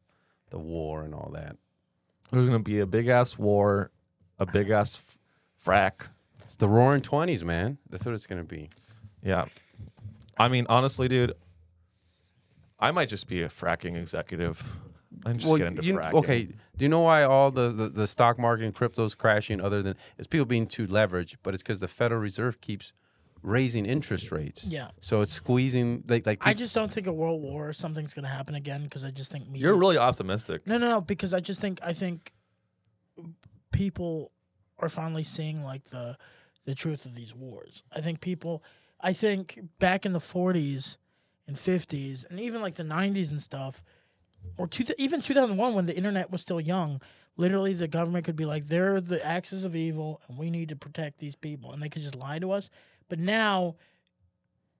Speaker 3: the war and all that.
Speaker 1: There's gonna be a big ass war, a big ass f- frack.
Speaker 3: It's the roaring 20s, man. That's what it's going to be.
Speaker 1: Yeah. I mean, honestly, dude, I might just be a fracking executive. I'm just get into
Speaker 3: you-
Speaker 1: fracking.
Speaker 3: Okay, do you know why all the, the, the stock market and crypto's crashing other than it's people being too leveraged, but it's because the Federal Reserve keeps raising interest rates.
Speaker 2: Yeah.
Speaker 3: So it's squeezing like like
Speaker 2: I
Speaker 3: peop-
Speaker 2: just don't think a world war or something's gonna happen again because I just think media.
Speaker 1: You're really optimistic.
Speaker 2: no, no, no, because I just think I think people are finally seeing like the the truth of these wars. I think people, I think back in the 40s and 50s and even like the 90s and stuff, or two, even 2001 when the internet was still young. Literally, the government could be like, "They're the axis of evil, and we need to protect these people," and they could just lie to us. But now,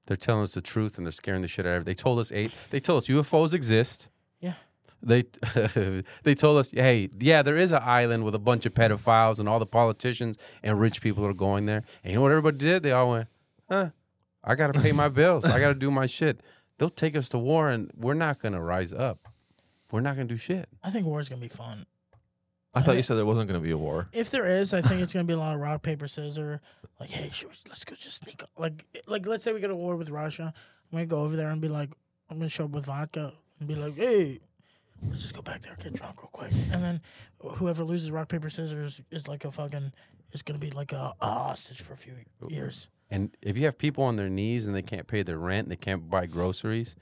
Speaker 3: they're telling us the truth and they're scaring the shit out of it. They told us eight they told us UFOs exist.
Speaker 2: Yeah.
Speaker 3: They they told us, hey, yeah, there is an island with a bunch of pedophiles and all the politicians and rich people are going there. And you know what everybody did? They all went, huh, I gotta pay my bills. I gotta do my shit. They'll take us to war and we're not gonna rise up. We're not gonna do shit.
Speaker 2: I think war is gonna be fun.
Speaker 1: I thought you said there wasn't going to be a war.
Speaker 2: If there is, I think it's gonna be a lot of rock paper scissors. Like, hey, should we, let's go just sneak up. like like let's say we go to war with Russia. I'm gonna go over there and be like, I'm gonna show up with vodka and be like, hey, let's just go back there get drunk real quick. And then whoever loses rock paper scissors is like a fucking is gonna be like a, a hostage for a few years.
Speaker 3: And if you have people on their knees and they can't pay their rent, they can't buy groceries,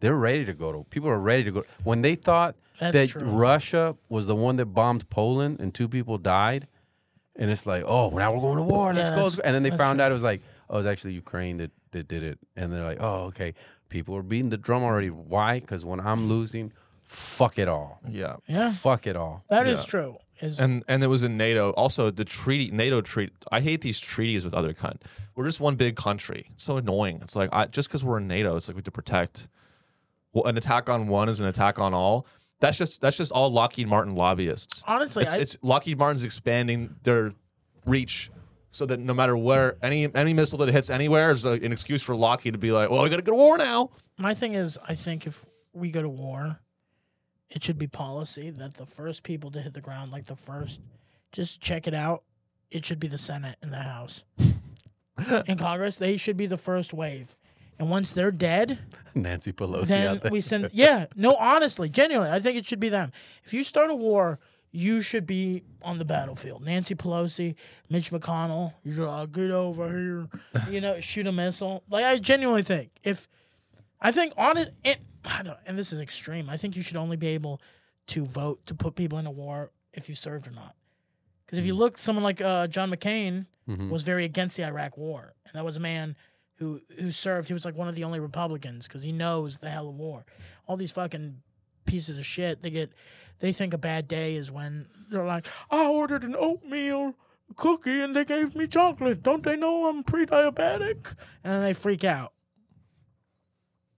Speaker 3: they're ready to go to. People are ready to go. When they thought
Speaker 2: That's
Speaker 3: that
Speaker 2: true.
Speaker 3: Russia was the one that bombed Poland and two people died, and it's like, oh, now we're going to war. Let's
Speaker 2: Yeah,
Speaker 3: go.
Speaker 2: that's-
Speaker 3: And then they
Speaker 2: that's
Speaker 3: found
Speaker 2: true.
Speaker 3: out it was like, oh, it was actually Ukraine that, that did it. And they're like, oh, okay. People are beating the drum already. Why? Because when I'm losing, fuck it all.
Speaker 1: Yeah.
Speaker 2: Yeah,
Speaker 3: Fuck it all.
Speaker 2: that is
Speaker 1: Yeah.
Speaker 2: true. Is
Speaker 1: And and it was in NATO. Also, the treaty NATO treaty. I hate these treaties with other countries. We're just one big country. It's so annoying. It's like I, just because we're in NATO, it's like we have to protect. Well, an attack on one is an attack on all. That's just that's just all Lockheed Martin lobbyists.
Speaker 2: honestly,
Speaker 1: it's,
Speaker 2: I,
Speaker 1: it's Lockheed Martin's expanding their reach so that no matter where any any missile that hits anywhere is like, an excuse for Lockheed to be like, well, we got to go to war now.
Speaker 2: my thing is, I think if we go to war, it should be policy that the first people to hit the ground, like the first, just check it out. It should be the Senate and the House. In Congress, they should be the first wave. And once they're dead,
Speaker 3: Nancy Pelosi
Speaker 2: then
Speaker 3: out there.
Speaker 2: we send. Yeah, no, honestly, genuinely, I think it should be them. If you start a war, you should be on the battlefield. Nancy Pelosi, Mitch McConnell, you should uh, get over here. You know, shoot a missile. Like I genuinely think if I think on it, it I don't, and this is extreme. I think you should only be able to vote to put people in a war if you served or not. Because
Speaker 3: Hmm.
Speaker 2: if you look, someone like uh, John McCain
Speaker 1: Mm.
Speaker 2: was very against the Iraq War, and that was a man who who served. He was like one of the only Republicans because he knows the hell of war. All these fucking pieces of shit. They get they think a bad day is when they're like, I ordered an oatmeal cookie and they gave me chocolate. Don't they know I'm pre-diabetic? And then they freak out.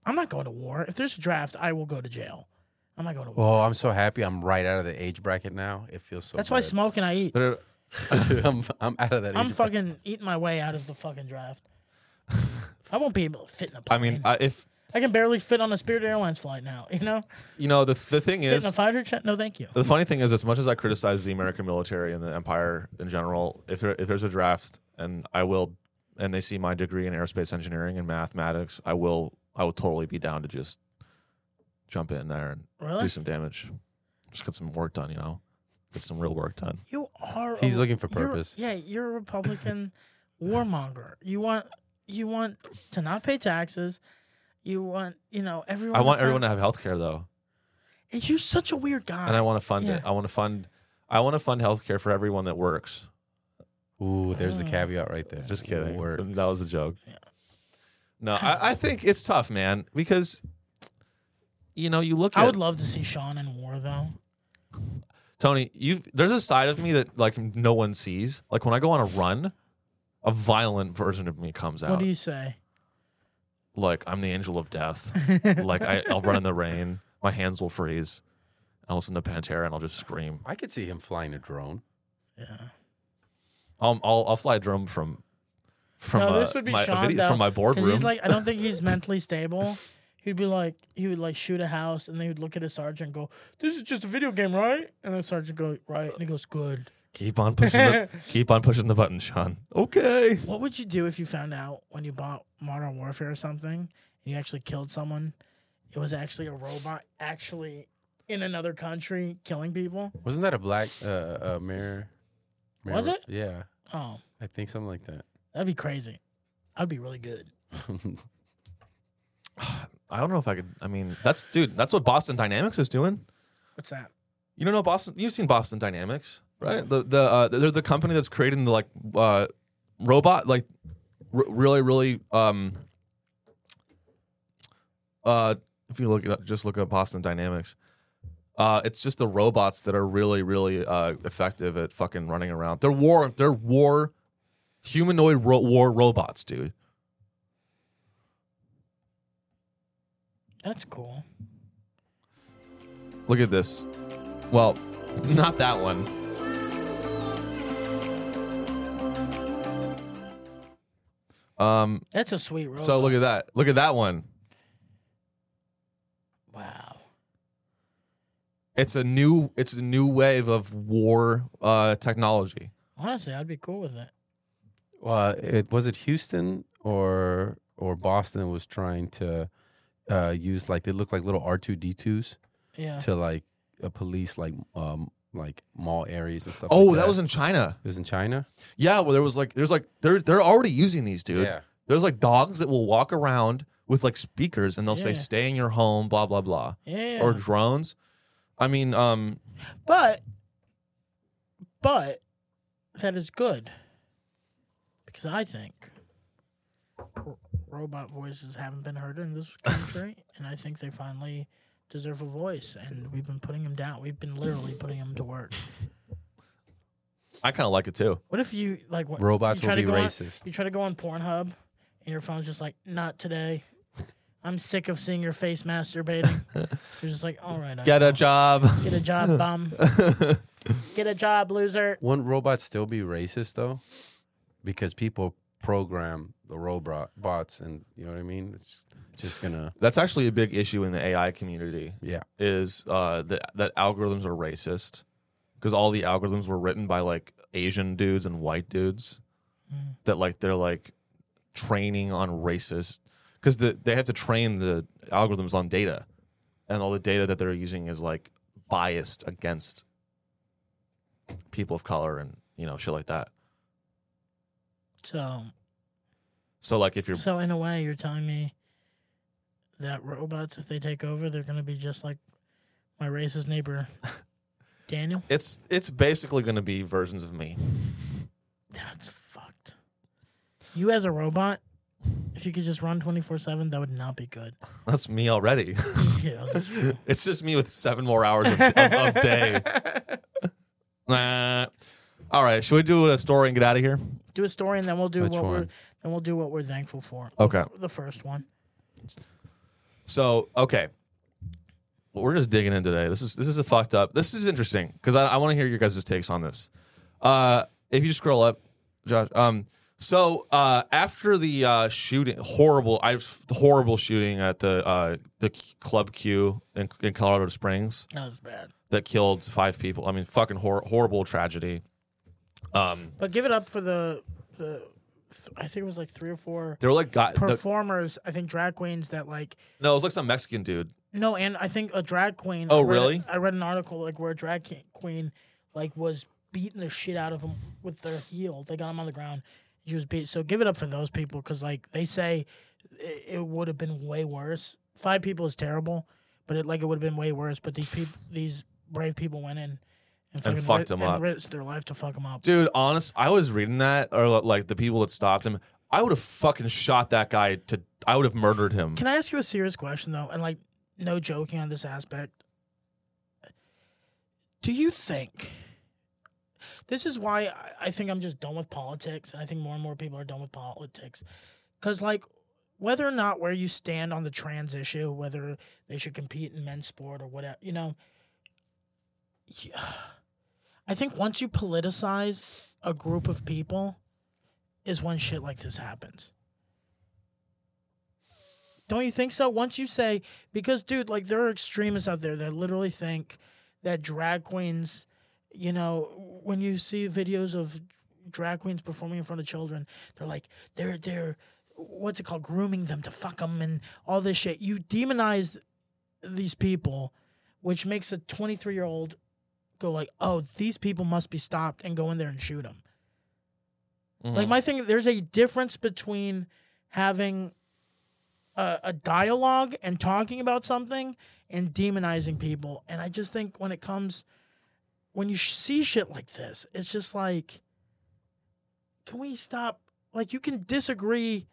Speaker 2: I'm not going to war. If there's a draft, I will go to jail. I'm not going to war.
Speaker 3: Oh, I'm so happy. I'm right out of the age bracket now. It feels so
Speaker 2: That's why I smoke and I eat.
Speaker 1: They're-
Speaker 3: I'm, I'm out of that age
Speaker 2: I'm
Speaker 3: bracket.
Speaker 2: fucking eating my way out of the fucking draft. I won't be able to fit in a
Speaker 1: I
Speaker 2: plane.
Speaker 1: mean, I, if
Speaker 2: I can barely fit on a Spirit Airlines flight now. You know,
Speaker 1: you know the the thing
Speaker 2: fit in
Speaker 1: is,
Speaker 2: a fighter jet. No, thank you.
Speaker 1: The funny thing is, as much as I criticize the American military and the empire in general, if there, if there's a draft, and I will, and they see my degree in aerospace engineering and mathematics, I will I will totally be down to just jump in there and
Speaker 2: Really?
Speaker 1: do some damage, just get some work done, you know, get some real work done.
Speaker 2: You are. a-
Speaker 3: He's looking for
Speaker 2: you're-
Speaker 3: purpose.
Speaker 2: yeah, you're a Republican warmonger. You want you want to not pay taxes. You want you know everyone.
Speaker 1: I want everyone to have health care though,
Speaker 2: And you're such a weird guy.
Speaker 1: and I want to fund it.
Speaker 2: Yeah.
Speaker 1: I want to fund. I want to fund healthcare for everyone that works.
Speaker 3: Ooh, there's the
Speaker 2: Oh.
Speaker 3: caveat right there.
Speaker 1: Just kidding.
Speaker 3: Works.
Speaker 1: That was a joke. No, I, I think it's tough, man, because you know you look.
Speaker 2: I
Speaker 1: at,
Speaker 2: would love to see Sean in war though.
Speaker 1: Tony, you there's a side of me that like no one sees. Like when I go on a run, a violent version of me comes out.
Speaker 2: What do you say?
Speaker 1: like I'm the angel of death. like I, I'll run in the rain, my hands will freeze. I'll listen to Pantera and I'll just scream.
Speaker 3: I could see him flying a drone.
Speaker 2: Yeah.
Speaker 1: I'll Um, I'll, I'll fly a drum from from
Speaker 2: no,
Speaker 1: uh,
Speaker 2: this would be
Speaker 1: my a
Speaker 2: Sean
Speaker 1: video-
Speaker 2: though,
Speaker 1: from my
Speaker 2: 'cause
Speaker 1: boardroom.
Speaker 2: He's like, I don't think he's mentally stable. He'd be like, he would like shoot a house, and they would look at his sergeant and go, "This is just a video game, right?" And the sergeant go, "Right," and he goes, "Good."
Speaker 1: Keep on pushing. The, keep on pushing the button, Sean. Okay.
Speaker 2: What would you do if you found out when you bought Modern Warfare or something and you actually killed someone? It was actually a robot, actually in another country, killing people.
Speaker 3: Wasn't that a black uh, uh, mirror? mirror?
Speaker 2: Was it?
Speaker 3: Yeah,
Speaker 2: Oh,
Speaker 3: I think something like that.
Speaker 2: that'd be crazy. I'd be really good.
Speaker 1: I don't know if I could. I mean, that's dude. That's what Boston Dynamics is doing.
Speaker 2: What's that?
Speaker 1: You don't know Boston. You've seen Boston Dynamics, right? The the uh, they're the company that's creating the like uh, robot, like r- really really. Um, uh, if you look it up, just look up Boston Dynamics. Uh, it's just the robots that are really really uh, effective at fucking running around. They're war. They're war humanoid ro- war robots, dude.
Speaker 2: That's cool.
Speaker 1: Look at this. Well, not that one. Um,
Speaker 2: That's a sweet robot.
Speaker 1: so look at that. Look at that one.
Speaker 2: wow.
Speaker 1: It's a new it's a new wave of war uh technology.
Speaker 2: Honestly, I'd be cool with it.
Speaker 3: Well, it was it Houston or or Boston was trying to uh, use like they look like little R two D twos
Speaker 2: Yeah.
Speaker 3: to like uh, police like um like mall areas and stuff.
Speaker 1: Oh,
Speaker 3: like
Speaker 1: that was in China.
Speaker 3: it was in China.
Speaker 1: Yeah, well there was like there's like they're they're already using these, dude.
Speaker 3: Yeah,
Speaker 1: There's like dogs that will walk around with like speakers and they'll say
Speaker 2: Yeah.
Speaker 1: stay in your home, blah blah blah.
Speaker 2: Yeah.
Speaker 1: Or drones. I mean, um
Speaker 2: But, but that is good because I think ro- robot voices haven't been heard in this country, and I think they finally deserve a voice. And we've been putting them down. We've been literally putting them to work.
Speaker 1: I kind of like it too.
Speaker 2: What if you like what,
Speaker 3: robots
Speaker 2: you try
Speaker 3: will be
Speaker 2: to go on-
Speaker 3: racist.
Speaker 2: you try to go on Pornhub, and your phone's just like, "Not today." I'm sick of seeing your face masturbating. You're just like, "All right,
Speaker 1: Get a
Speaker 2: iPhone.
Speaker 1: job.
Speaker 2: get a job, bum, get a job, loser."
Speaker 3: Wouldn't robots still be racist though? Because people program the robot bots, and you know what I mean. It's just gonna
Speaker 1: That's actually a big issue in the AI community.
Speaker 3: yeah.
Speaker 1: Is uh, that that algorithms are racist because all the algorithms were written by like Asian dudes and white dudes
Speaker 2: Mm.
Speaker 1: that like they're like training on racist because the, they have to train the algorithms on data and all the data that they're using is like biased against people of color and you know shit like that.
Speaker 2: So
Speaker 1: So like if you're
Speaker 2: So in a way, you're telling me that robots, if they take over, they're gonna be just like my racist neighbor, Daniel.
Speaker 1: it's it's basically going to be versions of me.
Speaker 2: That's fucked. You as a robot, if you could just run twenty four seven, that would not be good.
Speaker 1: That's me already.
Speaker 2: Yeah, that's true.
Speaker 1: It's just me with seven more hours of, of, of day. Nah. All right, should we do a story and get out of here?
Speaker 2: do a story, and then we'll do
Speaker 3: Which
Speaker 2: what we're
Speaker 3: one?
Speaker 2: then we'll do what we're thankful for.
Speaker 1: Okay.
Speaker 2: the first one.
Speaker 1: So, okay, Well, we're just digging in today. This is this is a fucked up. This is interesting because I, I want to hear your guys' takes on this. Uh, if you scroll up, Josh. Um, so uh, after the uh, shooting, horrible, I the horrible shooting at the uh, the Club Q in, in Colorado Springs.
Speaker 2: That was bad.
Speaker 1: that killed five people. I mean, fucking hor- horrible tragedy. Um,
Speaker 2: But give it up for the the. Th- I think it was like three or four
Speaker 1: there were like guy. the-
Speaker 2: performers. I think drag queens that like
Speaker 1: no, it was like some Mexican dude.
Speaker 2: No, and I think a drag queen.
Speaker 1: Oh,
Speaker 2: I read-
Speaker 1: really?
Speaker 2: I read an article like where a drag ki- queen like was beating the shit out of them with their heel. They got him on the ground. She was beat. So give it up for those people because like they say, it, it would have been way worse. Five people is terrible, but it like it would have been way worse. But these people, these brave people went in and, fucking
Speaker 1: fucked
Speaker 2: ri-
Speaker 1: 'em
Speaker 2: and
Speaker 1: up.
Speaker 2: risked their life to fuck him up.
Speaker 1: Dude, honest, I was reading that, or like the people that stopped him. I would have fucking shot that guy to. I would have murdered him.
Speaker 2: Can I ask you a serious question though? And like, no joking on this aspect. Do you think this is why I- I think I'm just done with politics, and I think more and more people are done with politics, because like. Whether or not where you stand on the trans issue, whether they should compete in men's sport or whatever, you know, yeah. I think once you politicize a group of people, is when shit like this happens. Don't you think so? Once you say because dude, like there are extremists out there that literally think that drag queens, you know, when you see videos of drag queens performing in front of children, they're like they're they're what's it called grooming them to fuck them and all this shit. You demonize these people, which makes a 23 year old go like, oh, these people must be stopped and go in there and shoot them.
Speaker 1: Mm-hmm.
Speaker 2: Like my thing, there's a difference between having a, a dialogue and talking about something and demonizing people. And I just think when it comes, when you sh- see shit like this, it's just like, can we stop? Like you can disagree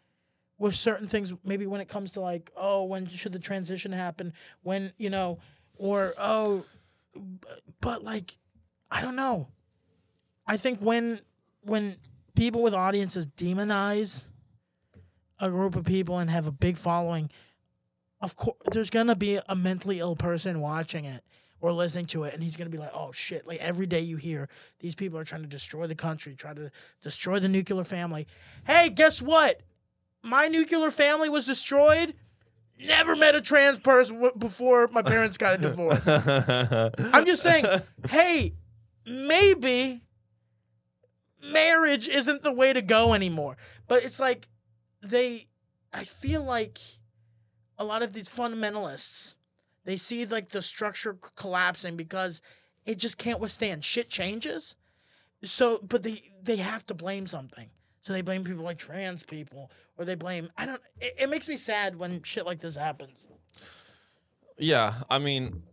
Speaker 2: with certain things, maybe when it comes to like, oh, when should the transition happen? When you know, or oh, but, but like, I don't know. I think when when people with audiences demonize a group of people and have a big following, of course there's gonna be a mentally ill person watching it or listening to it, and he's gonna be like, "Oh shit!" Like every day you hear these people are trying to destroy the country, trying to destroy the nuclear family. Hey, guess what? My nuclear family was destroyed. Never met a trans person w- before my parents got a divorce. I'm just saying, hey, maybe marriage isn't the way to go anymore. But it's like they I feel like a lot of these fundamentalists they see like the structure c- collapsing because it just can't withstand shit changes. So but they they have to blame something. So they blame people like trans people or they blame I don't it, it makes me sad when shit like this happens.
Speaker 1: Yeah, I mean,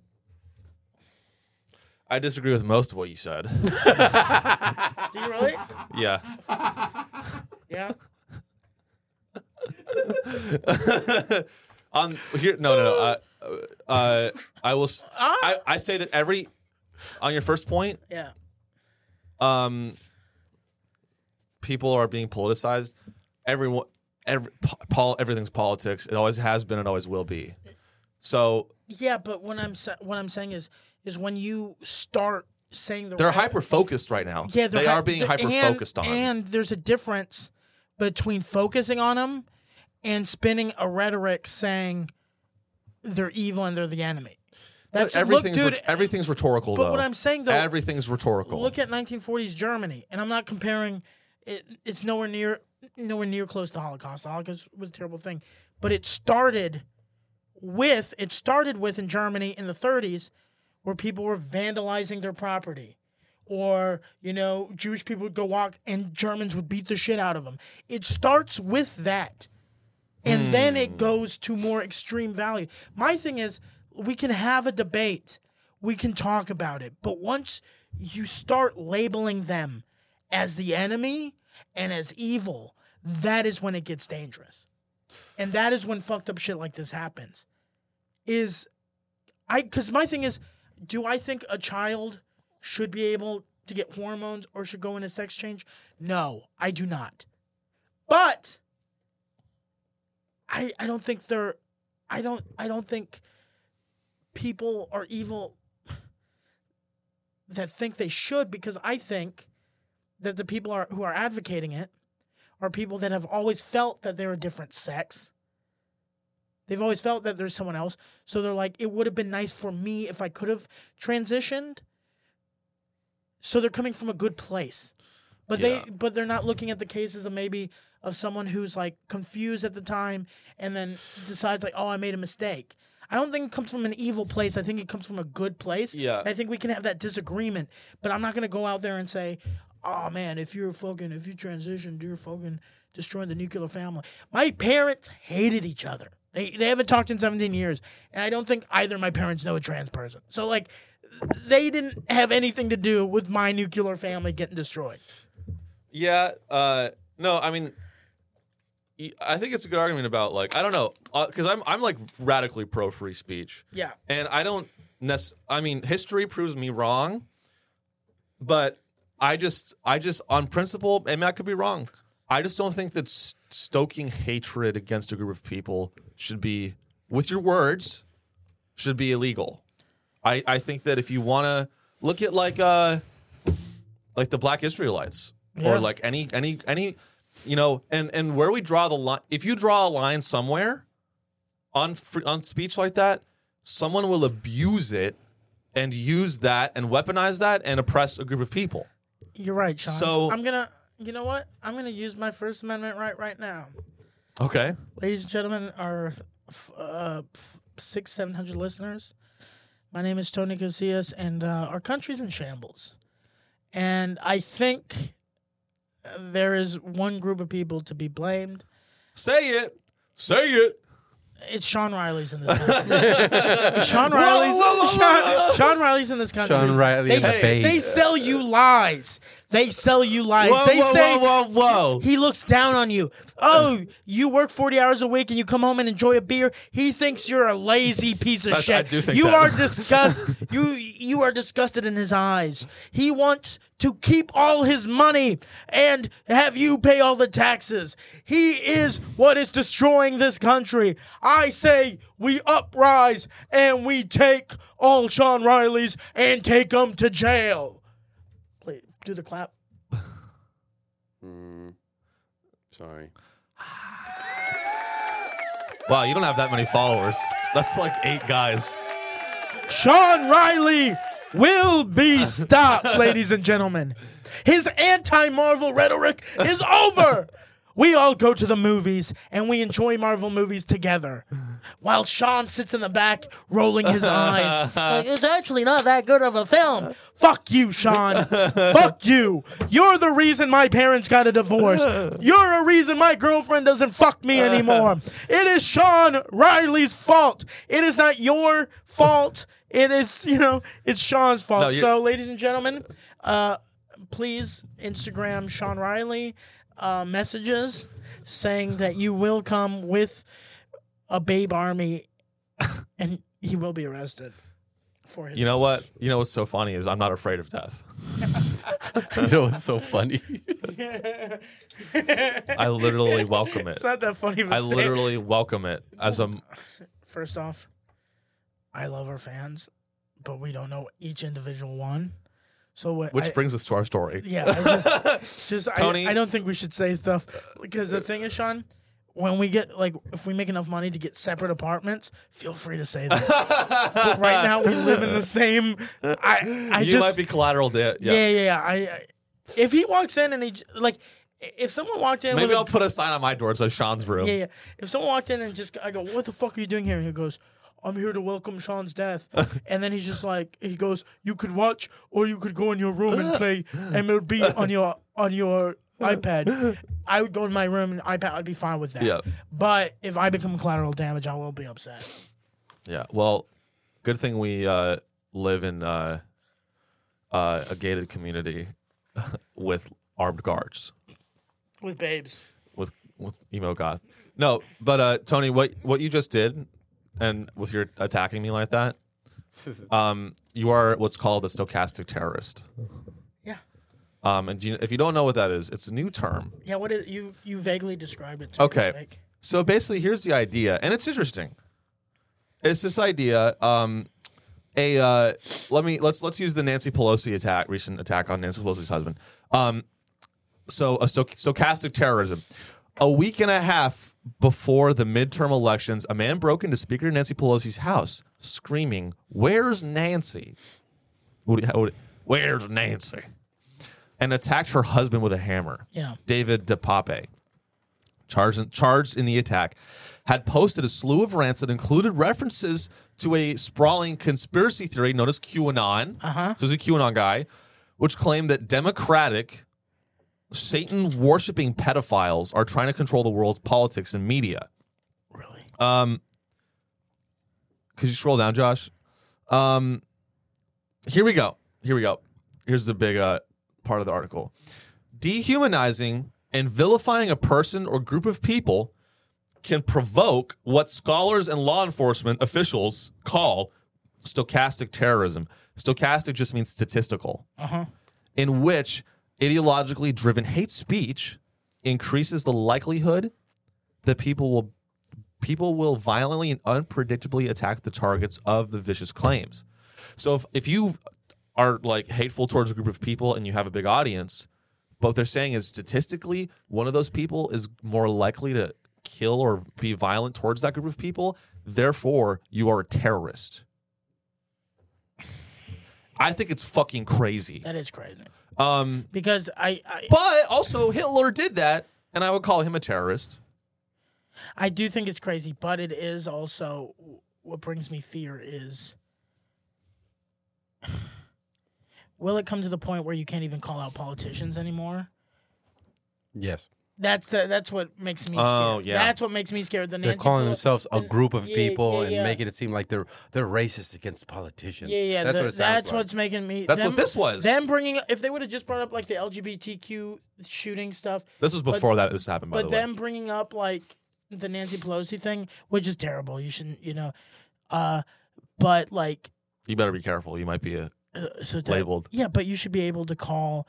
Speaker 1: I disagree with most of what you said.
Speaker 2: Do you really?
Speaker 1: yeah,
Speaker 2: Yeah.
Speaker 1: on here, no, no, no. I, uh, I will. s-
Speaker 2: Ah.
Speaker 1: I, I say that every on your first point,
Speaker 2: Yeah.
Speaker 1: um, people are being politicized. Everyone, every po- pol- everything's politics. It always has been. It always will be. So
Speaker 2: Yeah, but what I'm sa- what I'm saying is is when you start saying the
Speaker 1: they're
Speaker 2: right-
Speaker 1: hyper focused right now.
Speaker 2: Yeah, they're
Speaker 1: they
Speaker 2: hy-
Speaker 1: are being
Speaker 2: they're-
Speaker 1: hyper
Speaker 2: and-
Speaker 1: focused on.
Speaker 2: And there's a difference between focusing on them and spinning a rhetoric saying they're evil and they're the enemy. That's
Speaker 1: everything's
Speaker 2: look,
Speaker 1: rhet-
Speaker 2: dude.
Speaker 1: everything's rhetorical.
Speaker 2: but
Speaker 1: though.
Speaker 2: what I'm saying though,
Speaker 1: everything's rhetorical.
Speaker 2: look at 1940s Germany, and I'm not comparing. It, it's nowhere near, nowhere near close to Holocaust. The Holocaust was a terrible thing, but it started with it started with in Germany in the 30s, where people were vandalizing their property, or you know Jewish people would go walk and Germans would beat the shit out of them. It starts with that and then it goes to more extreme value. My thing is, we can have a debate, we can talk about it, but once you start labeling them as the enemy and as evil, that is when it gets dangerous, and that is when fucked up shit like this happens. Is I because my thing is, do I think a child should be able to get hormones or should go into sex change? No, I do not. But I, I don't think they're I don't I don't think people are evil that think they should because I think that the people are who are advocating it are people that have always felt that they're a different sex. They've always felt that there's someone else. So they're like, it would have been nice for me if I could have transitioned. So they're coming from a good place. But
Speaker 1: Yeah.
Speaker 2: they but they're not looking at the cases of maybe of someone who's like confused at the time and then decides like, oh, I made a mistake. I don't think it comes from an evil place. I think it comes from a good place.
Speaker 1: Yeah.
Speaker 2: I think we can have that disagreement, but I'm not gonna go out there and say, "Oh man, if you're fucking, if you transitioned, you're fucking destroying the nuclear family." My parents hated each other. They they haven't talked in 17 years, and I don't think either of my parents know a trans person. So like, they didn't have anything to do with my nuclear family getting destroyed.
Speaker 1: Yeah. Uh, no, I mean, y- I think it's a good argument about like I don't know because I'm I'm like radically pro free speech,
Speaker 2: Yeah,
Speaker 1: and I don't. Nec- I mean, history proves me wrong, but I just I just on principle, and I could be wrong. I just don't think that s- stoking hatred against a group of people should be with your words should be illegal. I, I think that if you want to look at like uh like the black israelites
Speaker 2: Yeah.
Speaker 1: or like any any any you know and and where we draw the line if you draw a line somewhere on free, on speech like that, someone will abuse it and use that and weaponize that and oppress a group of people.
Speaker 2: You're right, Sean.
Speaker 1: So-
Speaker 2: I'm gonna. You know what? I'm gonna use my First Amendment right right now,
Speaker 1: Okay.
Speaker 2: ladies and gentlemen. Our f- uh, f- six seven hundred listeners. My name is Tony Casillas, and uh, our country's in shambles. And I think uh, there is one group of people to be blamed.
Speaker 1: Say it. Say it.
Speaker 2: It's Sean Riley's in this country. Sean Riley's
Speaker 1: whoa, whoa, whoa.
Speaker 2: Sean, Sean Riley's in this country.
Speaker 3: Sean Riley
Speaker 2: They,
Speaker 3: in the
Speaker 2: they,
Speaker 3: face.
Speaker 2: sell you lies. They sell you lies. they say
Speaker 1: whoa, whoa.
Speaker 2: he looks down on you. Oh, you work 40 hours a week and you come home and enjoy a beer. He thinks you're a lazy piece of
Speaker 1: That's-
Speaker 2: shit.
Speaker 1: I do think
Speaker 2: you
Speaker 1: that.
Speaker 2: are disgust you you are disgusted in his eyes. He wants to keep all his money and have you pay all the taxes. He is what is destroying this country. I say we uprise and we take all Sean Riley's and take them to jail. Please do the clap.
Speaker 3: Sorry.
Speaker 1: Wow, you don't have that many followers. That's like eight guys.
Speaker 2: Sean Riley will be stopped, ladies and gentlemen. His anti Marvel rhetoric is over. We all go to the movies and we enjoy Marvel movies together. While Sean sits in the back, rolling his eyes. Like, it's actually not that good of a film. Fuck you, Sean. Fuck you. You're the reason my parents got a divorce. You're a reason my girlfriend doesn't fuck me anymore. It is Sean Riley's fault. It is not your fault. It is, you know, it's Sean's fault.
Speaker 1: No, you-
Speaker 2: so, ladies and gentlemen, uh, please Instagram Sean Riley uh, messages saying that you will come with a babe army and he will be arrested for his
Speaker 1: You know what? You know what's so funny is I'm not afraid of death.
Speaker 3: You know what's so funny?
Speaker 1: I literally welcome it.
Speaker 2: it's not that funny of a
Speaker 1: I
Speaker 2: stand-
Speaker 1: literally welcome it as a
Speaker 2: first off i love our fans but we don't know each individual one so what
Speaker 1: which
Speaker 2: I-
Speaker 1: brings us to our story.
Speaker 2: yeah I just, just
Speaker 1: Tony-
Speaker 2: I, I don't think we should say stuff because the thing is sean when we get like if we make enough money to get separate apartments feel free to say that but right now we live in the same i i
Speaker 1: you
Speaker 2: just
Speaker 1: might be collateral da- Yeah.
Speaker 2: Yeah, yeah, yeah. I, I if he walks in and he j- like if someone walked in
Speaker 1: Maybe
Speaker 2: with
Speaker 1: I'll
Speaker 2: a,
Speaker 1: put a sign on my door that says Sean's room.
Speaker 2: yeah, yeah. If someone walked in and just I go, "What the fuck are you doing here?" and he goes, "I'm here to welcome Sean's death." and then he's just like he goes, "You could watch or you could go in your room and play MLB on your on your iPad." I would go in my room and iPad. I'd be fine with that.
Speaker 1: Yeah.
Speaker 2: But if I become collateral damage, I will be upset.
Speaker 1: Yeah. Well, good thing we uh, live in uh, uh, a gated community with armed guards,
Speaker 2: With babes.
Speaker 1: with with emo goth. No, but uh, Tony, what what you just did, and with your attacking me like that, um, you are what's called a stochastic terrorist.
Speaker 2: Yeah.
Speaker 1: Um, and do you, if you don't know what that is, it's a new term.
Speaker 2: Yeah. What is, you you vaguely described it. To me
Speaker 1: Okay.
Speaker 2: this week.
Speaker 1: So basically, here's the idea, and it's interesting. It's this idea. Um, a uh, let me let's let's use the Nancy Pelosi attack, recent attack on Nancy Pelosi's husband. Um, so a stoch- stochastic terrorism. A week and a half before the midterm elections, a man broke into Speaker Nancy Pelosi's house, screaming, "Where's Nancy? What do you- how would- Where's Nancy?" and attacked her husband with a hammer.
Speaker 2: Yeah.
Speaker 1: David DePape charged charged in the attack, had posted a slew of rants that included references to a sprawling conspiracy theory known as QAnon. Uh-huh. So he's a QAnon guy, which claimed that democratic Satan worshiping pedophiles are trying to control the world's politics and media.
Speaker 2: Really.
Speaker 1: Could you scroll down, Josh? Um, here we go. Here we go. Here's the big uh, part of the article: dehumanizing and vilifying a person or group of people can provoke what scholars and law enforcement officials call stochastic terrorism. Stochastic just means statistical, in which ideologically driven hate speech increases the likelihood that people will people will violently and unpredictably attack the targets of the vicious claims. So if, if you are like hateful towards a group of people and you have a big audience, but what they're saying is statistically, one of those people is more likely to kill or be violent towards that group of people Therefore, you are a terrorist. I think it's fucking crazy.
Speaker 2: That is crazy.
Speaker 1: Um,
Speaker 2: Because I, I,
Speaker 1: but also, Hitler did that, and I would call him a terrorist.
Speaker 2: I do think it's crazy, but it is also what brings me fear is will it come to the point where you can't even call out politicians anymore?
Speaker 3: Yes.
Speaker 2: That's the that's what makes me scared.
Speaker 1: Oh, yeah.
Speaker 2: That's what makes me scared. The
Speaker 3: They're
Speaker 2: Nancy
Speaker 3: calling
Speaker 2: Pelosi-
Speaker 3: themselves a
Speaker 2: and-
Speaker 3: group of
Speaker 2: yeah,
Speaker 3: people
Speaker 2: yeah, yeah.
Speaker 3: and making it seem like they're they're racist against politicians.
Speaker 2: Yeah, yeah.
Speaker 3: That's
Speaker 2: the-
Speaker 3: what it sounds
Speaker 2: that's
Speaker 3: like.
Speaker 2: what's making me.
Speaker 1: That's
Speaker 2: them-
Speaker 1: what this was.
Speaker 2: Them bringing if they would have just brought up like the LGBTQ shooting stuff,
Speaker 1: this was before that. This happened, by
Speaker 2: but
Speaker 1: the way.
Speaker 2: them bringing up like the Nancy Pelosi thing, which is terrible. You shouldn't, you know. Uh, but like
Speaker 1: You better be careful. You might be a
Speaker 2: uh, so to-
Speaker 1: labeled.
Speaker 2: Yeah, but you should be able to call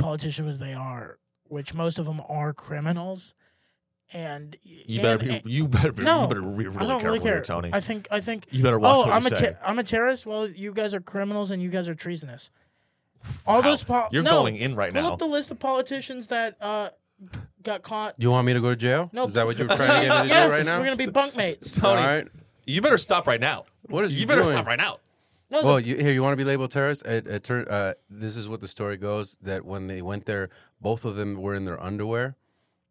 Speaker 2: politicians as they are, which most of them are criminals. And
Speaker 1: You better
Speaker 2: and-
Speaker 1: be. You better be.
Speaker 2: No,
Speaker 1: you better be really
Speaker 2: I don't
Speaker 1: careful
Speaker 2: really care,
Speaker 1: here, Tony.
Speaker 2: I think I think.
Speaker 1: you better watch
Speaker 2: Oh,
Speaker 1: what
Speaker 2: I'm
Speaker 1: you
Speaker 2: a
Speaker 1: say.
Speaker 2: ter- I'm a terrorist. Well, you guys are criminals and you guys are treasonous. All
Speaker 1: Wow.
Speaker 2: those pol-
Speaker 1: You're
Speaker 2: no,
Speaker 1: going in right
Speaker 2: Pull
Speaker 1: now.
Speaker 2: up the list of politicians that uh, got caught.
Speaker 3: You want me to go to jail?
Speaker 2: No.
Speaker 3: Is that what you're trying to get me to
Speaker 2: yes,
Speaker 3: do right now?
Speaker 2: we're gonna be bunkmates.
Speaker 1: Tony,
Speaker 3: All right.
Speaker 1: you better stop right now.
Speaker 3: What is
Speaker 1: you
Speaker 3: you
Speaker 1: better
Speaker 3: doing?
Speaker 1: stop right now.
Speaker 2: No, the-
Speaker 3: Well, you, here you want to be labeled terrorist. It, it tur- uh, this is what the story goes: that when they went there, both of them were in their underwear,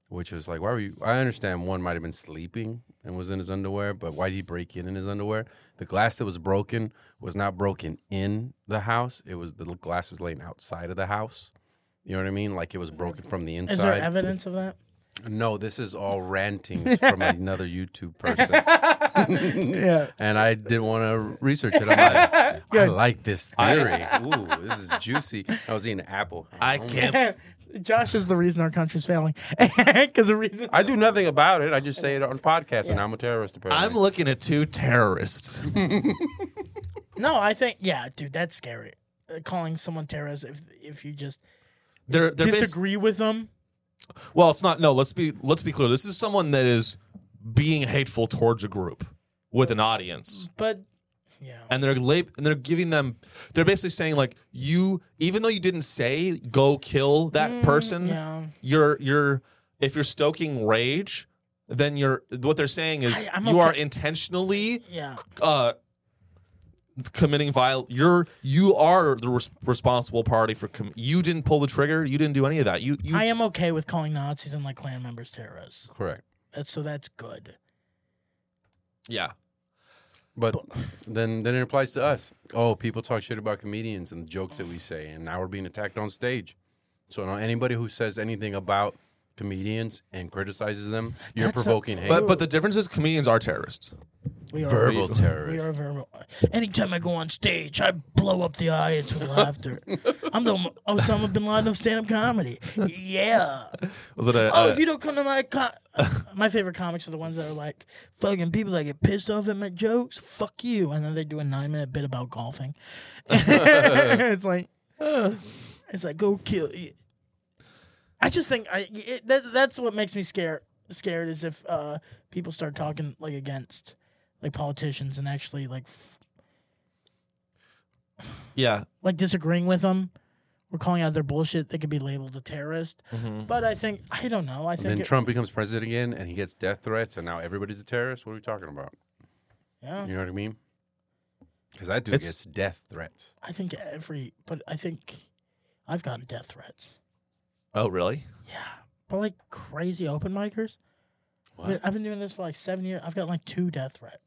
Speaker 3: which was like, why were you? I understand one might have been sleeping and was in his underwear, but why did he break in in his underwear? The glass that was broken was not broken in the house; it was the glass was laying outside of the house. You know what I mean? Like it was broken from the inside.
Speaker 2: is there evidence of that?
Speaker 3: No, this is all rantings from another YouTube person.
Speaker 2: Yeah.
Speaker 3: and I didn't want to research it. I'm like, I like this theory. Ooh, this is juicy. I was eating an apple.
Speaker 1: I can't.
Speaker 2: Josh is the reason our country's failing. Because the reason
Speaker 3: I do nothing about it. I just say it on podcasts, and I'm a terrorist. Apparently,
Speaker 1: I'm looking at two terrorists.
Speaker 2: No, I think yeah, dude, that's scary. Uh, calling someone terrorist if if you just
Speaker 1: They're, they're basi-
Speaker 2: disagree with them.
Speaker 1: well, it's not. No, let's be let's be clear. This is someone that is being hateful towards a group with an audience,
Speaker 2: But yeah,
Speaker 1: and they're lab- and they're giving them. They're basically saying like you, even though you didn't say go kill that person,
Speaker 2: Mm, yeah.
Speaker 1: you're you're if you're stoking rage, then you're what they're saying is
Speaker 2: I- I'm
Speaker 1: you are
Speaker 2: okay.
Speaker 1: intentionally
Speaker 2: Yeah,
Speaker 1: uh committing viol you're you are the res- responsible party for com- you didn't pull the trigger you didn't do any of that you you
Speaker 2: I am okay with calling Nazis and like clan members terrorists.
Speaker 3: correct.
Speaker 2: That's, so that's good.
Speaker 1: yeah
Speaker 3: But then, then it applies to us. Oh, people talk shit about comedians and the jokes that we say, and now we're being attacked on stage. So now anybody who says anything about comedians and criticizes them, you're
Speaker 2: That's a-
Speaker 3: provoking hate.
Speaker 1: but but the difference is comedians are terrorists
Speaker 2: We are
Speaker 3: verbal
Speaker 2: We
Speaker 3: terrorists.
Speaker 2: are verbal. Anytime I go on stage, I blow up the audience with laughter. I'm the Osama bin Laden of stand-up comedy. Yeah.
Speaker 1: was it a,
Speaker 2: Oh,
Speaker 3: Uh,
Speaker 1: a-
Speaker 2: if you don't come to my co- my favorite comics are the ones that are like fucking people that get pissed off at my jokes. Fuck you, and then they do a nine minute bit about golfing. it's like, ugh. it's like go kill. I just think I it, that that's what makes me scared. Scared is if uh, people start talking like against like politicians and actually like f-
Speaker 1: yeah
Speaker 2: like disagreeing with them. We're calling out their bullshit. They could be labeled a terrorist,
Speaker 1: Mm-hmm.
Speaker 2: but I think I don't know. I
Speaker 3: And then
Speaker 2: think it-
Speaker 3: Trump becomes president again, and he gets death threats, and now everybody's a terrorist. What are we talking about?
Speaker 2: yeah.
Speaker 3: You know what I mean? Because that dude
Speaker 1: It's-
Speaker 3: gets death threats.
Speaker 2: I think every, but I think I've gotten death threats.
Speaker 1: oh really
Speaker 2: Yeah, but like crazy open micers.
Speaker 3: What?
Speaker 2: I've been doing this for like seven years. I've got like two death threats,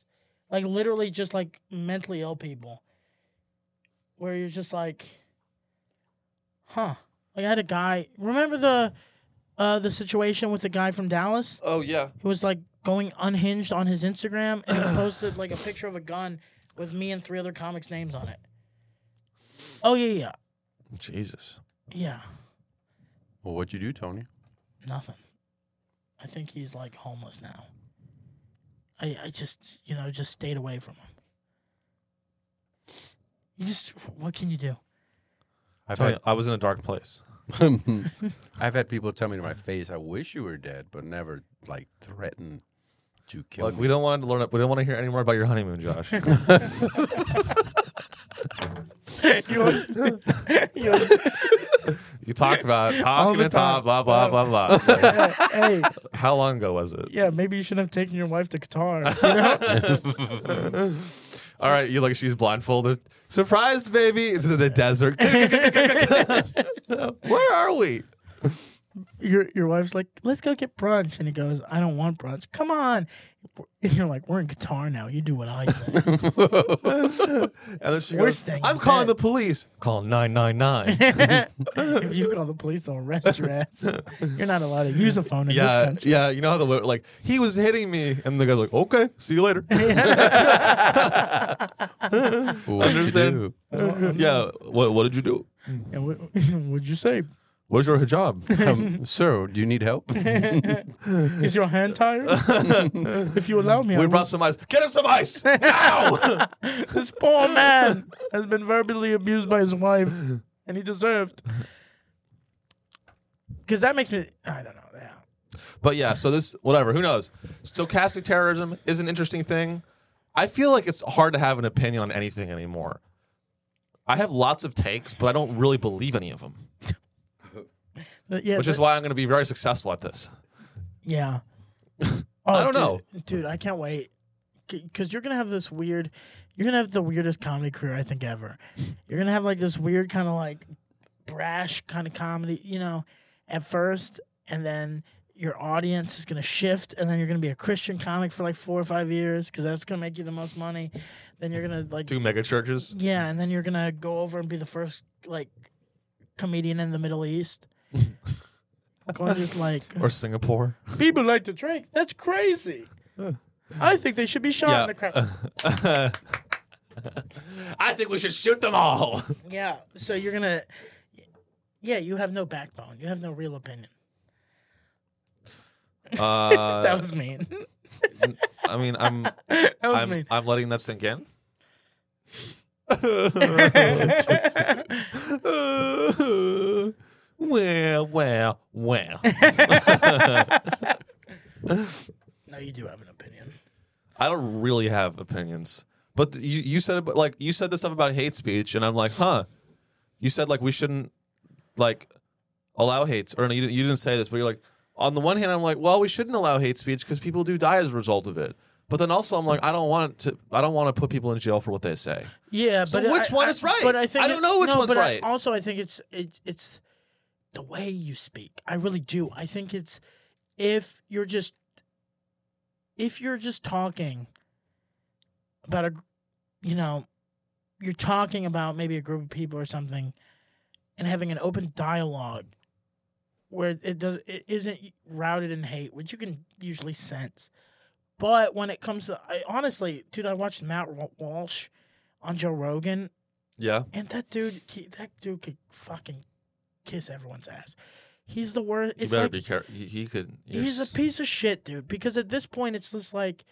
Speaker 2: like literally just like mentally ill people, where you're just like, huh? Like I had a guy. Remember the, uh, the situation with the guy from Dallas
Speaker 1: oh yeah
Speaker 2: who was like going unhinged on his Instagram and he posted like a picture of a gun with me and three other comics' names on it. Oh yeah, yeah,
Speaker 1: jesus
Speaker 2: yeah.
Speaker 3: Well, what'd you do, Tony?
Speaker 2: Nothing. I think he's like homeless now. I I just you know just stayed away from him. You just what can you do?
Speaker 3: I've
Speaker 1: Tony, i was in a dark place
Speaker 3: had I've had people tell me to my face, "I wish you were dead," but never like threaten to kill
Speaker 1: Look,
Speaker 3: me.
Speaker 1: we don't want to learn we don't want to hear any more about your honeymoon josh
Speaker 2: you always, you always,
Speaker 1: You talk about talking
Speaker 2: the
Speaker 1: and talk,
Speaker 2: time.
Speaker 1: blah blah blah blah. It's like,
Speaker 2: hey,
Speaker 1: how long ago was it?
Speaker 2: yeah, maybe you should have taken your wife to Qatar. You know?
Speaker 1: All right, you look. She's blindfolded. Surprise, baby! It's in the desert. Where are we?
Speaker 2: your your wife's like, let's go get brunch, and he goes, I don't want brunch. Come on, and you're like, we're in Qatar now. You do what I say.
Speaker 1: And then she
Speaker 2: We're
Speaker 1: goes,
Speaker 2: staying
Speaker 1: "I'm
Speaker 2: in
Speaker 1: calling
Speaker 2: bed."
Speaker 1: the police. Call nine nine nine.
Speaker 2: if you call the police, they'll arrest your ass. You're not allowed to use a phone in this
Speaker 1: Yeah,
Speaker 2: country.
Speaker 1: yeah. You know how the like he was hitting me, and the guy's like, "Okay, see you later."
Speaker 3: What'd you
Speaker 1: Understand.
Speaker 3: do?
Speaker 1: yeah. What What did you do?
Speaker 2: And what, would you say?
Speaker 1: Where's your hijab?
Speaker 3: Um, sir, do you need help?
Speaker 2: Is your hand tired? if you allow me, I
Speaker 1: we
Speaker 2: will-
Speaker 1: brought some ice. Get him some ice now.
Speaker 2: this poor man has been verbally abused by his wife, and he deserved. Because that makes me, I don't know. Yeah.
Speaker 1: But yeah, so this whatever, who knows? Stochastic terrorism is an interesting thing. I feel like it's hard to have an opinion on anything anymore. I have lots of takes, but I don't really believe any of them,
Speaker 2: But yeah,
Speaker 1: which is
Speaker 2: but-
Speaker 1: why I'm going to be very successful at this.
Speaker 2: Yeah. Oh,
Speaker 1: I don't
Speaker 2: dude,
Speaker 1: know.
Speaker 2: dude. I can't wait because you're gonna have this weird. You're gonna have the weirdest comedy career I think ever. You're gonna have like this weird kind of like brash kind of comedy, you know, at first, and then your audience is gonna shift, and then you're gonna be a Christian comic for like four or five years because that's gonna make you the most money. Then you're gonna like
Speaker 1: Two mega churches.
Speaker 2: yeah, and then you're gonna go over and be the first like comedian in the Middle East. Going just like
Speaker 1: Or Singapore.
Speaker 2: people like to drink. That's crazy. I think they should be shot in the
Speaker 1: Uh.
Speaker 2: crowd.
Speaker 1: I think we should shoot them all.
Speaker 2: yeah. So you're gonna, yeah, you have no backbone. You have no real opinion.
Speaker 1: Uh,
Speaker 2: that was mean.
Speaker 1: I mean, I'm,
Speaker 2: that was
Speaker 1: I'm,
Speaker 2: mean.
Speaker 1: I'm letting that sink in. well, well, well.
Speaker 2: No, you do have an opinion.
Speaker 1: I don't really have opinions. But th- you you said about, like you said this stuff about hate speech, and I'm like, huh? You said like we shouldn't like allow hates, or no, you, didn't- you didn't say this, but you're like, on the one hand, I'm like, well, we shouldn't allow hate speech because people do die as a result of it. But then also, I'm like, I don't want to. I don't want to put people in jail for what they say.
Speaker 2: Yeah,
Speaker 1: So
Speaker 2: but
Speaker 1: which
Speaker 2: I-
Speaker 1: one
Speaker 2: I-
Speaker 1: is right?
Speaker 2: But I think
Speaker 1: I don't know which
Speaker 2: no,
Speaker 1: one's
Speaker 2: but I-
Speaker 1: right.
Speaker 2: also, I think it's it, it's the way you speak. I really do. I think it's if you're just if you're just talking about a gr- you know you're talking about maybe a group of people or something and having an open dialogue where it does it isn't routed in hate which you can usually sense but when it comes to I, honestly dude i watched matt Wa- walsh on joe rogan
Speaker 1: Yeah,
Speaker 2: and that dude he- that dude could fucking kiss everyone's ass he's the worst
Speaker 1: you
Speaker 2: it's
Speaker 1: better
Speaker 2: like
Speaker 1: be careful. He, he could. you're
Speaker 2: he's
Speaker 1: s-
Speaker 2: a piece of shit dude because at this point it's just like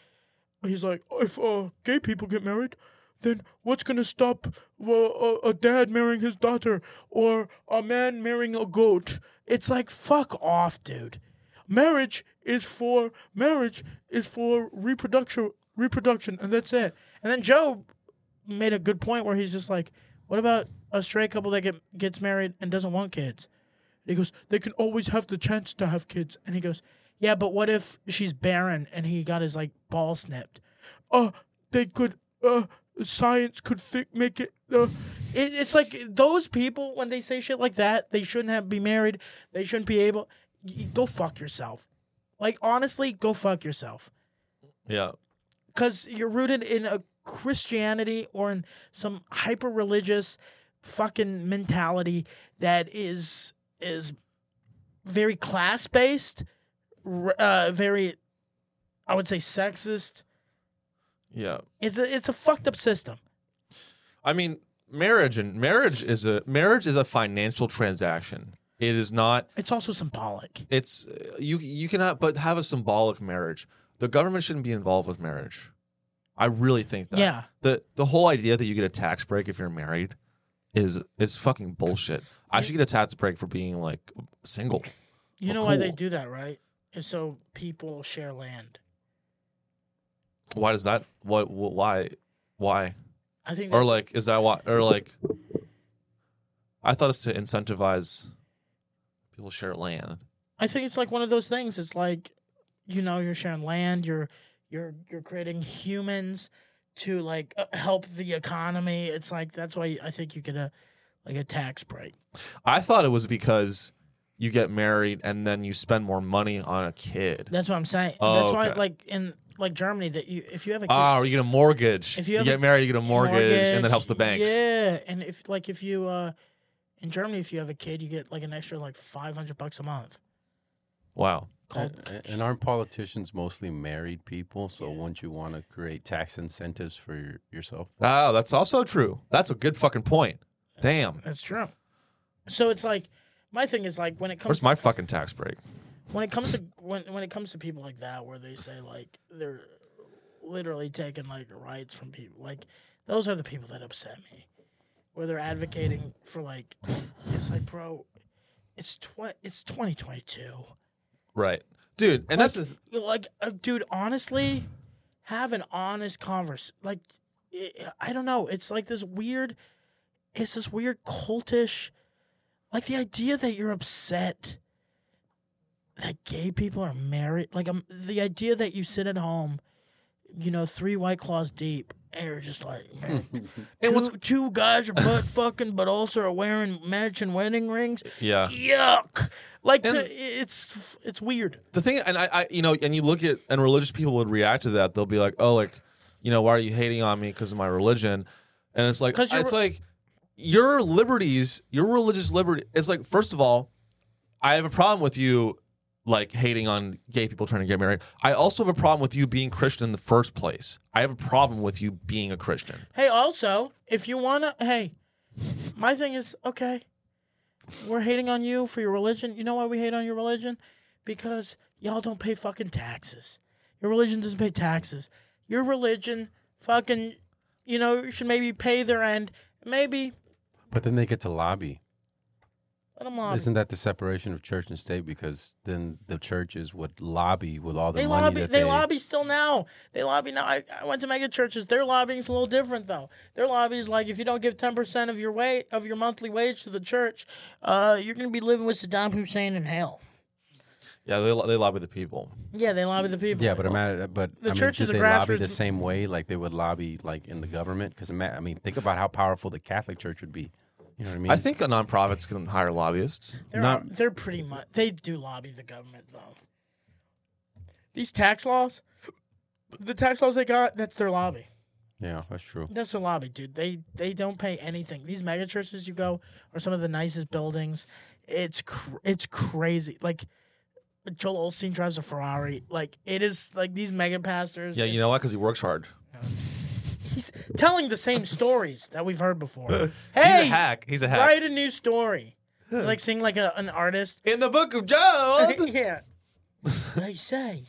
Speaker 2: he's like if uh, gay people get married then what's going to stop uh, a, a dad marrying his daughter or a man marrying a goat it's like fuck off dude marriage is for marriage is for reproduction reproduction and that's it and then joe made a good point where he's just like what about a straight couple that get, gets married and doesn't want kids and he goes, they can always have the chance to have kids. And he goes, yeah, but what if she's barren and he got his like ball snipped? Uh, they could. Uh, science could fi- make it. Uh, it. It's like those people when they say shit like that, they shouldn't have be married. They shouldn't be able. Y- go fuck yourself. Like honestly, go fuck yourself
Speaker 1: yeah.
Speaker 2: because you're rooted in a Christianity or in some hyper religious fucking mentality that is is very class based, uh, very, I would say, sexist.
Speaker 1: Yeah.
Speaker 2: It's a, it's a fucked up system.
Speaker 1: I mean, marriage and marriage is a marriage is a financial transaction. It is not
Speaker 2: It's also symbolic.
Speaker 1: it's you you can have but have a symbolic marriage the government shouldn't be involved with marriage i really think that
Speaker 2: Yeah.
Speaker 1: the the whole idea that you get a tax break if you're married is is fucking bullshit i should get a tax break for being like single
Speaker 2: You
Speaker 1: Well,
Speaker 2: know why they
Speaker 1: cool.
Speaker 2: do that, right? Is so people share land.
Speaker 1: why does that what wh- why why
Speaker 2: I think.
Speaker 1: or
Speaker 2: that-
Speaker 1: like is that why or like i thought it's to incentivize People share land.
Speaker 2: I think it's like one of those things. It's like, you know, you're sharing land. You're you're you're creating humans to like uh, help the economy. It's like that's why I think you get a like a tax break.
Speaker 1: I thought it was because you get married and then you spend more money on a kid.
Speaker 2: That's what I'm saying.
Speaker 1: Oh,
Speaker 2: that's why
Speaker 1: okay.
Speaker 2: like in like Germany that you if you have a kid,
Speaker 1: Ah, or you get a mortgage.
Speaker 2: If
Speaker 1: If
Speaker 2: you
Speaker 1: you,
Speaker 2: have a
Speaker 1: get married, you get a mortgage, and that helps the
Speaker 2: mortgage,
Speaker 1: banks.
Speaker 2: Yeah, and if like if you uh in Germany if you have a kid you get like an extra like 500 bucks a month.
Speaker 1: Wow.
Speaker 2: Called
Speaker 3: And, and aren't politicians mostly married people? So wouldn't you want to create tax incentives for your, yourself?
Speaker 1: Oh, that's also true. That's a good fucking point. Damn.
Speaker 2: That's true. So it's like my thing is like when it comes
Speaker 1: Where's my fucking tax break?
Speaker 2: when it comes to when when it comes to people like that where they say like they're literally taking like rights from people like those are the people that upset me where they're advocating for like it's like bro it's tw- it's 2022
Speaker 1: Right. Dude, and that's just,
Speaker 2: like uh, dude honestly have an honest converse like i i don't know it's like this weird it's this weird cultish like the idea that you're upset that gay people are married like um, the idea that you sit at home you know three white claws deep and you're just like man, two,
Speaker 1: And what's-
Speaker 2: two guys are butt fucking but also are wearing matching wedding rings
Speaker 1: yeah.
Speaker 2: yuck like to,
Speaker 1: And-
Speaker 2: it's it's weird
Speaker 1: the thing and I, I you know and you look at and religious people would react to that they'll be like oh like you know why are you hating on me because of my religion and it's like
Speaker 2: 'Cause
Speaker 1: it's
Speaker 2: you're-
Speaker 1: like your liberties your religious liberty it's like first of all i have a problem with you like hating on gay people trying to get married i also have a problem with you being christian in the first place i have a problem with you being a christian
Speaker 2: Hey, also, if you wanna, hey, my thing is okay. We're hating on you for your religion. You know why we hate on your religion? Because y'all don't pay fucking taxes. Your religion doesn't pay taxes. Your religion, fucking, you know, should maybe pay their end. Maybe
Speaker 3: But then they get to lobby.
Speaker 2: let them lobby.
Speaker 3: Isn't that the separation of church and state? Because then the churches would lobby with all the
Speaker 2: they
Speaker 3: money
Speaker 2: lobby.
Speaker 3: that
Speaker 2: they, lobby still now. They lobby now. I, I went to mega churches. Their lobbying's a little different though. Their lobby is like if you don't give ten percent of your wa of your monthly wage to the church, uh, you're gonna be living with Saddam Hussein in hell.
Speaker 1: yeah they, lo- they lobby the people
Speaker 2: Yeah, they lobby the people.
Speaker 3: Yeah, but ima- uh, but
Speaker 2: The
Speaker 3: I mean,
Speaker 2: church
Speaker 3: did
Speaker 2: is a
Speaker 3: they lobby
Speaker 2: grassroots-
Speaker 3: the same way like they would lobby like in the government? Because I mean, think about how powerful the Catholic Church would be. You know what I mean?
Speaker 1: i think nonprofits can hire lobbyists
Speaker 2: they're
Speaker 3: not-
Speaker 2: they're pretty much they do lobby the government though. These tax laws, the tax laws they got, that's their lobby.
Speaker 3: yeah, that's true.
Speaker 2: That's their lobby, dude. They they don't pay anything. These mega churches you go are some of the nicest buildings. It's cr- it's crazy. Like Joel Olstein drives a Ferrari. Like it is like these mega pastors.
Speaker 1: yeah you
Speaker 2: it's-
Speaker 1: know what because he works hard
Speaker 2: He's telling the same stories that we've heard before.
Speaker 1: he's a
Speaker 2: hey,
Speaker 1: hack he's a hack
Speaker 2: write a new story. It's like seeing like a, an artist
Speaker 1: in the book of job
Speaker 2: yeah. they say,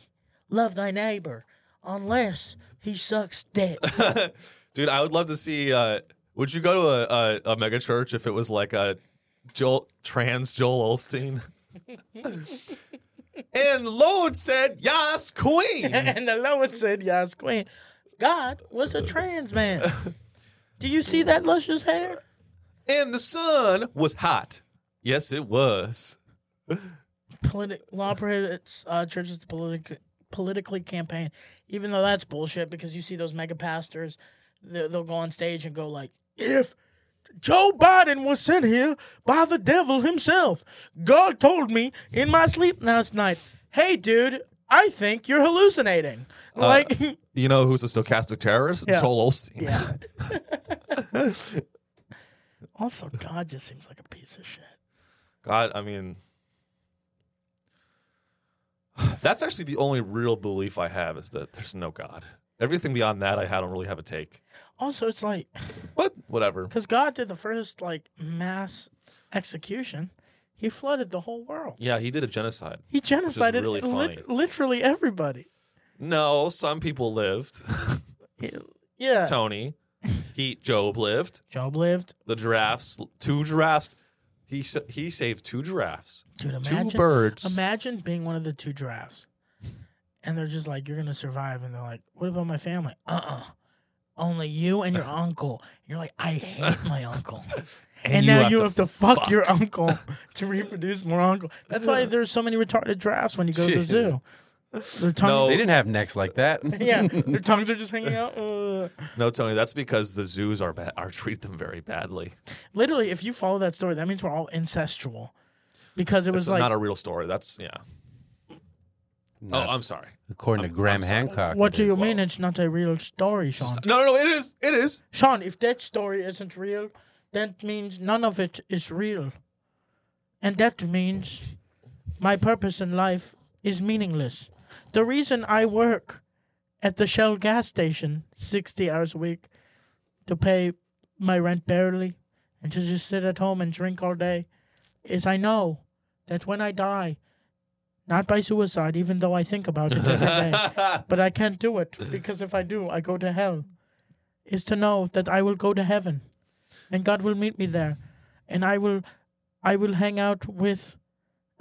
Speaker 2: love thy neighbor unless he sucks dick.
Speaker 1: Dude, I would love to see. Uh, would you go to a, a, a mega church if it was like a Joel trans Joel Olstein? and the Lord said, "Yes, Queen."
Speaker 2: and the Lord said, Yes, Queen. God was a trans man. Do you see that luscious hair?
Speaker 1: and the sun was hot. Yes, it was.
Speaker 2: Politi- law prohibits uh, churches to politic- politically campaign, even though that's bullshit because you see those mega pastors, they- they'll go on stage and go like, if Joe Biden was sent here by the devil himself, God told me in my sleep last night, hey, dude, I think you're hallucinating. Like,
Speaker 1: You know who's a stochastic terrorist?
Speaker 2: Yeah.
Speaker 1: Joel Olstein.
Speaker 2: yeah. also, God just seems like a piece of shit.
Speaker 1: God, I mean, that's actually the only real belief I have is that there's no God. Everything beyond that, I I don't really have a take.
Speaker 2: Also, it's like,
Speaker 1: But whatever.
Speaker 2: Because God did the first like mass execution, He flooded the whole world.
Speaker 1: Yeah, he did a genocide.
Speaker 2: He genocided
Speaker 1: really
Speaker 2: lit-
Speaker 1: funny.
Speaker 2: literally everybody.
Speaker 1: No, some people lived.
Speaker 2: Yeah,
Speaker 1: Tony, he Job lived.
Speaker 2: Job lived.
Speaker 1: The giraffes, two giraffes. He sa- he saved two giraffes,
Speaker 2: Dude,
Speaker 1: two
Speaker 2: imagine
Speaker 1: birds.
Speaker 2: imagine being one of the two drafts, and they're just like, "You're gonna survive," and they're like, "What about my family?" Uh uh only you and your uncle. And you're like, I hate my uncle. and, now you have to fuck, your uncle to reproduce more uncle. That's why there's so many retarded giraffes when you go to the
Speaker 3: Shit.
Speaker 2: zoo. Their tongue,
Speaker 1: No.
Speaker 3: They didn't have necks like that.
Speaker 2: yeah, their tongues are just hanging out. Ugh.
Speaker 1: No, Tony, that's because the zoos are bad, are treat them very badly.
Speaker 2: Literally, if you follow that story, that means we're all incestual. Because it was
Speaker 1: It's
Speaker 2: like
Speaker 1: not a real story. That's yeah. Oh,
Speaker 3: Not-
Speaker 1: I'm sorry.
Speaker 3: according
Speaker 1: I'm-
Speaker 3: to Graham
Speaker 1: I'm sorry.
Speaker 3: Hancock.
Speaker 2: What
Speaker 3: it
Speaker 2: do you
Speaker 3: is.
Speaker 2: mean it's not a real story, Sean?
Speaker 1: No, no, no. It is. It is.
Speaker 2: Sean, if that story isn't real, that means none of it is real. And that means my purpose in life is meaningless. The reason I work at the Shell gas station 60 hours a week to pay my rent barely and to just sit at home and drink all day is I know that when I die, not by suicide, even though I think about it every day, but I can't do it because if I do, I go to hell. Is to know that I will go to heaven, and God will meet me there, and I will, I will hang out with,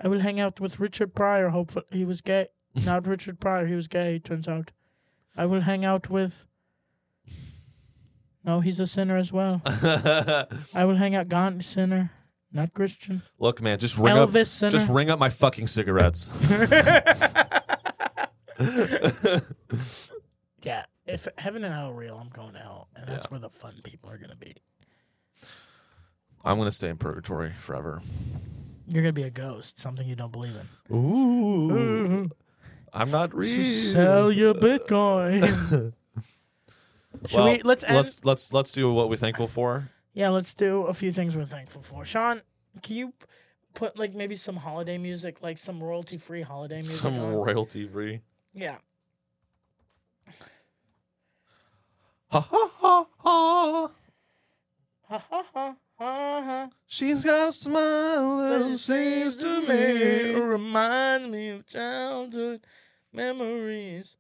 Speaker 2: I will hang out with Richard Pryor. Hopefully, he was gay. Not Richard Pryor. He was gay. Turns out, I will hang out with. No, he's a sinner as well. I will hang out. God sinner, not Christian.
Speaker 1: Look, man, just ring up.
Speaker 2: Elvis Center.
Speaker 1: Just ring up my fucking cigarettes.
Speaker 2: Yeah, if heaven and hell are real, I'm going to hell, and that's
Speaker 1: Yeah.
Speaker 2: where the fun people are gonna be.
Speaker 1: I'm gonna stay in purgatory forever.
Speaker 2: You're gonna be a ghost, something you don't believe in.
Speaker 1: Ooh, I'm not real.
Speaker 2: Sell your Bitcoin. Should
Speaker 1: Well,
Speaker 2: we let's end?
Speaker 1: let's let's let's do what we're thankful for.
Speaker 2: yeah, let's do a few things we're thankful for. Sean, can you p- put like maybe some holiday music, like some royalty free holiday music?
Speaker 1: Some
Speaker 2: on?
Speaker 1: royalty free.
Speaker 2: yeah.
Speaker 1: Ha ha ha ha.
Speaker 2: Ha ha ha ha ha.
Speaker 1: She's got a smile that seems to me.
Speaker 2: reminds me of childhood memories.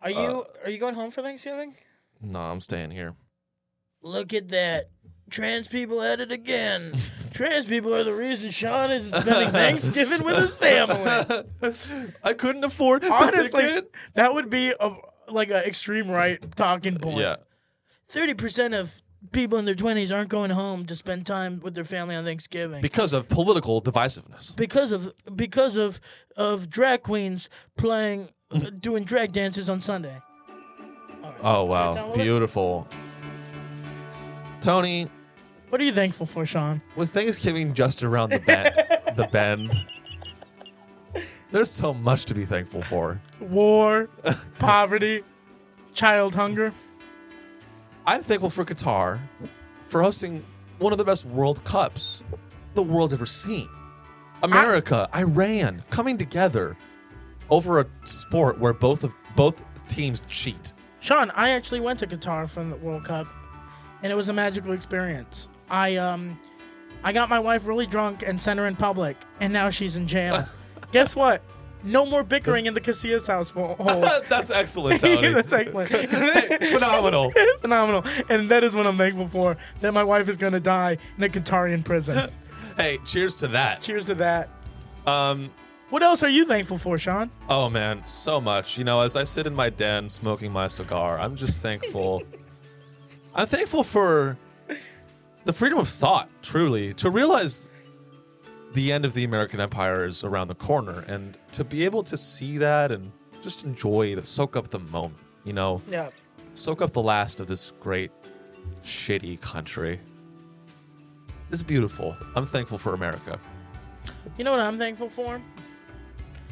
Speaker 2: Are
Speaker 1: Uh,
Speaker 2: you are you going home for Thanksgiving?
Speaker 1: No, I'm staying here.
Speaker 2: Look at that. Trans people at it again. Trans people are the reason Sean isn't spending Thanksgiving with his family.
Speaker 1: I couldn't afford the
Speaker 2: Honestly,
Speaker 1: ticket.
Speaker 2: that would be a, like an extreme right talking point.
Speaker 1: Yeah.
Speaker 2: Thirty percent of people in their twenties aren't going home to spend time with their family on Thanksgiving
Speaker 1: Because of political divisiveness.
Speaker 2: because of because of of drag queens playing doing drag dances on Sunday. All right.
Speaker 1: Oh
Speaker 2: Tom,
Speaker 1: wow.
Speaker 2: what-
Speaker 1: Beautiful. Tony,
Speaker 2: What are you thankful for, Sean?
Speaker 1: with Thanksgiving just around the bend the bend. There's so much to be thankful for.
Speaker 2: War, poverty, child hunger.
Speaker 1: I'm thankful for Qatar for hosting one of the best World Cups the world's ever seen. America, Iran coming together over a sport where both of both teams cheat.
Speaker 2: Sean, I actually went to Qatar for the World Cup, and it was a magical experience. I um, I got my wife really drunk and sent her in public, and now she's in jail. Guess what? No more bickering in the Casillas household.
Speaker 1: That's excellent, Tony.
Speaker 2: That's excellent.
Speaker 1: Phenomenal.
Speaker 2: Phenomenal. And that is what I'm thankful for. That my wife is gonna die in a Qatarian prison.
Speaker 1: Hey, cheers to that.
Speaker 2: Cheers to that.
Speaker 1: Um,
Speaker 2: What else are you thankful for, Sean?
Speaker 1: oh man, so much. You know, as I sit in my den smoking my cigar, I'm just thankful. I'm thankful for the freedom of thought, truly, to realize the end of the American Empire is around the corner and to be able to see that and just enjoy it, soak up the moment, you know,
Speaker 2: Yeah.
Speaker 1: soak up the last of this great, shitty country. It's beautiful. I'm thankful for America.
Speaker 2: You know what I'm thankful for?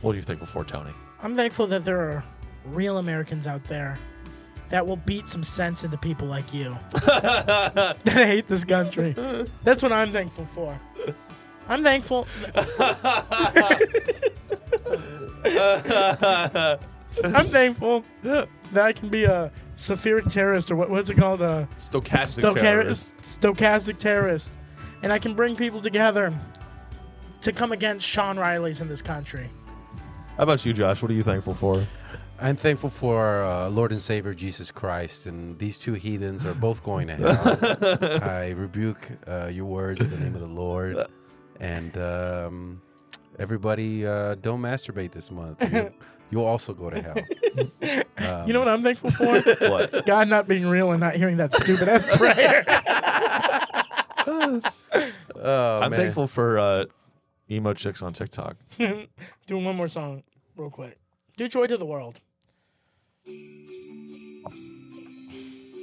Speaker 1: What are you thankful for, Tony?
Speaker 2: I'm thankful that there are real Americans out there that will beat some sense into people like you that hate this country. That's what I'm thankful for. I'm thankful. I'm thankful that I can be a severe terrorist or what, what's it called? A
Speaker 1: Stochastic,
Speaker 2: stochastic
Speaker 1: terrorist.
Speaker 2: terrorist. Stochastic terrorist. And I can bring people together to come against Sean Riley's in this country.
Speaker 1: How about you, Josh? What are you thankful for?
Speaker 3: I'm thankful for our uh, Lord and Savior Jesus Christ, and these two heathens are both going to hell. I rebuke uh, your words in the name of the Lord, and um, everybody, uh, don't masturbate this month. You, you'll also go to hell.
Speaker 2: you know what I'm thankful for?
Speaker 1: What?
Speaker 2: God not being real and not hearing that stupid ass prayer.
Speaker 3: Oh,
Speaker 1: I'm
Speaker 3: man.
Speaker 1: thankful for uh, emo chicks on TikTok.
Speaker 2: Doing one more song real quick. Do joy to the world.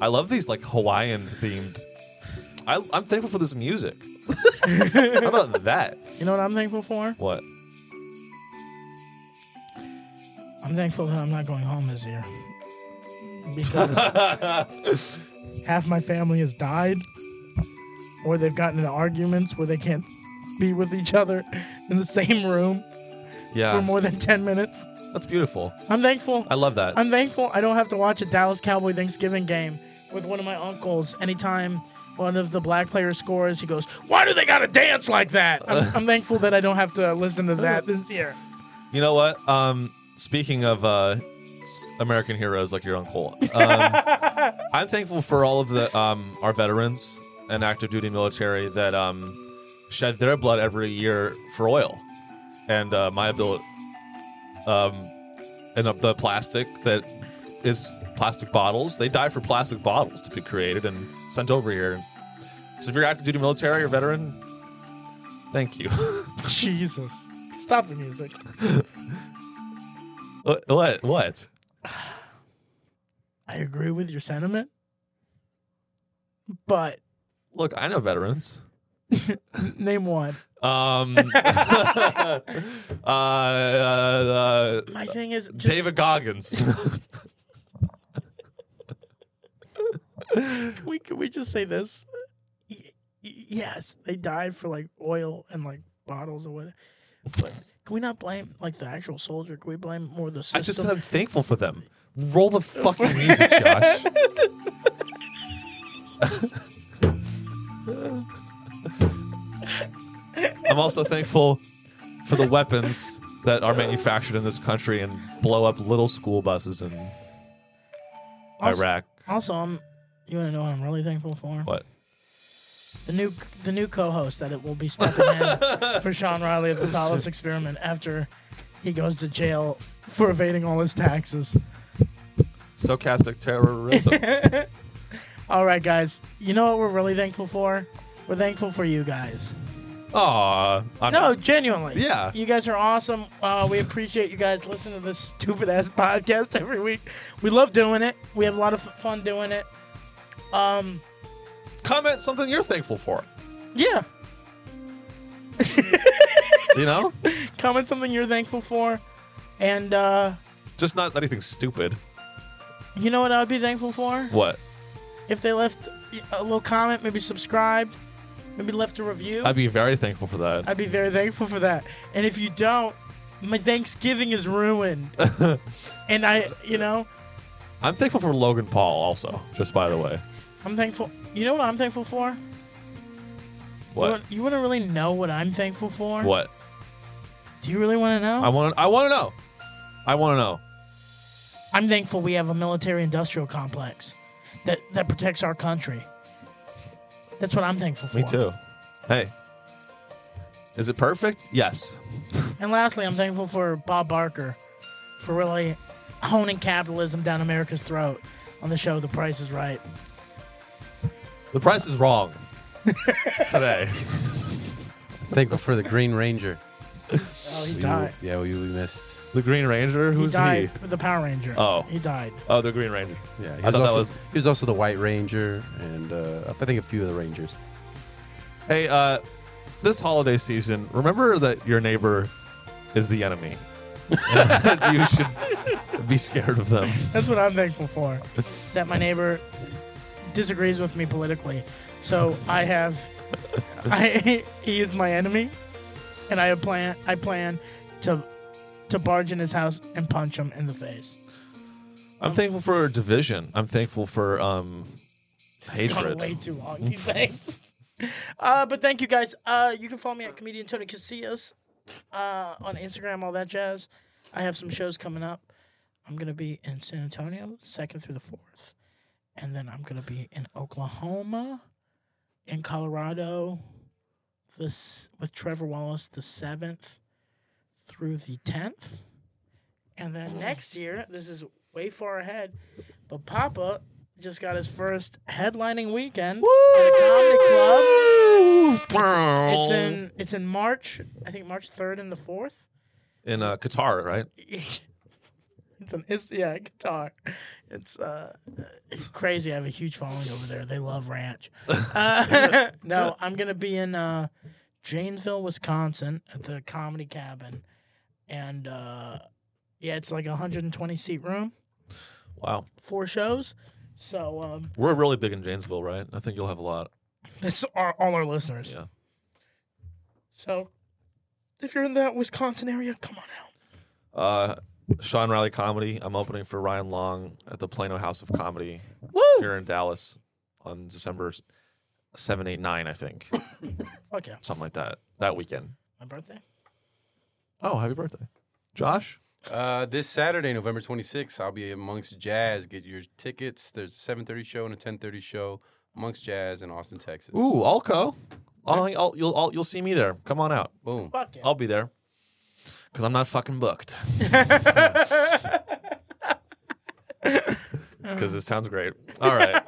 Speaker 1: I love these like Hawaiian themed. I, I'm thankful for this music. How about that?
Speaker 2: You know what I'm thankful for?
Speaker 1: What?
Speaker 2: I'm thankful that I'm not going home this year. Because half my family has died, or they've gotten into arguments where they can't be with each other in the same room for
Speaker 1: Yeah,
Speaker 2: more than 10 minutes.
Speaker 1: that's beautiful.
Speaker 2: I'm thankful.
Speaker 1: I love that.
Speaker 2: I'm thankful I don't have to watch a Dallas Cowboy Thanksgiving game with one of my uncles anytime one of the black players scores. He goes, Why do they got to dance like that? I'm, I'm thankful that I don't have to listen to that this year.
Speaker 1: You know what? Um, speaking of uh, s- American heroes like your uncle, um, I'm thankful for all of the um, our veterans and active duty military that um, shed their blood every year for oil, and uh, my ability, um, and of the plastic that is plastic bottles. They die for plastic bottles to be created and sent over here. So if you're active duty military or veteran, thank you.
Speaker 2: Jesus. Stop the music.
Speaker 1: what? What? what?
Speaker 2: I agree with your sentiment, but
Speaker 1: Look, I know veterans.
Speaker 2: name one.
Speaker 1: Um, uh, uh, uh,
Speaker 2: My thing is, just,
Speaker 1: David Goggins.
Speaker 2: can we can we just say this? Y- y- yes, they died for like oil and like bottles or whatever. But can we not blame like the actual soldier? Can we blame more the system?
Speaker 1: I just said I'm thankful for them. Roll the fucking music, Josh. I'm also thankful for the weapons that are manufactured in this country and blow up little school buses in
Speaker 2: Also-
Speaker 1: Iraq.
Speaker 2: Also, I'm. You want to know what I'm really thankful for?
Speaker 1: What?
Speaker 2: The new the new co-host that it will be stepping in for Sean Riley at the Dallas Experiment after he goes to jail for evading all his taxes.
Speaker 1: Stochastic terrorism.
Speaker 2: All right, guys. You know what we're really thankful for? We're thankful for you guys.
Speaker 1: Aw. I'm
Speaker 2: No, genuinely.
Speaker 1: Yeah.
Speaker 2: You guys are awesome. Uh, we appreciate you guys listening to this stupid ass podcast every week. We love doing it. We have a lot of f- fun doing it. Um,
Speaker 1: Comment something you're thankful for.
Speaker 2: yeah.
Speaker 1: You know?
Speaker 2: Comment something you're thankful for, and uh,
Speaker 1: Just not anything stupid.
Speaker 2: you know what I would be thankful for?
Speaker 1: What?
Speaker 2: If they left a little comment, maybe subscribed, maybe left a review.
Speaker 1: I'd be very thankful for that.
Speaker 2: I'd be very thankful for that. And if you don't, my Thanksgiving is ruined. and I, you know,
Speaker 1: I'm thankful for Logan Paul also, just by the way.
Speaker 2: I'm thankful. You know what I'm thankful for? You
Speaker 1: What?
Speaker 2: want, you want to really know what I'm thankful for?
Speaker 1: What?
Speaker 2: Do you really want to know?
Speaker 1: I want to I want to know. I want to know.
Speaker 2: I'm thankful we have a military industrial complex that, that protects our country. That's what I'm thankful for.
Speaker 1: Me too. Hey. Is it perfect? Yes.
Speaker 2: And lastly, I'm thankful for Bob Barker for really honing capitalism down America's throat on the show The Price is Right.
Speaker 1: The price is wrong. Today.
Speaker 3: Thankful for the Green Ranger.
Speaker 2: Oh, he
Speaker 3: We
Speaker 2: died.
Speaker 3: will- yeah, we will be missed.
Speaker 1: The Green Ranger,
Speaker 2: He
Speaker 1: who's he?
Speaker 2: died. The Power Ranger.
Speaker 1: Oh.
Speaker 2: He died.
Speaker 1: Oh, the Green Ranger.
Speaker 3: Yeah, he
Speaker 1: I
Speaker 3: was,
Speaker 1: thought that
Speaker 3: also,
Speaker 1: was-
Speaker 3: he was also the White Ranger and uh, I think a few of the Rangers.
Speaker 1: Hey, uh this holiday season, remember that your neighbor is the enemy. you should be scared of them.
Speaker 2: That's what I'm thankful for. Is that my neighbor disagrees with me politically. So I have I he is my enemy and I plan I plan to to barge in his house and punch him in the face.
Speaker 1: I'm thankful for division. I'm thankful for um
Speaker 2: gone
Speaker 1: hatred.
Speaker 2: way too long, you guys. uh, but thank you guys. Uh, you can follow me at comedian Tony Casillas uh, on Instagram, all that jazz. I have some shows coming up. I'm gonna be in San Antonio, second through the fourth, and then I'm gonna be in Oklahoma, in Colorado, this with Trevor Wallace the seventh through the tenth, and then next year. This is way far ahead. But Papa just got his first headlining weekend at a comedy club. It's, it's in it's in March. I think March third and the fourth.
Speaker 1: in uh, Qatar, right?
Speaker 2: it's an it's, yeah guitar. It's uh it's crazy. I have a huge following over there. They love ranch. Uh, no, I'm gonna be in uh, Janesville, Wisconsin, at the Comedy Cabin, and uh, yeah, it's like a 120 seat room,
Speaker 1: Wow,
Speaker 2: four shows. So um,
Speaker 1: we're really big in Janesville, right? I think you'll have a lot.
Speaker 2: that's our, all our listeners.
Speaker 1: Yeah.
Speaker 2: So if you're in that Wisconsin area, come on out.
Speaker 1: Uh, Sean Riley comedy. I'm opening for Ryan Long at the Plano House of Comedy here in Dallas on December seven, eight, nine. I think
Speaker 2: Fuck yeah,
Speaker 1: something like that. That weekend.
Speaker 2: my birthday.
Speaker 1: Oh, happy birthday, Josh!
Speaker 3: Uh, this Saturday, November 26th, I'll be amongst Jazz. Get your tickets. There's a 7:30 show and a 10:30 show. Amongst Jazz in Austin, Texas.
Speaker 1: Ooh, Alco. I'll, I'll, you'll I'll, you'll see me there. Come on out.
Speaker 3: Boom.
Speaker 2: Fuck yeah.
Speaker 1: I'll be there because I'm not fucking booked. Because it sounds great. All right.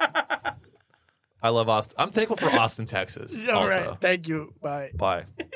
Speaker 1: I love Austin. I'm thankful for Austin, Texas.
Speaker 2: All
Speaker 1: also.
Speaker 2: right. Thank you. Bye.
Speaker 1: Bye.